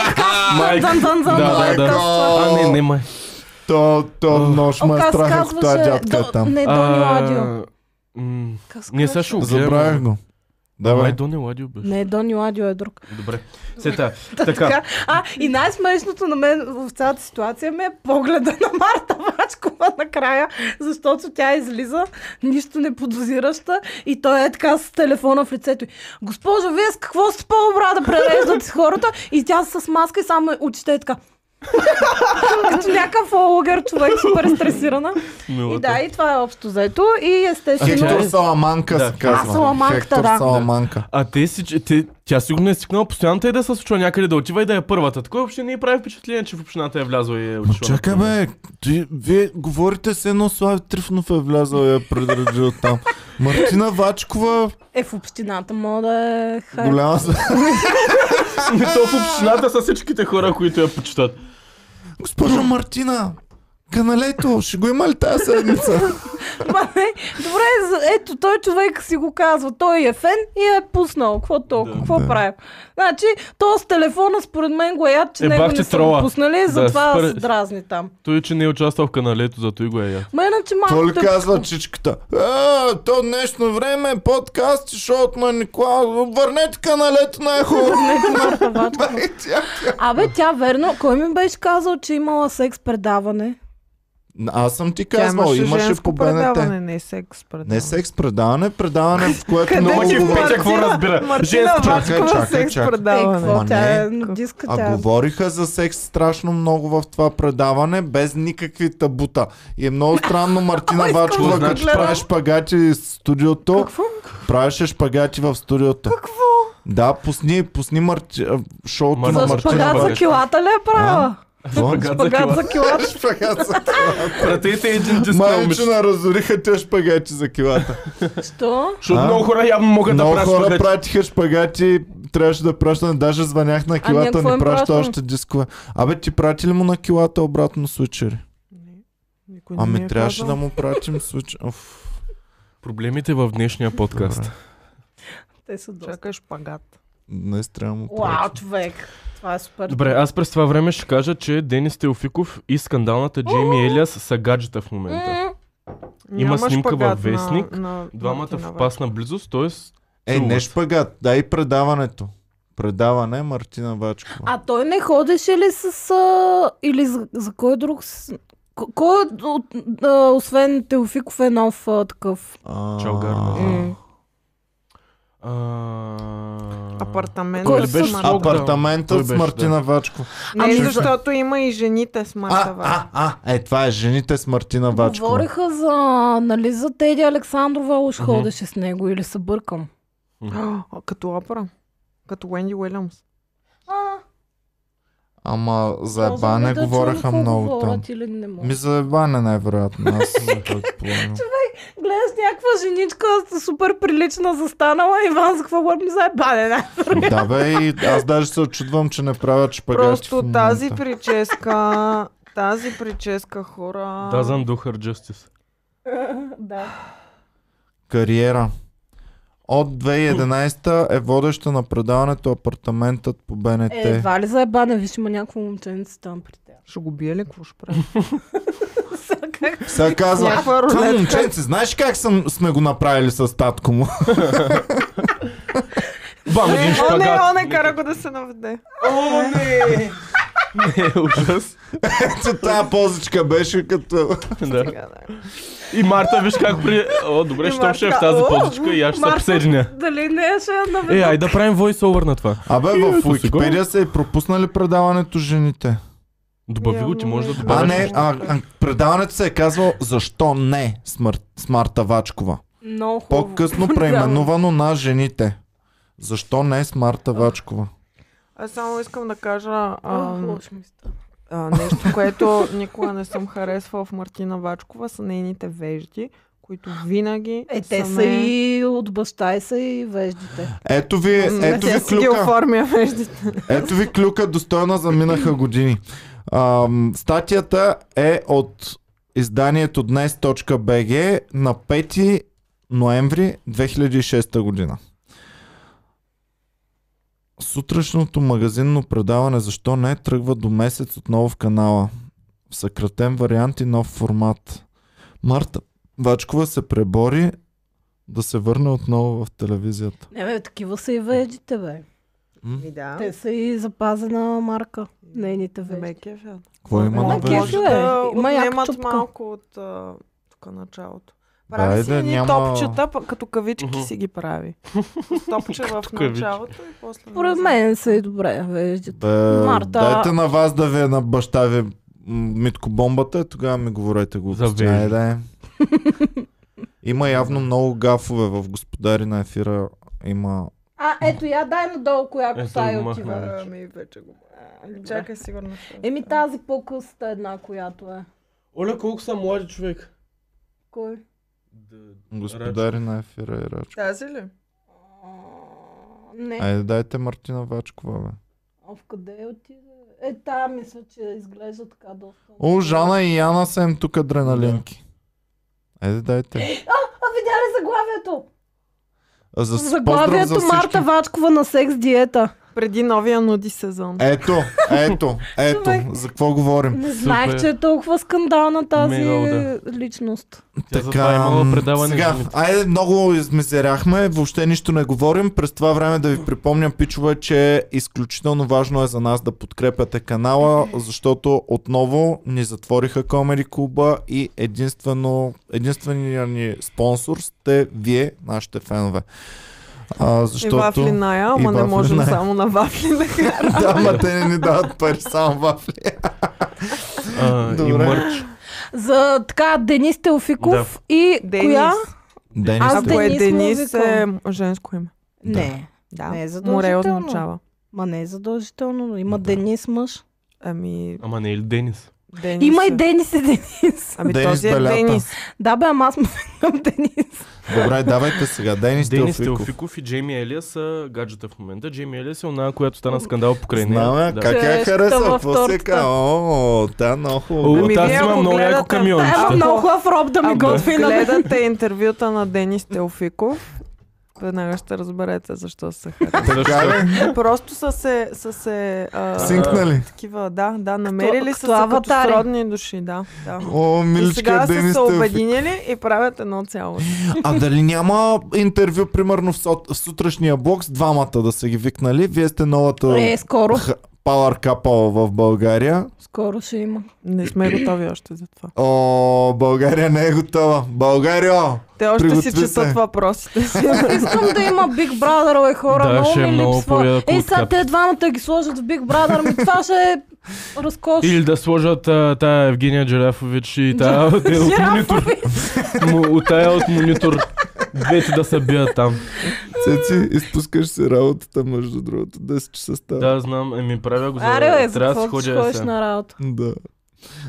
[SPEAKER 2] е
[SPEAKER 4] майк.
[SPEAKER 2] дън, дън, дън,
[SPEAKER 4] Да, да,
[SPEAKER 2] дън,
[SPEAKER 4] да. А, не, не, май.
[SPEAKER 1] То, то нож ме е
[SPEAKER 2] Ока се
[SPEAKER 1] страх, ако тази
[SPEAKER 2] казваше...
[SPEAKER 1] дядка е
[SPEAKER 2] До-
[SPEAKER 1] там.
[SPEAKER 2] Не, Дони Ладио.
[SPEAKER 4] А, м,
[SPEAKER 2] Как се
[SPEAKER 4] Не,
[SPEAKER 2] казваше?
[SPEAKER 4] сега ще го гледам.
[SPEAKER 1] Забравих го.
[SPEAKER 4] Май
[SPEAKER 1] Давай.
[SPEAKER 4] Дони Ладио беше.
[SPEAKER 2] Не, Дони Ладио е друг.
[SPEAKER 4] Добре. Сета, така.
[SPEAKER 2] А, и най-смешното на мен в цялата ситуация ми е погледа на Марта Вачкова накрая, защото тя излиза, нищо не подозираща и той е така с телефона в лицето. й. Госпожо, вие с какво сте по-добра да пререждате хората? И тя с маска и само очите е така. Като някакъв логър човек, супер стресирана. И да, и това е общо заето. И естествено...
[SPEAKER 1] Хектор
[SPEAKER 4] Тя е-
[SPEAKER 1] Саламанка
[SPEAKER 4] Да.
[SPEAKER 1] се казва.
[SPEAKER 2] А, Саламанката,
[SPEAKER 1] Хектор
[SPEAKER 2] да.
[SPEAKER 1] Саламанка.
[SPEAKER 4] А те си, че- те, тя сигурно е стигнала постоянно те да се случва някъде да отива и да е първата. Такова въобще не й прави впечатление, че в общината е влязла и е
[SPEAKER 1] Ма
[SPEAKER 4] отишла.
[SPEAKER 1] чакай бе, ти, вие говорите с едно Слави Трифнов е влязъл и е предредил там. Мартина Вачкова,
[SPEAKER 2] Е, в общината мога да е... хай-
[SPEAKER 1] голяма за...
[SPEAKER 4] Ми то в общината са всичките хора, които я почитат.
[SPEAKER 1] Госпожо Мартина, каналето, ще го има ли тази седмица?
[SPEAKER 2] Ма не, добре, за- ето той човек си го казва. Той е фен и я е пуснал. Какво толкова?
[SPEAKER 4] Да.
[SPEAKER 2] Какво
[SPEAKER 1] Да.
[SPEAKER 2] правим? Значи, то с телефона според мен го е яд, че
[SPEAKER 4] Е,
[SPEAKER 2] него
[SPEAKER 4] бах
[SPEAKER 2] не
[SPEAKER 4] ти
[SPEAKER 2] са го
[SPEAKER 4] трола.
[SPEAKER 2] пуснали,
[SPEAKER 4] Да,
[SPEAKER 2] затова
[SPEAKER 4] спър-
[SPEAKER 2] се дразни там.
[SPEAKER 4] Той, че не е участвал в каналето, зато и го е я.
[SPEAKER 2] Ма иначе
[SPEAKER 1] Какво ли
[SPEAKER 2] малко...
[SPEAKER 1] казва чичката? А, Е, то днешно време е подкаст и шоуто на Никола. Върнете каналето на Ехо. Бай, тя.
[SPEAKER 2] Абе, тя верно, кой ми беше казал, че имала секс предаване? Е,
[SPEAKER 1] Аз съм ти
[SPEAKER 3] Тя
[SPEAKER 1] казвал, имаше
[SPEAKER 3] женско
[SPEAKER 1] по БНТ.
[SPEAKER 3] предаване, не секс предаване.
[SPEAKER 1] Не секс предаване, предаване в което
[SPEAKER 3] Къде
[SPEAKER 1] много
[SPEAKER 4] Ма ти
[SPEAKER 3] го
[SPEAKER 4] в Петя
[SPEAKER 1] говори-
[SPEAKER 4] какво
[SPEAKER 3] Мартина-
[SPEAKER 4] разбира?
[SPEAKER 3] Мартина
[SPEAKER 4] Женско.
[SPEAKER 1] Чакай,
[SPEAKER 3] Вачкова
[SPEAKER 1] чакай,
[SPEAKER 3] секс
[SPEAKER 1] чакай.
[SPEAKER 2] Е,
[SPEAKER 3] предаване.
[SPEAKER 2] какво?
[SPEAKER 1] Ма
[SPEAKER 2] Тя е
[SPEAKER 1] не.
[SPEAKER 2] на диска,
[SPEAKER 1] А
[SPEAKER 2] тя е...
[SPEAKER 1] говориха за секс страшно много в това предаване, без никакви табута. И е много странно Мартина
[SPEAKER 2] искам
[SPEAKER 1] Вачкова,
[SPEAKER 4] да
[SPEAKER 1] като
[SPEAKER 2] гледам.
[SPEAKER 1] правиш шпагати в студиото.
[SPEAKER 2] Какво?
[SPEAKER 1] Правеше шпагати в студиото. Какво? Да, пусни, пусни Марти... а, шоуто
[SPEAKER 4] Мар-
[SPEAKER 1] на
[SPEAKER 2] За
[SPEAKER 1] Мартина
[SPEAKER 2] шпагат за
[SPEAKER 4] Бъгаш.
[SPEAKER 2] килата ли е правила?
[SPEAKER 1] Какво?
[SPEAKER 2] Шпагат за килата.
[SPEAKER 1] Шпагат за килата.
[SPEAKER 4] Пратете един диск на момичета.
[SPEAKER 1] Майчина разориха те шпагати за килата.
[SPEAKER 2] Що?
[SPEAKER 4] Защото
[SPEAKER 1] А?
[SPEAKER 4] много хора явно могат да
[SPEAKER 1] Много
[SPEAKER 4] правят
[SPEAKER 1] хора
[SPEAKER 4] шпагати.
[SPEAKER 1] пратиха шпагати, трябваше да пращаме. Даже звънях на
[SPEAKER 2] ние
[SPEAKER 1] килата, не
[SPEAKER 2] какво Ами, им
[SPEAKER 1] праща
[SPEAKER 2] пращаме?
[SPEAKER 1] още дискове. Абе, ти прати ли му на килата обратно свичери?
[SPEAKER 3] Никой не ми
[SPEAKER 1] Ами
[SPEAKER 3] е
[SPEAKER 1] трябваше да
[SPEAKER 3] казал.
[SPEAKER 1] му пратим свичери. Оф.
[SPEAKER 4] Проблемите в днешния подкаст.
[SPEAKER 2] Те са доста.
[SPEAKER 3] Чакай шпагат.
[SPEAKER 1] Днес трябва да му
[SPEAKER 2] Вау,
[SPEAKER 1] пратим.
[SPEAKER 2] човек. Това е супер.
[SPEAKER 4] Добре, аз през това време ще кажа, че Денис Теофиков и скандалната Джейми Елиас са гаджета в момента.
[SPEAKER 2] М.
[SPEAKER 4] Има
[SPEAKER 3] Няма
[SPEAKER 4] снимка във
[SPEAKER 3] шпагат на-
[SPEAKER 4] Вестник,
[SPEAKER 3] на
[SPEAKER 4] Двамата
[SPEAKER 3] Мартина
[SPEAKER 4] в опасна близост, т.е.
[SPEAKER 1] Е, не
[SPEAKER 4] чуват.
[SPEAKER 1] шпагат, дай предаването. Предаване Мартина Вачкова.
[SPEAKER 2] А той не ходеше ли с... А, или за, за кой друг... С, ко- кой от- от, а, освен Теофиков е нов а, такъв?
[SPEAKER 1] А,
[SPEAKER 4] Чао, Гарна.
[SPEAKER 2] М.
[SPEAKER 4] А...
[SPEAKER 3] Апартамент.
[SPEAKER 2] Кой
[SPEAKER 3] на
[SPEAKER 2] беше
[SPEAKER 3] Марта.
[SPEAKER 4] слог?
[SPEAKER 1] Апартаментът
[SPEAKER 4] Той
[SPEAKER 1] с
[SPEAKER 4] беше,
[SPEAKER 1] Мартина Вачкова.
[SPEAKER 3] Не,
[SPEAKER 2] Ами,
[SPEAKER 3] защото има и жените с
[SPEAKER 1] А,
[SPEAKER 3] Марта
[SPEAKER 1] а,
[SPEAKER 3] Вачкова.
[SPEAKER 1] а, е, това е жените с Мартина Вачкова.
[SPEAKER 2] Говориха за... Нали за Теди Александрова уж
[SPEAKER 4] Мгм.
[SPEAKER 2] ходеше с него или се бъркам?
[SPEAKER 3] А, Като опера. Като Уенди Уилямс.
[SPEAKER 2] А,
[SPEAKER 1] Ама за
[SPEAKER 2] може
[SPEAKER 1] еба
[SPEAKER 2] би
[SPEAKER 1] не
[SPEAKER 2] да
[SPEAKER 1] говореха
[SPEAKER 2] чули какво
[SPEAKER 1] много там.
[SPEAKER 2] говорят Или не мога.
[SPEAKER 1] Ми за еба не най-вероятно. Аз съм предполагам.
[SPEAKER 2] Гледаш някаква женичка супер прилична застанала. Иван, за какво говорим? За ебане, да.
[SPEAKER 1] Да бе, и аз даже се очудвам, че не правят шпагати в
[SPEAKER 3] Просто
[SPEAKER 1] момента.
[SPEAKER 3] тази прическа... Тази прическа хора...
[SPEAKER 4] Дазан Духър Джастис.
[SPEAKER 2] да.
[SPEAKER 1] Кариера. От 2011 е водеща на предаването Апартаментът по БНТ.
[SPEAKER 2] Е, едва ли за ебане? Виж, има някакво момченце там при теб.
[SPEAKER 3] Ще го бие ли? Какво ще прави?
[SPEAKER 1] Сега казва,
[SPEAKER 3] Някаква
[SPEAKER 1] това
[SPEAKER 3] рулетка.
[SPEAKER 1] момченце, знаеш как съм, сме го направили с татко му?
[SPEAKER 4] Бам, един
[SPEAKER 3] О, не,
[SPEAKER 4] шпагат.
[SPEAKER 3] о, не, кара го да се наведе. Е,
[SPEAKER 4] О,
[SPEAKER 1] Ами.
[SPEAKER 4] не! Не, е, ужас.
[SPEAKER 1] Ето тая позичка беше като...
[SPEAKER 4] Да.
[SPEAKER 3] Сега, да.
[SPEAKER 4] И Марта, виж как при... О, добре,
[SPEAKER 3] И
[SPEAKER 4] щом ще е в
[SPEAKER 3] Марта,
[SPEAKER 4] тази
[SPEAKER 3] о,
[SPEAKER 4] позичка и аз ще се
[SPEAKER 2] Марта,
[SPEAKER 4] обседня.
[SPEAKER 2] Дали не ще я наведа?
[SPEAKER 4] Е, ай да правим voice-over на това.
[SPEAKER 1] Абе,
[SPEAKER 4] И
[SPEAKER 1] в
[SPEAKER 4] ето сега.
[SPEAKER 1] Уикипедия Е, са и пропуснали предаването жените.
[SPEAKER 4] Добави го, ти
[SPEAKER 3] Явно
[SPEAKER 4] можеш да
[SPEAKER 3] не.
[SPEAKER 1] А
[SPEAKER 4] добавиш.
[SPEAKER 1] не, а, а предаването се е казвало Защо не смърт, с Марта Вачкова.
[SPEAKER 2] Много хубаво.
[SPEAKER 1] По-късно преименувано на жените. Защо не с Марта Вачкова?
[SPEAKER 3] Аз само искам да кажа а,
[SPEAKER 2] Ох, лошо ми стана.
[SPEAKER 3] а, нещо, което никога не съм харесвала в Мартина Вачкова, са нейните вежди, които винаги
[SPEAKER 2] Е, те са
[SPEAKER 3] ме-
[SPEAKER 2] и от баща и са и веждите.
[SPEAKER 1] Ето ви,
[SPEAKER 3] М,
[SPEAKER 1] Е, ето
[SPEAKER 2] е
[SPEAKER 3] тя
[SPEAKER 1] ви
[SPEAKER 3] си ги
[SPEAKER 1] клюка.
[SPEAKER 3] оформя веждите.
[SPEAKER 1] Ето ви клюка, достойна за минаха години. Ам, статията е от изданието днес.bg на 5 ноември 2006 година. Сутрешното магазинно предаване Защо не тръгва до месец отново в канала. В съкратен вариант и нов формат. Марта Вачкова се пребори да се върне отново в телевизията.
[SPEAKER 2] Не, бе, такива са и веждите, бе.
[SPEAKER 3] И да.
[SPEAKER 2] Те са и запазена марка, нейните вежди.
[SPEAKER 3] Мек е фен.
[SPEAKER 1] Какво има на
[SPEAKER 2] Ма,
[SPEAKER 1] вежда?
[SPEAKER 2] кефи,
[SPEAKER 3] да
[SPEAKER 2] бе. е- Има яка
[SPEAKER 3] Е, отнемат
[SPEAKER 2] чупка.
[SPEAKER 3] малко от а, тук началото.
[SPEAKER 1] Да,
[SPEAKER 3] Прави
[SPEAKER 1] е,
[SPEAKER 3] си
[SPEAKER 1] да,
[SPEAKER 3] едни
[SPEAKER 1] няма-
[SPEAKER 3] топчета, пък като кавички
[SPEAKER 4] Мгм.
[SPEAKER 3] си ги прави. Топче в
[SPEAKER 4] кавички.
[SPEAKER 3] началото и после...
[SPEAKER 2] Поред
[SPEAKER 3] назад.
[SPEAKER 2] мен са и добре веждите.
[SPEAKER 1] Бе,
[SPEAKER 2] Марта.
[SPEAKER 1] Дайте на вас да ви е на баща ви м, митко бомбата, тогава ми говорете го.
[SPEAKER 4] За вежди.
[SPEAKER 1] да. Има явно много гафове в господари на ефира. Има
[SPEAKER 2] А, ето я дай надолу коя
[SPEAKER 4] Ето,
[SPEAKER 2] коса е
[SPEAKER 4] махна
[SPEAKER 2] отива.
[SPEAKER 4] вече.
[SPEAKER 3] Ами вече го... А, ами Чакай сигурно. ще
[SPEAKER 2] Еми
[SPEAKER 3] остане.
[SPEAKER 2] тази по-късата една, която е.
[SPEAKER 4] Оля, колко са млади човек?
[SPEAKER 2] Кой?
[SPEAKER 1] господари на ефира и Рачко.
[SPEAKER 3] Тази ли?
[SPEAKER 2] А, не.
[SPEAKER 1] Айде, дайте Мартина Вачкова, бе.
[SPEAKER 2] А в къде отиде? Е, та мисля, че изглежда така доста.
[SPEAKER 1] О, Жана и Яна са им тук адреналинки. Айде, дайте.
[SPEAKER 2] А видя ли заглавието?
[SPEAKER 1] А За поздрав за
[SPEAKER 2] Заглавието
[SPEAKER 1] всички.
[SPEAKER 2] Марта Вачкова на секс диета.
[SPEAKER 3] Преди новия нуди сезон.
[SPEAKER 1] Ето, ето, ето, за какво говорим.
[SPEAKER 2] Не
[SPEAKER 4] Супер.
[SPEAKER 2] знаех, че е толкова скандална тази
[SPEAKER 4] Мега, да.
[SPEAKER 2] личност.
[SPEAKER 4] Тя затова е имала
[SPEAKER 1] м,
[SPEAKER 4] предаване. значи.
[SPEAKER 1] Сега,
[SPEAKER 4] жените.
[SPEAKER 1] айде, много измизеряхме, въобще нищо не говорим. През това време да ви припомня, пичове, че изключително важно е за нас да подкрепяте канала, защото отново ни затвориха Комери Клуба и единствено, единственият ни спонсор сте вие, нашите фенове. А,
[SPEAKER 3] И вафли
[SPEAKER 1] защото...
[SPEAKER 3] ная, ама не
[SPEAKER 1] вафли
[SPEAKER 3] можем
[SPEAKER 1] ная.
[SPEAKER 3] само на вафли да харам.
[SPEAKER 1] да, ма те не ни дават пари, само вафли.
[SPEAKER 4] А, и
[SPEAKER 1] Добре.
[SPEAKER 4] мърч.
[SPEAKER 2] За така Денис Теофиков и коя?
[SPEAKER 1] Денис,
[SPEAKER 2] Аз
[SPEAKER 3] Аз
[SPEAKER 1] те-
[SPEAKER 3] Ако е
[SPEAKER 2] Денис
[SPEAKER 3] Денис
[SPEAKER 2] му
[SPEAKER 3] е женско име.
[SPEAKER 2] Не.
[SPEAKER 3] Да.
[SPEAKER 2] Не е задължително.
[SPEAKER 3] Море означава.
[SPEAKER 2] Ма не е задължително. но Има
[SPEAKER 1] Да.
[SPEAKER 2] Денис мъж.
[SPEAKER 3] Ами,
[SPEAKER 4] Ама не е ли Денис?
[SPEAKER 3] Денис
[SPEAKER 2] Има
[SPEAKER 3] е.
[SPEAKER 2] и Денис и Денис.
[SPEAKER 3] Ами
[SPEAKER 1] Денис
[SPEAKER 3] този е
[SPEAKER 1] Белята.
[SPEAKER 3] Денис.
[SPEAKER 2] Да бе, ама аз му викам Денис.
[SPEAKER 1] Добре, давайте сега. Денис,
[SPEAKER 4] Денис
[SPEAKER 1] Теофиков.
[SPEAKER 4] Теофиков и Джейми Елия са гаджета в момента. Джейми Елия е она, която стана скандал покрай нея.
[SPEAKER 1] Знаме,
[SPEAKER 4] Да.
[SPEAKER 1] как я
[SPEAKER 2] Човешката
[SPEAKER 1] хареса,
[SPEAKER 2] във
[SPEAKER 1] какво се
[SPEAKER 2] тортата.
[SPEAKER 1] казва. О, та много хубава.
[SPEAKER 4] О,
[SPEAKER 3] Ами
[SPEAKER 4] тази
[SPEAKER 3] вие
[SPEAKER 4] има
[SPEAKER 3] ако
[SPEAKER 4] много яко
[SPEAKER 3] гледате-
[SPEAKER 4] камиончета.
[SPEAKER 2] Трябва
[SPEAKER 3] Ако-
[SPEAKER 2] много хубав роб да ми
[SPEAKER 3] Ако
[SPEAKER 2] готви нали? на мен.
[SPEAKER 3] Ами, гледате интервюта на Денис Теофиков, веднага ще разберете защо се харесва.
[SPEAKER 1] Така ли?
[SPEAKER 3] Просто са се, са се а,
[SPEAKER 1] Синкнали.
[SPEAKER 3] такива, да, да, намерили са се
[SPEAKER 2] като
[SPEAKER 3] като
[SPEAKER 2] аватари.
[SPEAKER 3] сродни души, да. да.
[SPEAKER 1] О,
[SPEAKER 3] И
[SPEAKER 1] миличка
[SPEAKER 3] сега са
[SPEAKER 1] Денис
[SPEAKER 3] се
[SPEAKER 1] Теофик.
[SPEAKER 3] обединили и правят едно цяло.
[SPEAKER 1] А дали няма интервю, примерно в, сот, в сутрешния блок с двамата да са ги викнали? Вие сте новата
[SPEAKER 2] Е, скоро.
[SPEAKER 1] х- Power Couple в България.
[SPEAKER 2] Скоро ще има.
[SPEAKER 3] Не сме готови още за това.
[SPEAKER 1] О, България не е готова. Българио!
[SPEAKER 3] Те още
[SPEAKER 1] Приготви
[SPEAKER 3] си четат
[SPEAKER 1] се.
[SPEAKER 3] въпросите си.
[SPEAKER 2] Искам да има Big Brother, бе, хора.
[SPEAKER 4] Да,
[SPEAKER 2] много
[SPEAKER 4] ще е
[SPEAKER 2] ми
[SPEAKER 4] много
[SPEAKER 2] липсва.
[SPEAKER 4] по-яко
[SPEAKER 2] Ей,
[SPEAKER 4] от
[SPEAKER 2] сега
[SPEAKER 4] кап.
[SPEAKER 2] те двамата ги сложат в Big Brother, ми това ще е разкош.
[SPEAKER 4] Или да сложат а, тая Евгения Джерафович и тая от, от монитор. Му- от тая от монитор. Двете да се бият там.
[SPEAKER 1] Цеци, изпускаш се работата, между другото, 10 часа става.
[SPEAKER 4] Да, знам, еми правя го за...
[SPEAKER 2] Аре, бе, за
[SPEAKER 4] трябва да
[SPEAKER 2] какво
[SPEAKER 4] си
[SPEAKER 2] ти ще
[SPEAKER 4] ходя
[SPEAKER 2] ходиш
[SPEAKER 4] сега.
[SPEAKER 2] на работа?
[SPEAKER 1] да.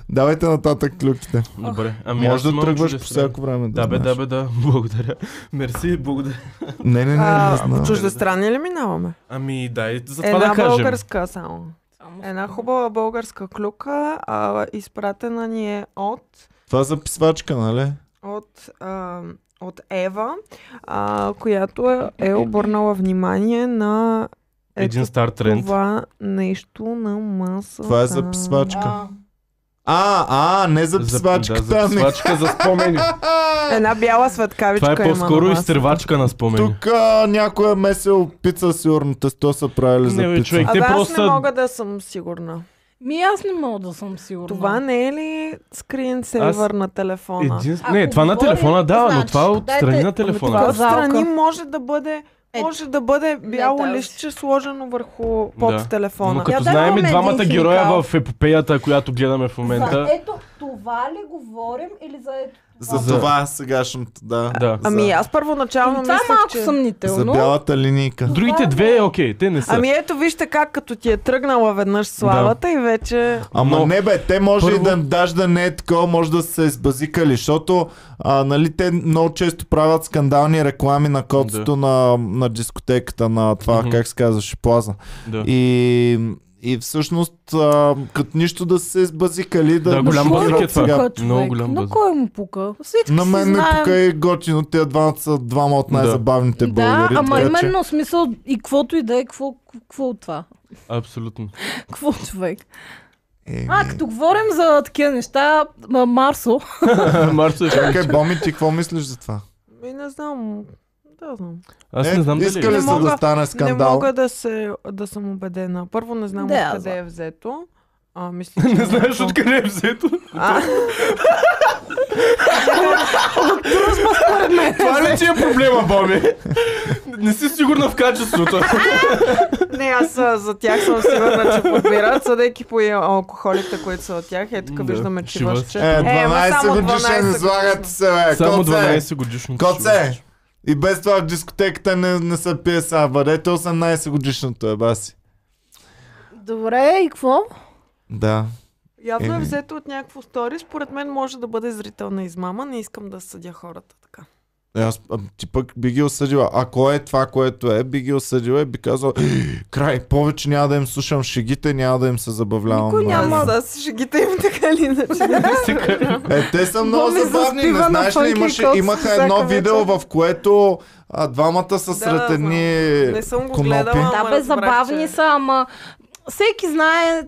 [SPEAKER 1] Давайте нататък клюките.
[SPEAKER 4] Добре, ами аз
[SPEAKER 1] Може да
[SPEAKER 4] имам
[SPEAKER 1] тръгваш по
[SPEAKER 4] чудесна-
[SPEAKER 1] всяко време. Да,
[SPEAKER 4] Да бе, да
[SPEAKER 1] знаеш.
[SPEAKER 4] бе, да, благодаря. Мерси, благодаря.
[SPEAKER 1] Не, не, не, не, не
[SPEAKER 3] А, по
[SPEAKER 1] знам.
[SPEAKER 3] чуждестранни ли минаваме?
[SPEAKER 4] Ами дай, за това да
[SPEAKER 3] Една
[SPEAKER 4] кажем.
[SPEAKER 3] българска само.
[SPEAKER 2] Само
[SPEAKER 3] Една
[SPEAKER 2] с-
[SPEAKER 3] хубава българска клюка, а, изпратена ни е от
[SPEAKER 1] Това записвачка, нали?
[SPEAKER 3] от, а, от Ева, а, която е, е обърнала внимание на ето
[SPEAKER 4] Един стар тренд.
[SPEAKER 3] това нещо на масата.
[SPEAKER 1] Това е записвачка.
[SPEAKER 2] А,
[SPEAKER 1] А, а, не за писвачката,
[SPEAKER 4] да, за
[SPEAKER 1] ами.
[SPEAKER 4] свачка за спомени.
[SPEAKER 3] Една бяла
[SPEAKER 4] Това
[SPEAKER 3] светкавичка
[SPEAKER 4] е по-скоро
[SPEAKER 3] има на масата.
[SPEAKER 4] изтървачка на спомени.
[SPEAKER 1] Тук а, някой е месил пица, сигурно тесто са правили за
[SPEAKER 4] Не, бе,
[SPEAKER 1] пица.
[SPEAKER 4] човек.
[SPEAKER 3] Абе,
[SPEAKER 4] Те
[SPEAKER 3] аз
[SPEAKER 4] просто-
[SPEAKER 3] не мога да съм сигурна.
[SPEAKER 2] Ми аз не мога да съм сигурна.
[SPEAKER 3] Това не е ли скрин сейвър на телефона?
[SPEAKER 4] Един...
[SPEAKER 2] Ако
[SPEAKER 4] Не, това на
[SPEAKER 2] говорим,
[SPEAKER 4] телефона, да, но
[SPEAKER 2] значи,
[SPEAKER 4] това е от
[SPEAKER 2] дайте-
[SPEAKER 4] страни на
[SPEAKER 2] Ами
[SPEAKER 4] телефона.
[SPEAKER 3] Това
[SPEAKER 2] Това
[SPEAKER 3] отстрани
[SPEAKER 2] залка.
[SPEAKER 3] може да бъде
[SPEAKER 2] Ето.
[SPEAKER 3] може да бъде бяло
[SPEAKER 2] Е, тази.
[SPEAKER 3] листче сложено върху
[SPEAKER 4] Да.
[SPEAKER 3] под телефона.
[SPEAKER 4] Но
[SPEAKER 2] да
[SPEAKER 4] като знаем
[SPEAKER 2] имаме
[SPEAKER 4] двамата
[SPEAKER 2] един
[SPEAKER 4] героя
[SPEAKER 2] химикал. Е,
[SPEAKER 4] в епопеята, която гледаме в
[SPEAKER 2] За
[SPEAKER 4] момента.
[SPEAKER 2] ето това ли говорим или за ето това?
[SPEAKER 1] За това е сегашното, да.
[SPEAKER 4] Да.
[SPEAKER 1] за,
[SPEAKER 3] Ами аз първоначално
[SPEAKER 2] Това е
[SPEAKER 3] мислех,
[SPEAKER 2] малко
[SPEAKER 3] че...
[SPEAKER 1] за
[SPEAKER 2] съмнително.
[SPEAKER 1] бялата линейка.
[SPEAKER 4] Другите две е окей, те не са.
[SPEAKER 3] Ами ето вижте как като ти е тръгнала веднъж славата и вече...
[SPEAKER 1] Ама
[SPEAKER 4] Но-
[SPEAKER 1] не бе, те може
[SPEAKER 4] Първо-
[SPEAKER 1] и да даже да не е такова, може да са се избазикали, защото а, нали, те много често правят скандални реклами на котото на, на дискотеката, на това,
[SPEAKER 4] Мгм.
[SPEAKER 1] как се казваше, плаза.
[SPEAKER 4] Да.
[SPEAKER 1] И, и всъщност, а, като нищо да са се избазикали, да...
[SPEAKER 4] Да, голям
[SPEAKER 1] да
[SPEAKER 4] базик
[SPEAKER 1] сега.
[SPEAKER 4] е
[SPEAKER 2] Кой
[SPEAKER 4] това. Сега,
[SPEAKER 2] човек?
[SPEAKER 4] много голям
[SPEAKER 2] На
[SPEAKER 4] базар.
[SPEAKER 2] кой му пука? Всички
[SPEAKER 1] На
[SPEAKER 2] си
[SPEAKER 1] мен ми
[SPEAKER 2] знаем.
[SPEAKER 1] тук е готино, тия двама са двама от
[SPEAKER 4] Да.
[SPEAKER 1] най-забавните
[SPEAKER 2] Да,
[SPEAKER 1] българи.
[SPEAKER 2] ама
[SPEAKER 1] така че-
[SPEAKER 2] именно смисъл и каквото и да е, какво, какво от това?
[SPEAKER 4] Абсолютно.
[SPEAKER 2] Какво човек?
[SPEAKER 1] Еми,
[SPEAKER 2] А, като говорим за такива неща, м- Марсо,
[SPEAKER 4] Марсо е
[SPEAKER 1] Чакай, Боми, ти какво мислиш за това?
[SPEAKER 3] Ми Ами, не знам. Да знам.
[SPEAKER 4] Аз не знам дали
[SPEAKER 1] иска
[SPEAKER 4] е.
[SPEAKER 1] ли
[SPEAKER 3] Не
[SPEAKER 1] се да
[SPEAKER 3] мога-
[SPEAKER 1] стане
[SPEAKER 3] Не
[SPEAKER 1] скандал?
[SPEAKER 3] мога да, се, да съм убедена. Първо не знам
[SPEAKER 2] Да, аз
[SPEAKER 3] откъде
[SPEAKER 2] знам.
[SPEAKER 3] е взето. А, мисля, че
[SPEAKER 4] Не знаеш откъде е взето.
[SPEAKER 3] А,
[SPEAKER 4] Това ли ти е проблема, Боми? Не си сигурна в
[SPEAKER 1] Е,
[SPEAKER 4] качеството.
[SPEAKER 3] не, аз а, за тях съм сигурна, че подбират, съдейки по и алкохолите, които са от тях. Е, тук
[SPEAKER 4] Да,
[SPEAKER 3] виждаме
[SPEAKER 4] шива.
[SPEAKER 1] Е,
[SPEAKER 3] чивашче. ама
[SPEAKER 1] 12
[SPEAKER 3] само
[SPEAKER 1] годишен
[SPEAKER 3] 12
[SPEAKER 1] излагате се, е. бе.
[SPEAKER 4] Само
[SPEAKER 1] Коце,
[SPEAKER 4] 12 годишно.
[SPEAKER 1] коце! И без това в дискотеката не, не се пие сега. Бъдете 18 годишното, е баси.
[SPEAKER 2] добре, и какво?
[SPEAKER 1] Да.
[SPEAKER 3] Явно е
[SPEAKER 1] Еми.
[SPEAKER 3] взето от някакво стори. Според мен може да бъде зрителна измама. Не искам да съдя хората така.
[SPEAKER 1] Е, Аз, а, ти пък би ги осъдила. Ако е това, което е, би ги осъдила и би казала, «Ей, край, повече няма да им слушам шегите, няма да им се забавлявам.
[SPEAKER 2] Никой
[SPEAKER 1] много».
[SPEAKER 2] няма.
[SPEAKER 3] Аз с шегите им така или иначе.
[SPEAKER 1] Е, те са много
[SPEAKER 2] Боми
[SPEAKER 1] забавни, не
[SPEAKER 2] заспива на
[SPEAKER 1] знаеш ли,
[SPEAKER 2] Фънки и
[SPEAKER 1] имаше,
[SPEAKER 2] Кокс
[SPEAKER 1] имаха
[SPEAKER 2] всяка
[SPEAKER 1] едно
[SPEAKER 2] вечер.
[SPEAKER 1] видео, в което а, двамата са сред
[SPEAKER 3] да,
[SPEAKER 1] едни
[SPEAKER 3] Не съм го
[SPEAKER 1] Конопи.
[SPEAKER 3] гледала.
[SPEAKER 2] Да,
[SPEAKER 3] ама
[SPEAKER 2] бе,
[SPEAKER 3] разбрах,
[SPEAKER 2] забавни
[SPEAKER 3] че-
[SPEAKER 2] са, ама всеки знае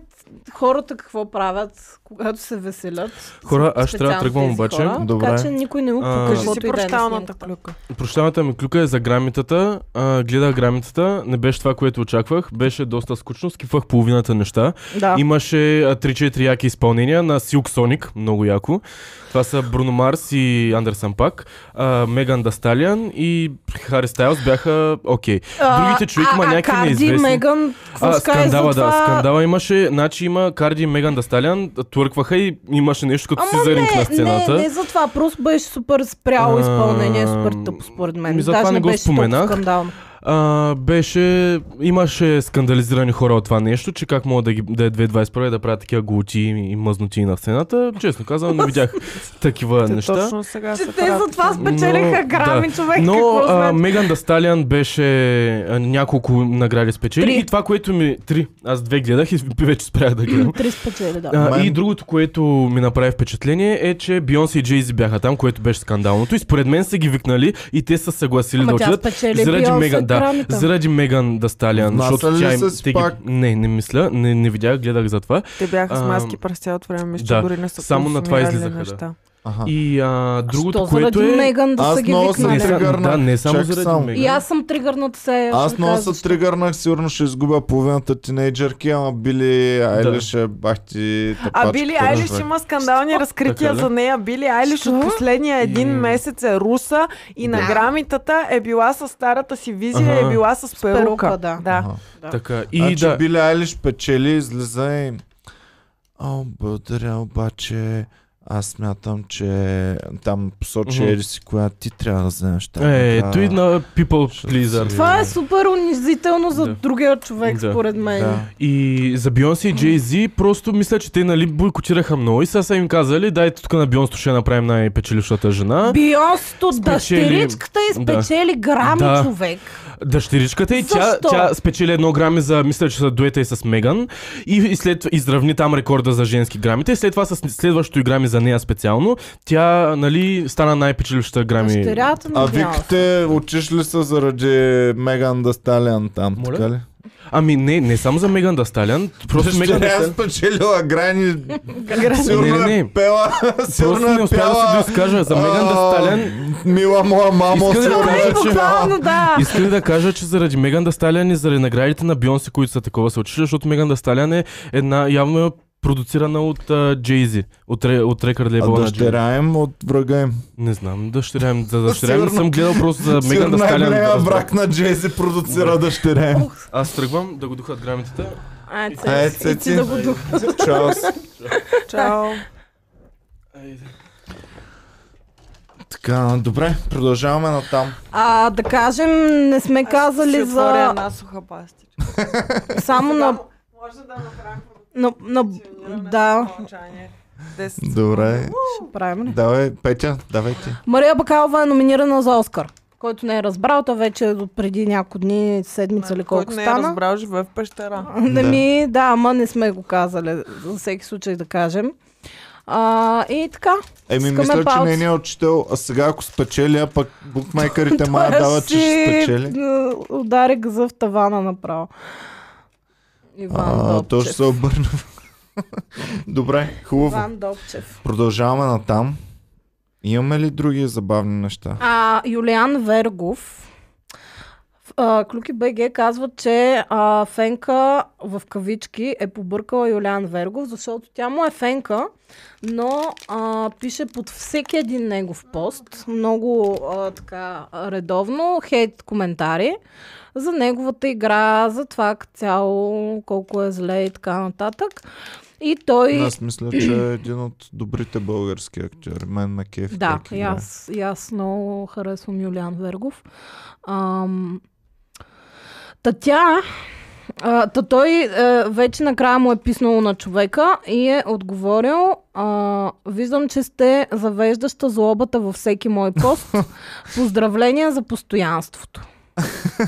[SPEAKER 2] хората какво правят, когато се веселят.
[SPEAKER 4] Хора, аз ще трябва да
[SPEAKER 2] Специално
[SPEAKER 4] тръгвам
[SPEAKER 2] тези
[SPEAKER 4] обаче.
[SPEAKER 2] хора,
[SPEAKER 1] Добре.
[SPEAKER 2] Така че никой не му
[SPEAKER 4] А,
[SPEAKER 2] пука,
[SPEAKER 4] Кажи
[SPEAKER 3] Кажи
[SPEAKER 2] каквото
[SPEAKER 3] си
[SPEAKER 2] и да е на
[SPEAKER 3] прощалната
[SPEAKER 2] снимката.
[SPEAKER 3] клюка.
[SPEAKER 4] Прощалната ми клюка е за грамитата. А, гледах грамитата, не беше това, което очаквах. Беше доста скучно, скифах половината неща.
[SPEAKER 2] Да.
[SPEAKER 4] Имаше а, 3-4 яки изпълнения на Silk Sonic, много яко. Това са Бруно Марс и Андерсън Пак. А, Меган Дасталиан и Хари Стайлс бяха окей. Другите човек има
[SPEAKER 2] а,
[SPEAKER 4] някакви
[SPEAKER 2] а, Карди,
[SPEAKER 4] неизвестни.
[SPEAKER 2] Меган, какво
[SPEAKER 4] А,
[SPEAKER 2] се каже за
[SPEAKER 4] скандала, да,
[SPEAKER 2] това?
[SPEAKER 4] скандала имаше. Значи има Карди и Меган Дасталиан, твъркваха и имаше нещо като
[SPEAKER 2] Ама
[SPEAKER 4] сизаринг на
[SPEAKER 2] не,
[SPEAKER 4] сцената.
[SPEAKER 2] не, не за това. Просто беше супер спряло
[SPEAKER 4] А,
[SPEAKER 2] изпълнение, супер тъпо според мен.
[SPEAKER 4] ми за
[SPEAKER 2] Даже
[SPEAKER 4] това не
[SPEAKER 2] не
[SPEAKER 4] го
[SPEAKER 2] беше
[SPEAKER 4] споменах.
[SPEAKER 2] толкова скандално.
[SPEAKER 4] А, беше, имаше скандализирани хора от това нещо, че как могат да, ги, да е 2021 да правят такива голоти и мъзноти на сцената. Честно казвам, не видях такива
[SPEAKER 3] Те
[SPEAKER 4] неща.
[SPEAKER 3] Точно сега
[SPEAKER 2] Че
[SPEAKER 3] се
[SPEAKER 2] те за
[SPEAKER 3] правят.
[SPEAKER 2] това спечелиха
[SPEAKER 4] Но,
[SPEAKER 2] грами,
[SPEAKER 4] да.
[SPEAKER 2] човек,
[SPEAKER 4] Но
[SPEAKER 2] какво
[SPEAKER 4] а,
[SPEAKER 2] значи?
[SPEAKER 4] Меган Дасталиан беше а, няколко награди спечели
[SPEAKER 2] Три.
[SPEAKER 4] и това, което ми... Три. Аз две гледах и вече спрях да гледам.
[SPEAKER 2] Три спечели, да.
[SPEAKER 4] А,
[SPEAKER 1] Мен-
[SPEAKER 4] и другото, което ми направи впечатление е, че Бионси и Джейзи бяха там, което беше скандалното. И според мен са ги викнали и те са съгласили
[SPEAKER 2] Ама
[SPEAKER 4] да
[SPEAKER 2] тя
[SPEAKER 4] отидат.
[SPEAKER 2] спечели
[SPEAKER 4] заради
[SPEAKER 2] Бионсе
[SPEAKER 4] Меган, да,
[SPEAKER 2] грамите.
[SPEAKER 4] заради Меган Дасталиан.
[SPEAKER 1] Внасяли
[SPEAKER 4] Защото
[SPEAKER 1] ли
[SPEAKER 4] тя им,
[SPEAKER 1] са си
[SPEAKER 4] те ги...
[SPEAKER 1] пак?
[SPEAKER 4] Не, не мисля, не, не видях, гледах за това.
[SPEAKER 3] Те бяха с
[SPEAKER 4] Ам,
[SPEAKER 3] маски през цялото време, мисля,
[SPEAKER 4] да,
[SPEAKER 3] че дори не са
[SPEAKER 4] само на това
[SPEAKER 3] консумирали
[SPEAKER 4] излизаха, да.
[SPEAKER 3] неща.
[SPEAKER 1] Аха.
[SPEAKER 4] И а, другото,
[SPEAKER 2] Що
[SPEAKER 4] което
[SPEAKER 2] заради
[SPEAKER 4] е...
[SPEAKER 2] Меган да
[SPEAKER 1] Аз
[SPEAKER 2] са ги
[SPEAKER 1] много съм
[SPEAKER 4] Не,
[SPEAKER 2] викнали?
[SPEAKER 4] са-
[SPEAKER 1] тригърна.
[SPEAKER 4] да, не само
[SPEAKER 1] Чак
[SPEAKER 4] заради
[SPEAKER 1] само.
[SPEAKER 4] Меган.
[SPEAKER 2] И аз съм тригърната се.
[SPEAKER 1] Аз
[SPEAKER 2] ще
[SPEAKER 1] много
[SPEAKER 2] кажа
[SPEAKER 1] се
[SPEAKER 2] защо.
[SPEAKER 1] тригърнах, сигурно ще изгубя половината тинейджърки, ама Били Айлиш е бах ти
[SPEAKER 3] А
[SPEAKER 1] тъпачката,
[SPEAKER 3] Били Айлиш
[SPEAKER 1] човек.
[SPEAKER 3] има скандални разкрития
[SPEAKER 4] Така ли?
[SPEAKER 3] за нея. Били Айлиш
[SPEAKER 2] Що?
[SPEAKER 3] от последния един
[SPEAKER 4] И-
[SPEAKER 3] месец е руса и на
[SPEAKER 4] Да.
[SPEAKER 3] грамитата е била с старата си визия,
[SPEAKER 4] Аха.
[SPEAKER 3] е била с
[SPEAKER 2] перука,
[SPEAKER 3] перука.
[SPEAKER 2] да.
[SPEAKER 1] Аха.
[SPEAKER 4] Така, и
[SPEAKER 1] Значи
[SPEAKER 4] да...
[SPEAKER 1] Били Айлиш печели, излиза и... О, благодаря, обаче... Аз смятам, че там посочи
[SPEAKER 4] Мгм.
[SPEAKER 1] еди си, коя ти трябва да вземеш там.
[SPEAKER 4] Е,
[SPEAKER 1] така,
[SPEAKER 4] той на People
[SPEAKER 1] Ще-
[SPEAKER 4] Pleaser.
[SPEAKER 2] Това е супер унизително за
[SPEAKER 4] Да.
[SPEAKER 2] другия човек,
[SPEAKER 4] Да.
[SPEAKER 2] според
[SPEAKER 1] Да.
[SPEAKER 2] мен.
[SPEAKER 4] И за Бионси и Джей Зи, просто мисля, че те нали бойкотираха много и сега са им казали, дайте тук на Бионсто ще направим най-печелившата жена.
[SPEAKER 2] Бионсто
[SPEAKER 4] Спечели-
[SPEAKER 2] дъщеричката и
[SPEAKER 4] Да.
[SPEAKER 2] спечели грами
[SPEAKER 4] Да.
[SPEAKER 2] човек.
[SPEAKER 4] Дъщеричката и тя,
[SPEAKER 2] Защо?
[SPEAKER 4] тя спечели едно грами за, мисля, че са дуета и с Меган. И, и след това изравни там рекорда за женски грамите. И след това с следващото и грами за нея специално, тя, нали, стана най-печелившата грами.
[SPEAKER 2] Дъщерята
[SPEAKER 1] А
[SPEAKER 2] на Бионсто.
[SPEAKER 1] викате, отиш ли са заради Меган Дасталиан там,
[SPEAKER 4] Моля?
[SPEAKER 1] така ли?
[SPEAKER 4] Ами не, не само за Меган Дасталян, просто Меган е-
[SPEAKER 1] Дъщеря
[SPEAKER 4] Дасталян.
[SPEAKER 1] спечелила грани.
[SPEAKER 4] Не,
[SPEAKER 1] Сигурно
[SPEAKER 4] не,
[SPEAKER 1] е
[SPEAKER 4] не.
[SPEAKER 1] пела. Сигурно
[SPEAKER 4] Просто не
[SPEAKER 1] е
[SPEAKER 4] успявам да се
[SPEAKER 1] пела.
[SPEAKER 4] доизкажа. За Меган
[SPEAKER 1] а,
[SPEAKER 4] Дасталян
[SPEAKER 1] Мила моя мамо,
[SPEAKER 4] Иска да
[SPEAKER 1] сигурно
[SPEAKER 4] кажа,
[SPEAKER 1] е
[SPEAKER 4] че-
[SPEAKER 1] пела.
[SPEAKER 2] Буквално, да.
[SPEAKER 4] Исках да кажа, че заради Меган Дасталян и заради наградите на Бионси, които са такова са отишли, защото Меган Дасталян е една явно е продуцирана от Джейзи, от, ре- от рекърд
[SPEAKER 1] А
[SPEAKER 4] лейбъла на Jay-Z.
[SPEAKER 1] Дъщеря им от врага им.
[SPEAKER 4] Не знам, дъщеря им, за дъщеря им
[SPEAKER 1] Сигурно-
[SPEAKER 4] съм гледал просто за Меган
[SPEAKER 1] Сигурно е
[SPEAKER 4] Дасталян. да
[SPEAKER 1] най-големия
[SPEAKER 4] разбера.
[SPEAKER 1] враг на Джейзи продуцира дъщеря им.
[SPEAKER 4] Аз тръгвам да го духат грамотите.
[SPEAKER 2] Ай,
[SPEAKER 1] Ай,
[SPEAKER 4] Е,
[SPEAKER 2] цеци, Е, и
[SPEAKER 1] цеци.
[SPEAKER 2] ти да го дух.
[SPEAKER 1] Чао.
[SPEAKER 3] Чао.
[SPEAKER 1] Така, добре, продължаваме натам.
[SPEAKER 2] А, да кажем, не сме казали
[SPEAKER 3] Ще отворя
[SPEAKER 2] за...
[SPEAKER 3] една суха пастичка.
[SPEAKER 2] Само на...
[SPEAKER 3] Може да направим
[SPEAKER 2] на, на да,
[SPEAKER 3] мълчание. 10.
[SPEAKER 1] Добре,
[SPEAKER 2] ще правим ли?
[SPEAKER 1] давай, Петя, давай ти.
[SPEAKER 2] Мария Бакалова е номинирана за Оскар. Който не е разбрал, то вече от преди няколко дни, седмица или колко
[SPEAKER 3] Който не е
[SPEAKER 2] стана.
[SPEAKER 3] разбрал, живее в пещера.
[SPEAKER 1] Да.
[SPEAKER 2] Да. ми, Нали, да, ама не сме го казали, за всеки случай да кажем. А, и така.
[SPEAKER 1] Еми,
[SPEAKER 2] Искаме
[SPEAKER 1] мисля, че е
[SPEAKER 2] палци.
[SPEAKER 1] нейният учител, а сега ако спечели, а пък букмейкерите май
[SPEAKER 2] Той е
[SPEAKER 1] дават, че ще
[SPEAKER 2] си,
[SPEAKER 1] спечели.
[SPEAKER 2] м, Удари гъза в тавана направо. Иван
[SPEAKER 1] А,
[SPEAKER 2] Добчев.
[SPEAKER 1] то ще се обърна. Добре, хубаво.
[SPEAKER 2] Иван Добчев.
[SPEAKER 1] Продължаваме натам. Имаме ли други забавни неща?
[SPEAKER 2] А, Юлиан Вергов. в- А, Клюки БГ казва, че а, Фенка в кавички е побъркала Юлиан Вергов, защото тя му е Фенка, но а, пише под всеки един негов пост, много а, така редовно, хейт коментари за неговата игра, за това като цяло, колко е зле и така нататък. И той...
[SPEAKER 1] Аз мисля, че е един от добрите български актьори. Мен ме кефи.
[SPEAKER 2] Да,
[SPEAKER 1] как
[SPEAKER 2] и
[SPEAKER 1] играе.
[SPEAKER 2] аз, и аз много харесвам Юлиан Вергов. Ам... Та тя... А, та той е, вече накрая му е писнало на човека и е отговорил а, Виждам, че сте завеждаща злобата във всеки мой пост. Поздравления за постоянството.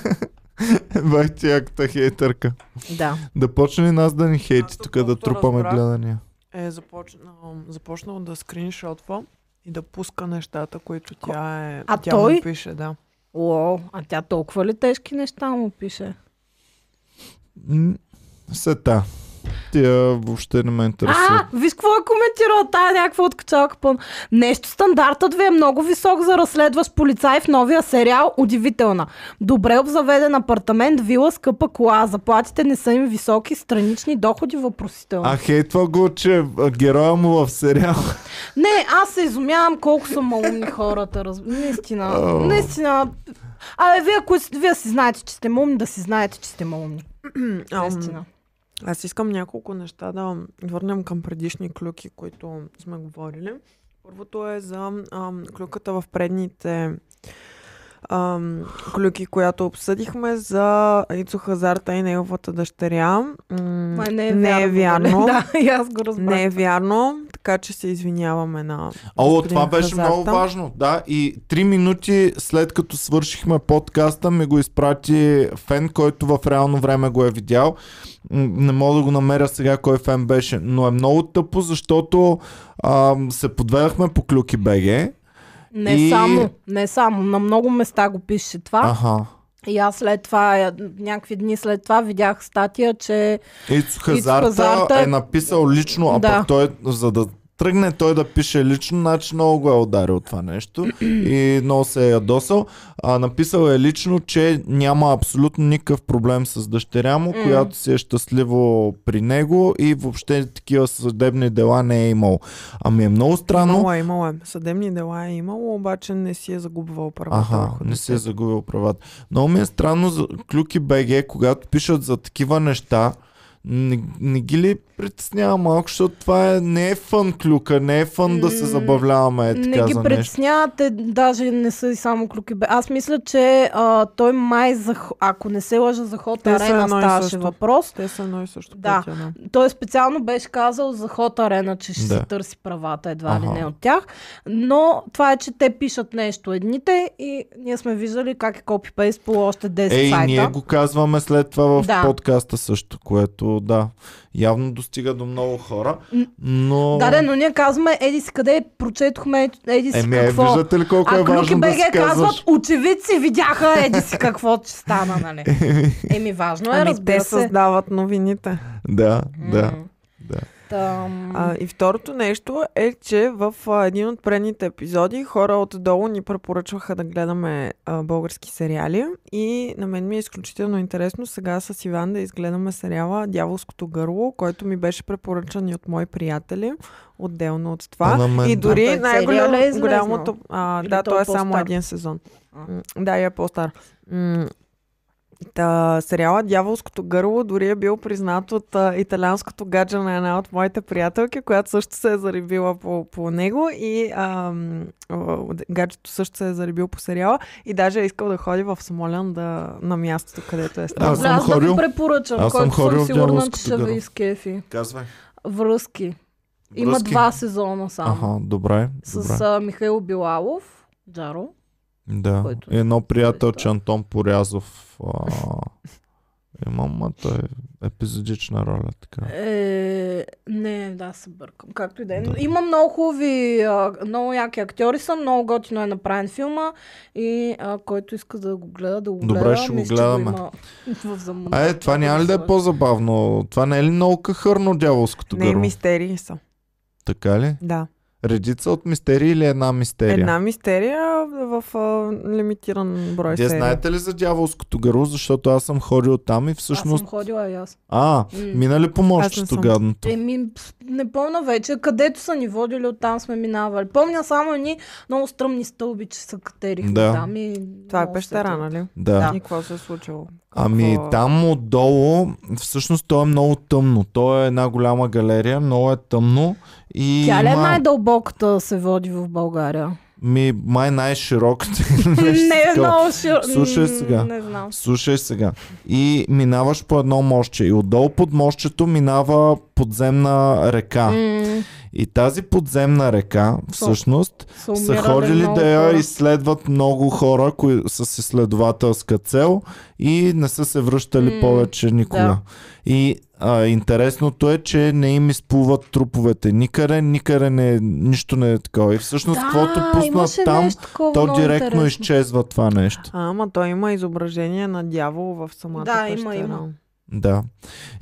[SPEAKER 1] Бай ти акта хейтърка.
[SPEAKER 2] Да.
[SPEAKER 1] Да почне и нас да ни хейти,
[SPEAKER 3] Аз
[SPEAKER 1] тук да
[SPEAKER 3] доколкото
[SPEAKER 1] трупаме
[SPEAKER 3] разбрах-
[SPEAKER 1] гледания.
[SPEAKER 3] Е започнал, започнал да скриншотва и да пуска нещата, които тя е.
[SPEAKER 2] А
[SPEAKER 3] тя
[SPEAKER 2] той?
[SPEAKER 3] му пише, да.
[SPEAKER 2] О, а тя толкова ли тежки неща му пише?
[SPEAKER 1] М, Сета. Тя въобще не ме
[SPEAKER 2] А,
[SPEAKER 1] интересува.
[SPEAKER 2] виж какво е коментирал тая някаква откачалка пълна. Нещо стандартът ви е много висок за разследващ полицай в новия сериал Удивителна. Добре обзаведен апартамент, вила, скъпа кола. Заплатите не са им високи, странични доходи въпросително.
[SPEAKER 1] А хейтва го, че а, героя му в сериал.
[SPEAKER 2] Не, аз се изумявам колко са малумни хората. Раз... Наистина,
[SPEAKER 1] Ау.
[SPEAKER 2] наистина. Абе, вие, ако, си- вие си знаете, че сте малумни, да си знаете, че сте малумни.
[SPEAKER 3] Ам,
[SPEAKER 2] Наистина.
[SPEAKER 3] Аз искам няколко неща да върнем към предишни клюки, които сме говорили. Първото е за ам, клюката в предните ам, клюки, която обсъдихме за Ицо Хазарта и неговата дъщеря. М,
[SPEAKER 2] Май не е
[SPEAKER 3] не е
[SPEAKER 2] вярно.
[SPEAKER 3] вярно.
[SPEAKER 2] да, и аз го разбрах.
[SPEAKER 3] Не е вярно, така че се извиняваме на.
[SPEAKER 1] О,
[SPEAKER 3] господин
[SPEAKER 1] това беше
[SPEAKER 3] Хазарта.
[SPEAKER 1] много важно. Да, и три минути след като свършихме подкаста, ми го изпрати фен, който в реално време го е видял. М, Не мога да го намеря сега кой фен беше, но е много тъпо, защото ам, се подведахме по клюки БГ.
[SPEAKER 2] Не
[SPEAKER 1] И-
[SPEAKER 2] само, не само. На много места го пише това.
[SPEAKER 1] Аха.
[SPEAKER 2] И аз след това, я- някакви дни след това, видях статия, че
[SPEAKER 1] Ицо
[SPEAKER 2] Хазарта
[SPEAKER 1] Хазарта
[SPEAKER 2] е-
[SPEAKER 1] е написал лично, а
[SPEAKER 2] Да.
[SPEAKER 1] пък той, за да тръгне той да пише лично, значи много го е ударил това нещо и много се е ядосал. А, написал е лично, че няма абсолютно никакъв проблем с дъщеря му,
[SPEAKER 2] М.
[SPEAKER 1] която си е щастливо при него и въобще такива съдебни дела не е имал. Ами е много странно.
[SPEAKER 3] Имало е, имало е. Съдебни дела е имало, обаче не си е загубвал правата.
[SPEAKER 1] Аха,
[SPEAKER 3] върху
[SPEAKER 1] не си е
[SPEAKER 3] детето.
[SPEAKER 1] загубил правата. Много ми е странно за Клюки БГ, когато пишат за такива неща, не, не ги ли притеснява малко, защото това е, не е фън клюка, не е фън да се
[SPEAKER 2] М,
[SPEAKER 1] забавляваме е
[SPEAKER 2] не
[SPEAKER 1] така
[SPEAKER 2] ги
[SPEAKER 1] за нещо.
[SPEAKER 2] притеснявате, даже не са и само клюки. бе. Аз мисля, че а, той май, за, Х- ако не се лъжа за ход
[SPEAKER 3] Те са
[SPEAKER 2] арена,
[SPEAKER 3] едно и
[SPEAKER 2] ставаше
[SPEAKER 3] също.
[SPEAKER 2] въпрос.
[SPEAKER 3] Те са едно и също.
[SPEAKER 2] Да.
[SPEAKER 3] Пътя, да.
[SPEAKER 2] Той специално беше казал за ход арена, че ще
[SPEAKER 1] Да.
[SPEAKER 2] се търси правата, едва ли
[SPEAKER 1] Аха.
[SPEAKER 2] не от тях. Но това е, че те пишат нещо едните и ние сме виждали как е копипейст по още 10
[SPEAKER 1] Ей,
[SPEAKER 2] сайта.
[SPEAKER 1] ние го казваме след това в
[SPEAKER 2] Да.
[SPEAKER 1] подкаста също, което което да, явно достига до много хора, но...
[SPEAKER 2] Да, да, но ние казваме, еди си къде, прочетохме, еди си
[SPEAKER 1] Еми, е,
[SPEAKER 2] какво.
[SPEAKER 1] виждате ли колко е
[SPEAKER 2] а
[SPEAKER 1] важно да
[SPEAKER 2] БГ
[SPEAKER 1] си
[SPEAKER 2] казват,
[SPEAKER 1] казваш?
[SPEAKER 2] очевидци видяха, еди си какво, че стана, нали? Еми, важно е,
[SPEAKER 3] Ами
[SPEAKER 2] разбира
[SPEAKER 3] те
[SPEAKER 2] се.
[SPEAKER 3] създават новините.
[SPEAKER 1] Да, да.
[SPEAKER 2] М.
[SPEAKER 1] да.
[SPEAKER 2] Там...
[SPEAKER 3] А, и второто нещо е, че в а, един от предните епизоди хора отдолу ни препоръчваха да гледаме а, български сериали и на мен ми е изключително интересно сега с Иван да изгледаме сериала Дяволското гърло, който ми беше препоръчан и от мои приятели, отделно от това.
[SPEAKER 1] А на мен-
[SPEAKER 3] и
[SPEAKER 2] А той
[SPEAKER 3] дори
[SPEAKER 2] целият ли е излезнал?
[SPEAKER 3] най-голямото... А,
[SPEAKER 2] Или
[SPEAKER 3] да,
[SPEAKER 2] той
[SPEAKER 3] той
[SPEAKER 2] е
[SPEAKER 3] е само
[SPEAKER 2] по-стар?
[SPEAKER 3] един сезон.
[SPEAKER 2] А.
[SPEAKER 3] М, Да, и е по-стар. М, Та, сериала Дяволското гърло дори е бил признат от а, италианското гадже на една от моите приятелки, която също се е зарибила по, по него и ам, а, гаджето също се е зарибил по сериала и даже е искал да ходи в Смолян да, на мястото, където е станал.
[SPEAKER 1] Аз съм
[SPEAKER 2] Аз да
[SPEAKER 1] ходил.
[SPEAKER 2] ви препоръчам,
[SPEAKER 1] Аз съм
[SPEAKER 2] който
[SPEAKER 1] ходил в
[SPEAKER 2] съм сигурна,
[SPEAKER 1] Дяволското
[SPEAKER 2] че ще ви
[SPEAKER 1] гърло.
[SPEAKER 2] изкефи.
[SPEAKER 1] Казвай.
[SPEAKER 2] Връзки. Има
[SPEAKER 1] Връзки?
[SPEAKER 2] два сезона само.
[SPEAKER 1] Аха, добре, добре.
[SPEAKER 2] С а, Михаил Билалов, Джаро.
[SPEAKER 1] Да.
[SPEAKER 2] който-
[SPEAKER 1] Едно приятел,
[SPEAKER 2] който-
[SPEAKER 1] че Антон Порязов а... имам, а той е епизодична роля. Така.
[SPEAKER 2] Е, не, да, се бъркам. Както и да е.
[SPEAKER 1] Да.
[SPEAKER 2] Има много хубави, а, много яки актьори са, много готино е направен филма и а, който иска да го гледа, да го
[SPEAKER 1] Добре,
[SPEAKER 2] гледа.
[SPEAKER 1] ще го
[SPEAKER 2] Мисля, че
[SPEAKER 1] гледаме.
[SPEAKER 2] има в замънта,
[SPEAKER 1] А е, това няма ли да е по-забавно? Това не е ли много кахърно дяволското
[SPEAKER 3] Не,
[SPEAKER 1] гърло?
[SPEAKER 3] мистерии са.
[SPEAKER 1] Така ли?
[SPEAKER 3] Да.
[SPEAKER 1] Редица от мистерии или една мистерия?
[SPEAKER 3] Една мистерия в а, лимитиран брой
[SPEAKER 1] Вие
[SPEAKER 3] серии.
[SPEAKER 1] знаете ли за дяволското гърло, защото аз съм ходил там и
[SPEAKER 2] Аз
[SPEAKER 1] всъщност...
[SPEAKER 2] съм ходила и аз.
[SPEAKER 1] А,
[SPEAKER 2] М.
[SPEAKER 1] мина ли
[SPEAKER 3] Аз
[SPEAKER 1] помощчето
[SPEAKER 3] не съм.
[SPEAKER 1] гадното?
[SPEAKER 2] Еми, пс, не помня вече, където са ни водили, оттам сме минавали. Помня само едни много стръмни стълби, че са катерихме
[SPEAKER 1] Да.
[SPEAKER 2] там и...
[SPEAKER 3] Това е
[SPEAKER 2] много се
[SPEAKER 3] пещера, нали?
[SPEAKER 1] Да.
[SPEAKER 3] И какво се е случило?
[SPEAKER 1] Ами
[SPEAKER 3] Какво-
[SPEAKER 1] там отдолу, всъщност то е много тъмно. То е една голяма галерия, много е тъмно. И
[SPEAKER 2] Тя ли е
[SPEAKER 1] има,
[SPEAKER 2] най-дълбоката се води в България?
[SPEAKER 1] ми, май най-широката. Нещо
[SPEAKER 2] не е
[SPEAKER 1] такова.
[SPEAKER 2] много шир...
[SPEAKER 1] Слушай сега.
[SPEAKER 2] Не знам.
[SPEAKER 1] Слушай сега. И минаваш по едно мощче. И отдолу под мощчето минава подземна река.
[SPEAKER 2] М,
[SPEAKER 1] И тази подземна река, всъщност,
[SPEAKER 2] са
[SPEAKER 1] са
[SPEAKER 2] умирали
[SPEAKER 1] ходили
[SPEAKER 2] много
[SPEAKER 1] да я
[SPEAKER 2] хора.
[SPEAKER 1] изследват много хора кои, с изследователска цел и не са се връщали
[SPEAKER 2] М,
[SPEAKER 1] повече никога.
[SPEAKER 2] да.
[SPEAKER 1] И а, интересното е, че не им изплуват труповете. Никъде, никъде не, нищо не е такова. И всъщност,
[SPEAKER 2] Да,
[SPEAKER 1] каквото пуснат
[SPEAKER 2] имаше
[SPEAKER 1] там,
[SPEAKER 2] нещо такова
[SPEAKER 1] то
[SPEAKER 2] много
[SPEAKER 1] директно
[SPEAKER 2] интересно.
[SPEAKER 1] изчезва това нещо.
[SPEAKER 3] А, ама той има изображение на дявол в самата
[SPEAKER 2] Да,
[SPEAKER 3] пещера.
[SPEAKER 2] има, има.
[SPEAKER 1] Да.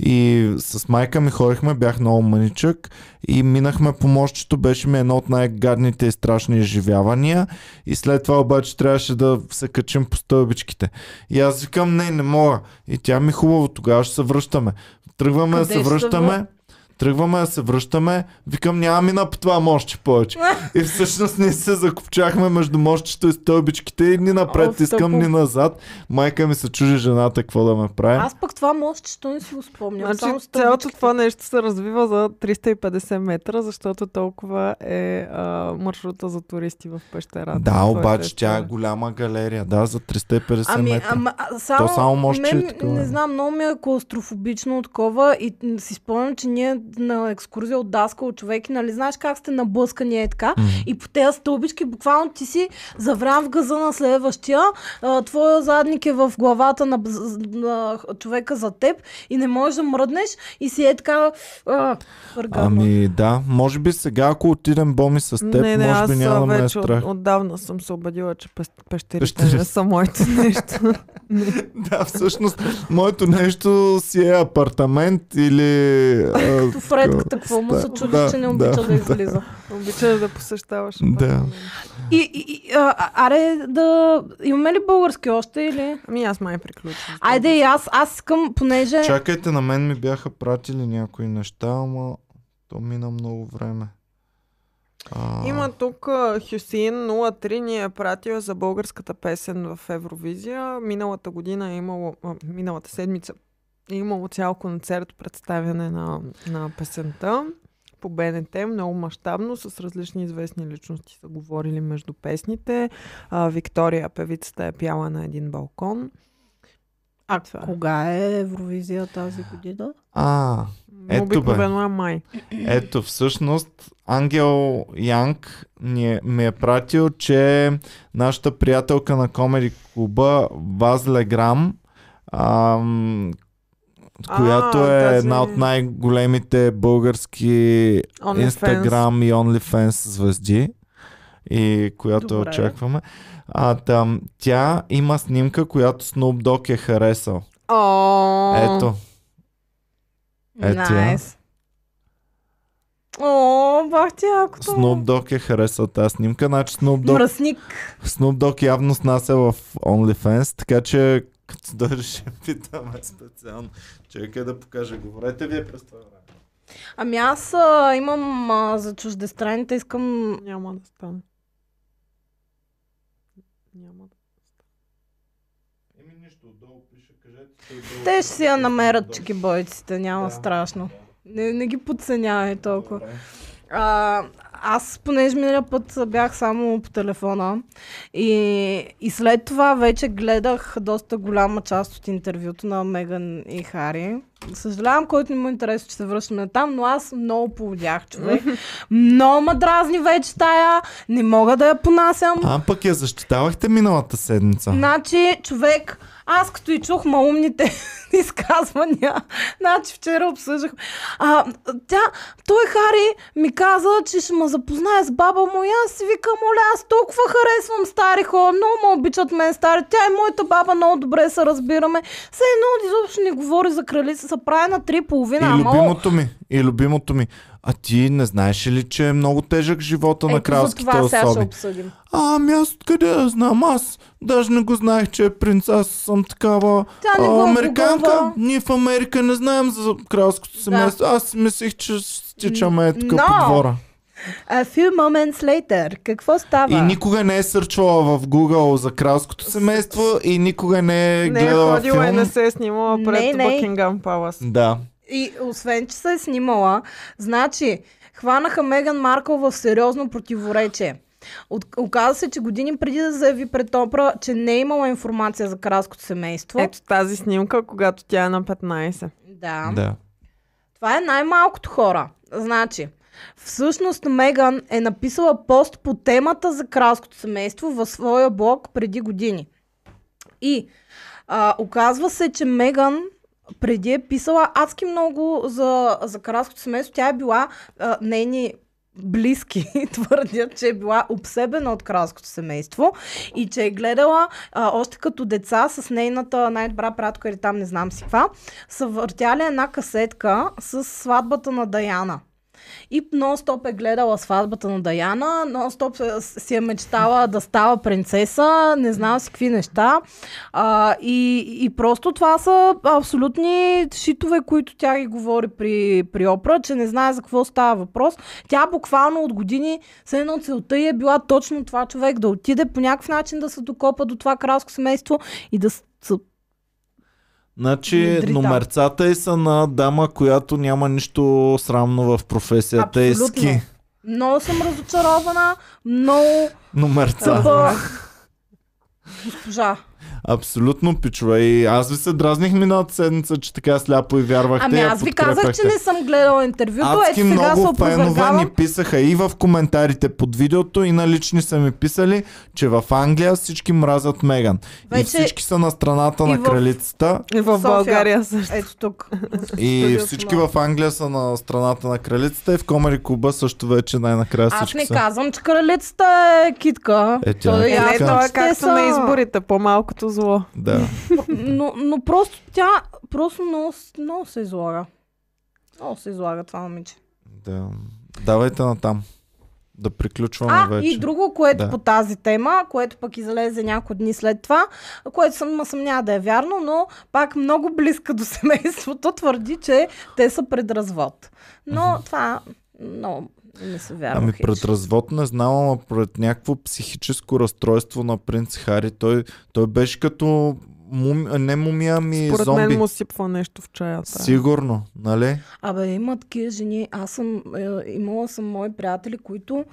[SPEAKER 1] И с майка ми ходихме, бях много мъничък и минахме по мощчето, беше ми едно от най-гадните и страшни изживявания и след това обаче трябваше да се качим по стълбичките. И аз викам, не, не мога. И тя ми хубаво, тогава ще се връщаме. Тръгваме да
[SPEAKER 2] Къде
[SPEAKER 1] се
[SPEAKER 2] ще
[SPEAKER 1] връщаме.
[SPEAKER 2] бъ-
[SPEAKER 1] Тръгваме да се връщаме, викам няма мина по това мощче повече. И всъщност ние се закопчахме между мощчето и стълбичките и ни
[SPEAKER 2] О,
[SPEAKER 1] напред
[SPEAKER 2] тъпо.
[SPEAKER 1] искам, ни назад. Майка ми се чужи жената, какво да ме прави.
[SPEAKER 2] Аз пък това мостчето не си го спомням. само
[SPEAKER 3] Значи, цялото
[SPEAKER 2] стълбичките.
[SPEAKER 3] това нещо се развива за 350 метра, защото толкова е а, маршрута за туристи в пещерата.
[SPEAKER 1] Да,
[SPEAKER 3] Това е
[SPEAKER 1] обаче тя е
[SPEAKER 3] тестове.
[SPEAKER 1] голяма галерия, да, за 350
[SPEAKER 3] е
[SPEAKER 2] Ами,
[SPEAKER 1] метра.
[SPEAKER 2] ама, а, само,
[SPEAKER 1] само може, че е
[SPEAKER 2] мен,
[SPEAKER 1] такова.
[SPEAKER 2] не знам, много ми е клаустрофобично такова и м, си спомням, че ние на екскурзия от Даска от човеки, нали знаеш как сте наблъскани е така
[SPEAKER 1] Мгм.
[SPEAKER 2] и по тези стълбички буквално ти си заврян в газа на следващия, а, твоя задник е в главата на, бз- з- на човека за теб и не можеш да мръднеш и си е така а, въргана.
[SPEAKER 1] Ами да, може би сега, ако отидем боми с теб,
[SPEAKER 3] не, не,
[SPEAKER 1] може би
[SPEAKER 3] аз
[SPEAKER 1] няма
[SPEAKER 3] а,
[SPEAKER 1] да ме е
[SPEAKER 3] вече от,
[SPEAKER 1] страх.
[SPEAKER 3] отдавна съм се убедила, че пес- пещерите
[SPEAKER 1] Пещери.
[SPEAKER 3] не са моето нещо.
[SPEAKER 1] Да, всъщност, моето нещо си е апартамент или... а,
[SPEAKER 2] Като Фредката, какво му се
[SPEAKER 1] Да,
[SPEAKER 2] чуди,
[SPEAKER 1] да,
[SPEAKER 2] че не
[SPEAKER 1] да,
[SPEAKER 2] обича да,
[SPEAKER 1] да.
[SPEAKER 2] излиза.
[SPEAKER 3] Обичаш да посещаваш.
[SPEAKER 1] Да.
[SPEAKER 3] апартамент.
[SPEAKER 2] И, и, и а, а- аре, да... Имаме ли български още или...
[SPEAKER 3] Ами аз май приключвам.
[SPEAKER 2] Айде и аз, аз искам, понеже...
[SPEAKER 1] Чакайте, на мен ми бяха пратили някои неща, ама то мина много време. А,
[SPEAKER 3] Има тук а, Хюсеин 03 ни е пратил за българската песен в Евровизия. Миналата година е имало, а, миналата седмица е имало цял концерт представяне на, на песента по БНТ, много мащабно, с различни известни личности са говорили между песните. А, Виктория, певицата е пяла на един балкон. А, това е.
[SPEAKER 2] Кога е Евровизия тази година?
[SPEAKER 1] А, Ето бе.
[SPEAKER 3] Обикновено е май.
[SPEAKER 1] Ето, всъщност, Ангел Янг ни е, ми е пратил, че нашата приятелка на комеди клуба Вазле Грам ам,
[SPEAKER 3] А,
[SPEAKER 1] която е
[SPEAKER 3] тази-
[SPEAKER 1] една от най-големите български
[SPEAKER 3] OnlyFans.
[SPEAKER 1] Instagram и OnlyFans звезди и която
[SPEAKER 2] Добре.
[SPEAKER 1] Добре. очакваме. А там тя има снимка, която Snoop Dogg е харесал.
[SPEAKER 3] О,
[SPEAKER 1] Ето. Е, тя.
[SPEAKER 2] Найс. О, бах ти якото.
[SPEAKER 1] Snoop Dogg е харесал тази снимка. Значи Snoop Dogg
[SPEAKER 2] Мръсник.
[SPEAKER 1] Snoop Dogg явно снася в OnlyFans, така че като се дойде ще питаме специално. Чакай да покажа. Говорете вие през това време.
[SPEAKER 2] Ами аз а, имам а, за чуждестранните, искам...
[SPEAKER 3] Няма да стане. Няма да.
[SPEAKER 1] Еми нищо, отдолу пише, кажете. че отдолу
[SPEAKER 2] Те ще си я
[SPEAKER 1] пише
[SPEAKER 2] намерят
[SPEAKER 1] Snoop Dogg.
[SPEAKER 2] чекибойците, няма
[SPEAKER 1] Да.
[SPEAKER 2] страшно. Не, не ги подценявай толкова.
[SPEAKER 1] Добре.
[SPEAKER 2] А, аз, понеже миналия път бях само по телефона и, и след това вече гледах доста голяма част от интервюто на Меган и Хари. Съжалявам, който не му е интересно, че се връщаме там, но аз много поводях човек. много ма дразни вече тая, не мога да я понасям.
[SPEAKER 1] А, пък я защитавахте миналата седмица.
[SPEAKER 2] Значи, човек, аз като и чух малумните изказвания, значи вчера обсъждах. А, тя, той Хари ми каза, че ще ме запознае с баба му и аз си викам, моля, аз толкова харесвам стари хора, много ме обичат мен стари. Тя и моята баба много добре се разбираме. Все едно изобщо не говори за кралица, се прави на три и половина.
[SPEAKER 1] И
[SPEAKER 2] ама, о,
[SPEAKER 1] любимото ми, и любимото ми. А ти не знаеш ли, че е много тежък живота на
[SPEAKER 2] ето за
[SPEAKER 1] кралските
[SPEAKER 2] това сега ще
[SPEAKER 1] особи?
[SPEAKER 2] обсъдим.
[SPEAKER 1] А, ами аз откъде да знам? Аз даже не го знаех, че е принцес. Съм такава
[SPEAKER 2] Тя не го
[SPEAKER 1] а, американка.
[SPEAKER 2] гугълва.
[SPEAKER 1] Ние в Америка не знаем за кралското семейство. Аз си мислих, че стичаме е така
[SPEAKER 2] Но!
[SPEAKER 1] по двора.
[SPEAKER 2] A few moments later. Какво става?
[SPEAKER 1] И никога не е сърчала в Google за кралското семейство и никога не е
[SPEAKER 3] Не е
[SPEAKER 1] гледала
[SPEAKER 3] ходила и
[SPEAKER 1] филм.
[SPEAKER 3] не се е снимала
[SPEAKER 2] Не,
[SPEAKER 3] пред
[SPEAKER 2] не.
[SPEAKER 3] Бъкингам Палас.
[SPEAKER 1] Да.
[SPEAKER 2] И освен, че се е снимала, значи хванаха Меган Маркъл в сериозно противоречие. От, оказа се, че години преди да заяви пред Опра, че не е имала информация за кралското семейство.
[SPEAKER 3] Ето тази снимка, когато тя е на 15.
[SPEAKER 2] Да.
[SPEAKER 1] Да.
[SPEAKER 2] Това е най-малкото хора. Значи, всъщност Меган е написала пост по темата за кралското семейство във своя блог преди години. И а, оказва се, че Меган преди е писала адски много за, за кралското семейство. Тя е била а, нейни близки твърдят, че е била обсебена от кралското семейство и че е гледала а, още като деца с нейната най-добра пратка или там не знам си каква, са въртяли една касетка с сватбата на Даяна. И нон-стоп е гледала сватбата на Даяна, нон-стоп е- си е мечтала да става принцеса, не знам си какви неща. А, и, и просто това са абсолютни шитове, които тя ги говори при, при Опра, че не знае за какво става въпрос. Тя буквално от години, все едно целта й е била точно това човек да отиде по някакъв начин да се докопа до това кралско семейство и да с- с-
[SPEAKER 1] Значи
[SPEAKER 2] Мудрита.
[SPEAKER 1] номерцата й са на дама, която няма нищо срамно в професията и
[SPEAKER 2] Абсолютно.
[SPEAKER 1] ски.
[SPEAKER 2] Много съм разочарована, много
[SPEAKER 1] Номерца.
[SPEAKER 2] тъпа. Госпожа.
[SPEAKER 1] Абсолютно, пичове. И аз ви се дразних миналата седмица, че така сляпо и вярвахте.
[SPEAKER 2] Ами
[SPEAKER 1] я
[SPEAKER 2] аз ви казах, че
[SPEAKER 1] подкрепяхте.
[SPEAKER 2] не съм гледала интервюто.
[SPEAKER 1] Адски
[SPEAKER 2] Ето сега се
[SPEAKER 1] много фенове
[SPEAKER 2] опровергавам.
[SPEAKER 1] ни писаха и в коментарите под видеото, и на лични са ми писали, че в Англия всички мразят Меган. И
[SPEAKER 2] Вече-
[SPEAKER 1] всички са на страната
[SPEAKER 2] и
[SPEAKER 1] на
[SPEAKER 2] в-
[SPEAKER 1] кралицата.
[SPEAKER 3] И в
[SPEAKER 2] София.
[SPEAKER 3] България също.
[SPEAKER 2] Ето тук.
[SPEAKER 1] И
[SPEAKER 2] Студиото
[SPEAKER 1] всички
[SPEAKER 2] на-
[SPEAKER 1] в Англия са на страната на кралицата. И в Комери Клуба също вече най-накрая
[SPEAKER 2] Аз
[SPEAKER 1] всички
[SPEAKER 2] не
[SPEAKER 1] са.
[SPEAKER 2] казвам, че кралицата е китка.
[SPEAKER 1] Е, тя
[SPEAKER 2] То да
[SPEAKER 1] е
[SPEAKER 3] Е,
[SPEAKER 2] я-
[SPEAKER 3] не,
[SPEAKER 1] Така.
[SPEAKER 3] то е
[SPEAKER 2] Те
[SPEAKER 3] както
[SPEAKER 2] са-
[SPEAKER 3] на изборите, по-малкото зло.
[SPEAKER 1] Да.
[SPEAKER 2] но, но просто тя просто много, с- много се излага. Много се излага това момиче.
[SPEAKER 1] да. Давайте натам. Да приключваме
[SPEAKER 2] А,
[SPEAKER 1] вече.
[SPEAKER 2] и друго, което
[SPEAKER 1] Да.
[SPEAKER 2] по тази тема, което пък излезе няколко дни след това, което съм ма съмня да е вярно, но пак много близка до семейството твърди, че те са пред развод. Но това много не се вярва.
[SPEAKER 1] Ами
[SPEAKER 2] хич.
[SPEAKER 1] пред развод не знам, ама пред някакво психическо разстройство на принц Хари. Той, той беше като муми, не мумия, ами
[SPEAKER 3] Според
[SPEAKER 1] зомби.
[SPEAKER 3] мен му сипва нещо в чаята.
[SPEAKER 1] Сигурно, нали?
[SPEAKER 2] Абе, има такива жени. Аз съм, е, имала съм мои приятели, които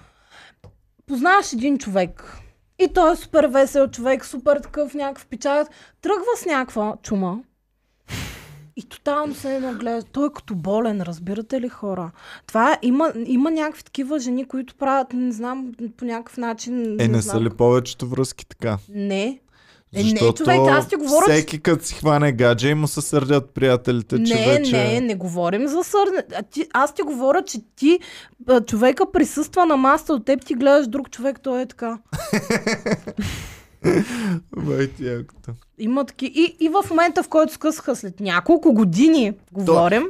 [SPEAKER 2] познаваш един човек. И той е супер весел човек, супер такъв, някакъв печат. Тръгва с някаква чума. И тотално се едно гледа. Той е като болен, разбирате ли хора? Това е- има, има някакви такива жени, които правят, не знам, по някакъв начин.
[SPEAKER 1] Е, не
[SPEAKER 2] знам.
[SPEAKER 1] са ли повечето връзки така?
[SPEAKER 2] Не. Е, не, човек, аз ти говоря, че-
[SPEAKER 1] всеки като си хване гадже и му се сърдят приятелите, че
[SPEAKER 2] не,
[SPEAKER 1] вече...
[SPEAKER 2] не, не говорим за сърне. А ти, аз ти говоря, че ти а, човека присъства на масата от теб, ти гледаш друг човек, той е така.
[SPEAKER 1] Бай ти е якото.
[SPEAKER 2] Има таки... и, и в момента, в който скъсаха след няколко години, говорим,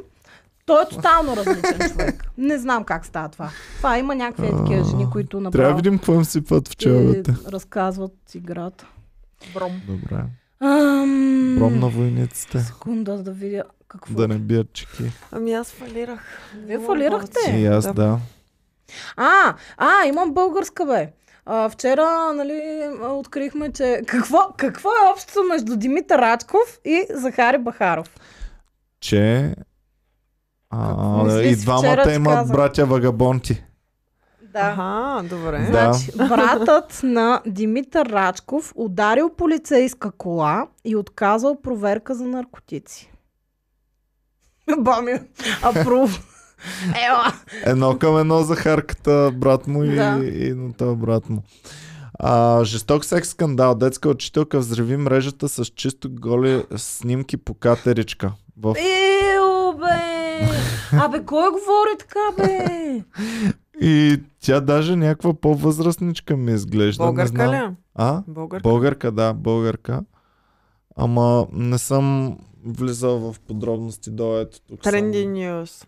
[SPEAKER 2] той е тотално различен човек. Не знам как става това. Това има някакви е
[SPEAKER 1] А,
[SPEAKER 2] такива жени, които
[SPEAKER 1] Трябва да
[SPEAKER 2] направо
[SPEAKER 1] видим какво им сипват в челбата.
[SPEAKER 2] ти разказват играта.
[SPEAKER 3] Бром.
[SPEAKER 2] е.
[SPEAKER 1] Добре.
[SPEAKER 2] Ам...
[SPEAKER 1] Бром на войниците.
[SPEAKER 2] Секунда да видя какво.
[SPEAKER 1] Да не бият чеки.
[SPEAKER 3] Ами аз фалирах.
[SPEAKER 2] Вие фалирахте? Е,
[SPEAKER 1] И аз да.
[SPEAKER 2] А, а, имам българска, бе. А, вчера, нали, а, открихме, че какво, какво е общото между Димитър Рачков и Захари Бахаров?
[SPEAKER 1] Че...
[SPEAKER 2] Какво
[SPEAKER 1] А,
[SPEAKER 2] мислиш?
[SPEAKER 1] и
[SPEAKER 2] Вчера
[SPEAKER 1] двамата
[SPEAKER 2] ти
[SPEAKER 1] имат
[SPEAKER 2] казах.
[SPEAKER 1] братя вагабонти.
[SPEAKER 2] Да.
[SPEAKER 3] Аха, добре.
[SPEAKER 1] Да.
[SPEAKER 2] Значи, братът на Димитър Рачков ударил полицейска кола и отказал проверка за наркотици. Боми, апрув. Ела.
[SPEAKER 1] Едно към едно за харката, брат му и,
[SPEAKER 2] Да.
[SPEAKER 1] и на това брат му. А, жесток секс скандал. Детска учителка взриви мрежата с чисто голи снимки по катеричка. В...
[SPEAKER 2] Ел, бе. Абе, кой говори така, бе?
[SPEAKER 1] И тя даже някаква по-възрастничка ми изглежда. не
[SPEAKER 3] Българка
[SPEAKER 1] знам.
[SPEAKER 3] ли? е?
[SPEAKER 1] А?
[SPEAKER 3] Българка.
[SPEAKER 1] Българка, да, българка. Ама не съм влизал в подробности до ето тук.
[SPEAKER 3] Тренди
[SPEAKER 1] Съм.
[SPEAKER 3] Ньюс.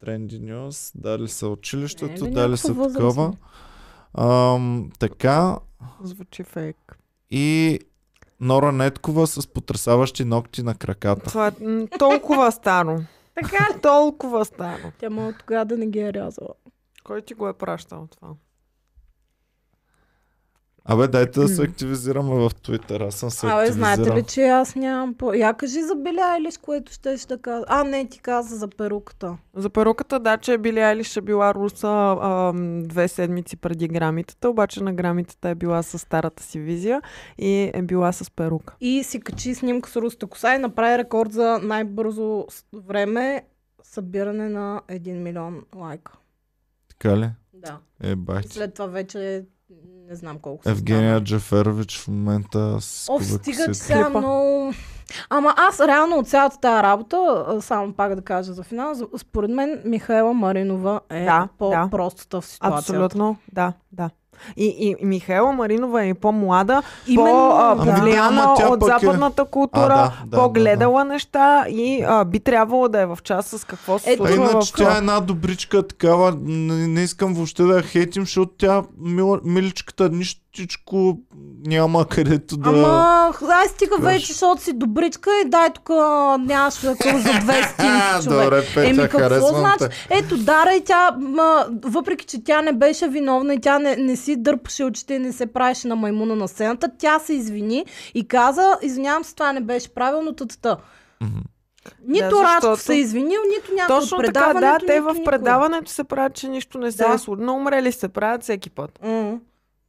[SPEAKER 1] Тренди Ньюс. Дали са
[SPEAKER 2] Не,
[SPEAKER 1] училището,
[SPEAKER 2] бе,
[SPEAKER 1] дали са
[SPEAKER 2] някаква възраст,
[SPEAKER 1] такова.
[SPEAKER 2] бе.
[SPEAKER 1] Ам, така,
[SPEAKER 3] Звучи фейк.
[SPEAKER 1] и Нора Неткова с потрясаващи ногти на краката.
[SPEAKER 3] Това е м, толкова старо.
[SPEAKER 2] Така ли?
[SPEAKER 3] Толкова старо.
[SPEAKER 2] Тя мога тогава да не ги е рязала.
[SPEAKER 3] Кой ти го е пращал това?
[SPEAKER 1] Абе, дайте да се активизираме в Твитър. Аз съм се
[SPEAKER 2] Абе,
[SPEAKER 1] активизирал.
[SPEAKER 2] знаете ли, че аз нямам по... Я кажи за Билли Айлиш, което щеш да кажа. А, не, ти каза за перуката.
[SPEAKER 3] За перуката, да, че Били Айлиш е била руса ам, две седмици преди грамитата, обаче на грамитата е била с старата си визия и е била с перука.
[SPEAKER 2] И си качи снимка с руста коса и направи рекорд за най-бързо с- време събиране на 1 милион лайка.
[SPEAKER 1] Така ли?
[SPEAKER 2] Да.
[SPEAKER 1] Е,
[SPEAKER 2] И
[SPEAKER 1] бахте.
[SPEAKER 2] след това вече не знам колко са
[SPEAKER 1] Евгения
[SPEAKER 2] станали.
[SPEAKER 1] Джаферович в момента с е
[SPEAKER 2] Оф,
[SPEAKER 1] кубе
[SPEAKER 2] стига, че
[SPEAKER 1] косите.
[SPEAKER 2] сега
[SPEAKER 3] Клипа.
[SPEAKER 2] много... Ама аз реално от цялата тази работа, а, само пак да кажа за финал, за- според мен Михаела Маринова е
[SPEAKER 3] Да,
[SPEAKER 2] по-простата в ситуацията.
[SPEAKER 3] Абсолютно, да, да. И, и Михайла Маринова е по-млада,
[SPEAKER 2] Именно, да.
[SPEAKER 1] Ами да,
[SPEAKER 3] по-влияна
[SPEAKER 1] ама тя
[SPEAKER 3] от
[SPEAKER 1] пък е-
[SPEAKER 3] западната култура,
[SPEAKER 1] А, да, да,
[SPEAKER 3] по-гледала неща и а, би трябвало да е в час с какво се
[SPEAKER 2] Е,
[SPEAKER 1] А
[SPEAKER 3] случва
[SPEAKER 1] иначе
[SPEAKER 3] в...
[SPEAKER 1] тя е една добричка такава, не, не искам въобще да я хейтим, защото тя мила, миличката нищичко няма където да...
[SPEAKER 2] Ама, ай стига
[SPEAKER 1] Каш.
[SPEAKER 2] вече, защото си добричка и дай тук а, нямаш лъкъл за 200
[SPEAKER 1] А,
[SPEAKER 2] човек.
[SPEAKER 1] добре, Петя,
[SPEAKER 2] Еми, какво
[SPEAKER 1] харесвам
[SPEAKER 2] значи? Ето, Дара и тя, ма, въпреки, че тя не беше виновна и тя не, не си дърпаше очите и не се правеше на маймуна на сцената, тя се извини и каза, извинявам се, това не беше правилно, тътата.
[SPEAKER 1] Мгм.
[SPEAKER 2] Нито
[SPEAKER 3] Да,
[SPEAKER 2] Рачков
[SPEAKER 3] защото-
[SPEAKER 2] се е извинил, нито някой
[SPEAKER 3] Точно
[SPEAKER 2] от
[SPEAKER 3] така,
[SPEAKER 2] предаването,
[SPEAKER 3] да, те
[SPEAKER 2] нито
[SPEAKER 3] в
[SPEAKER 2] никой.
[SPEAKER 3] предаването се правят, че нищо не се
[SPEAKER 2] Да.
[SPEAKER 3] е случило. Умрели се правят всеки път.
[SPEAKER 2] М.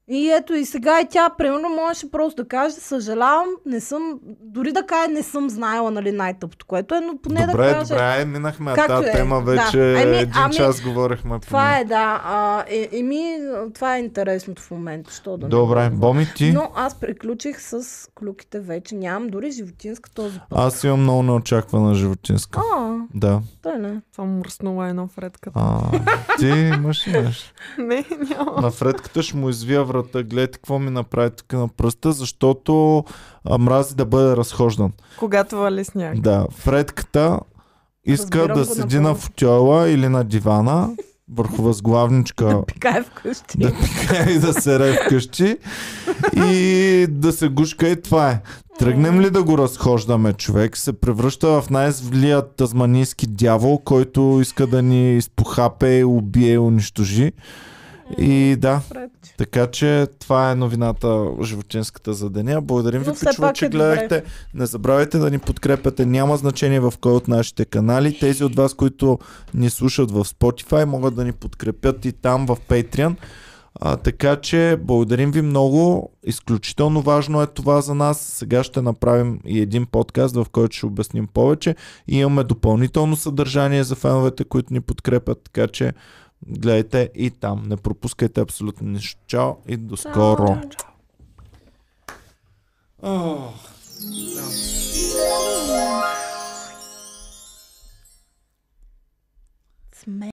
[SPEAKER 2] И ето и сега и тя, примерно, можеше просто да каже, съжалявам, не съм, дори да каже, не съм знаела, нали, най-тъпто, което е, но поне
[SPEAKER 1] добре,
[SPEAKER 2] да каже.
[SPEAKER 1] добре, ай, минахме
[SPEAKER 2] Както
[SPEAKER 1] тази
[SPEAKER 2] е,
[SPEAKER 1] тема
[SPEAKER 2] да.
[SPEAKER 1] вече
[SPEAKER 2] Ами,
[SPEAKER 1] един
[SPEAKER 2] ами,
[SPEAKER 1] час говорихме. по
[SPEAKER 2] Това
[SPEAKER 1] нея.
[SPEAKER 2] е, да. А, е, еми, това е интересното в момента. Що да не
[SPEAKER 1] Добре,
[SPEAKER 2] го-
[SPEAKER 1] Боми ти?
[SPEAKER 2] Но аз приключих с клюките вече. Нямам дори животинска този път.
[SPEAKER 1] Аз имам много неочаквана животинска.
[SPEAKER 2] А,
[SPEAKER 1] Да.
[SPEAKER 2] той не.
[SPEAKER 3] Съм мръснала едно фредката.
[SPEAKER 1] А, ти имаш ли нещо?
[SPEAKER 3] Не, няма.
[SPEAKER 1] На Фредката ще му извия врата. Гледайте какво ми направи тук на пръста, защото а, мрази да бъде разхождан.
[SPEAKER 3] Когато вали е сняг.
[SPEAKER 1] Да, Фредката иска
[SPEAKER 2] Разбирам
[SPEAKER 1] да
[SPEAKER 2] го
[SPEAKER 1] седи
[SPEAKER 2] напълно.
[SPEAKER 1] на футьола или на дивана върху възглавничка
[SPEAKER 2] Пикае вкъщи.
[SPEAKER 1] да пикае и да се рее вкъщи и да се гушка и това е. Тръгнем ли да го разхождаме, човек се превръща в най-злият тазманийски дявол, който иска да ни изпохапе, убие и унищожи. И да,
[SPEAKER 2] Фредче.
[SPEAKER 1] така че това е новината животинската за деня. Благодарим ви,
[SPEAKER 2] Но все
[SPEAKER 1] пичува,
[SPEAKER 2] пак
[SPEAKER 1] че
[SPEAKER 2] е
[SPEAKER 1] гледахте. Не забравяйте да ни подкрепяте. Няма значение в кой от нашите канали. Тези от вас, които ни слушат в Spotify, могат да ни подкрепят и там в Patreon. А, така че благодарим ви много. Изключително важно е това за нас. Сега ще направим и един подкаст, в който ще обясним повече. И имаме допълнително съдържание за феновете, които ни подкрепят. Така че гледайте и там. Не пропускайте абсолютно нищо. Чао и до скоро. Ох.
[SPEAKER 2] Сме.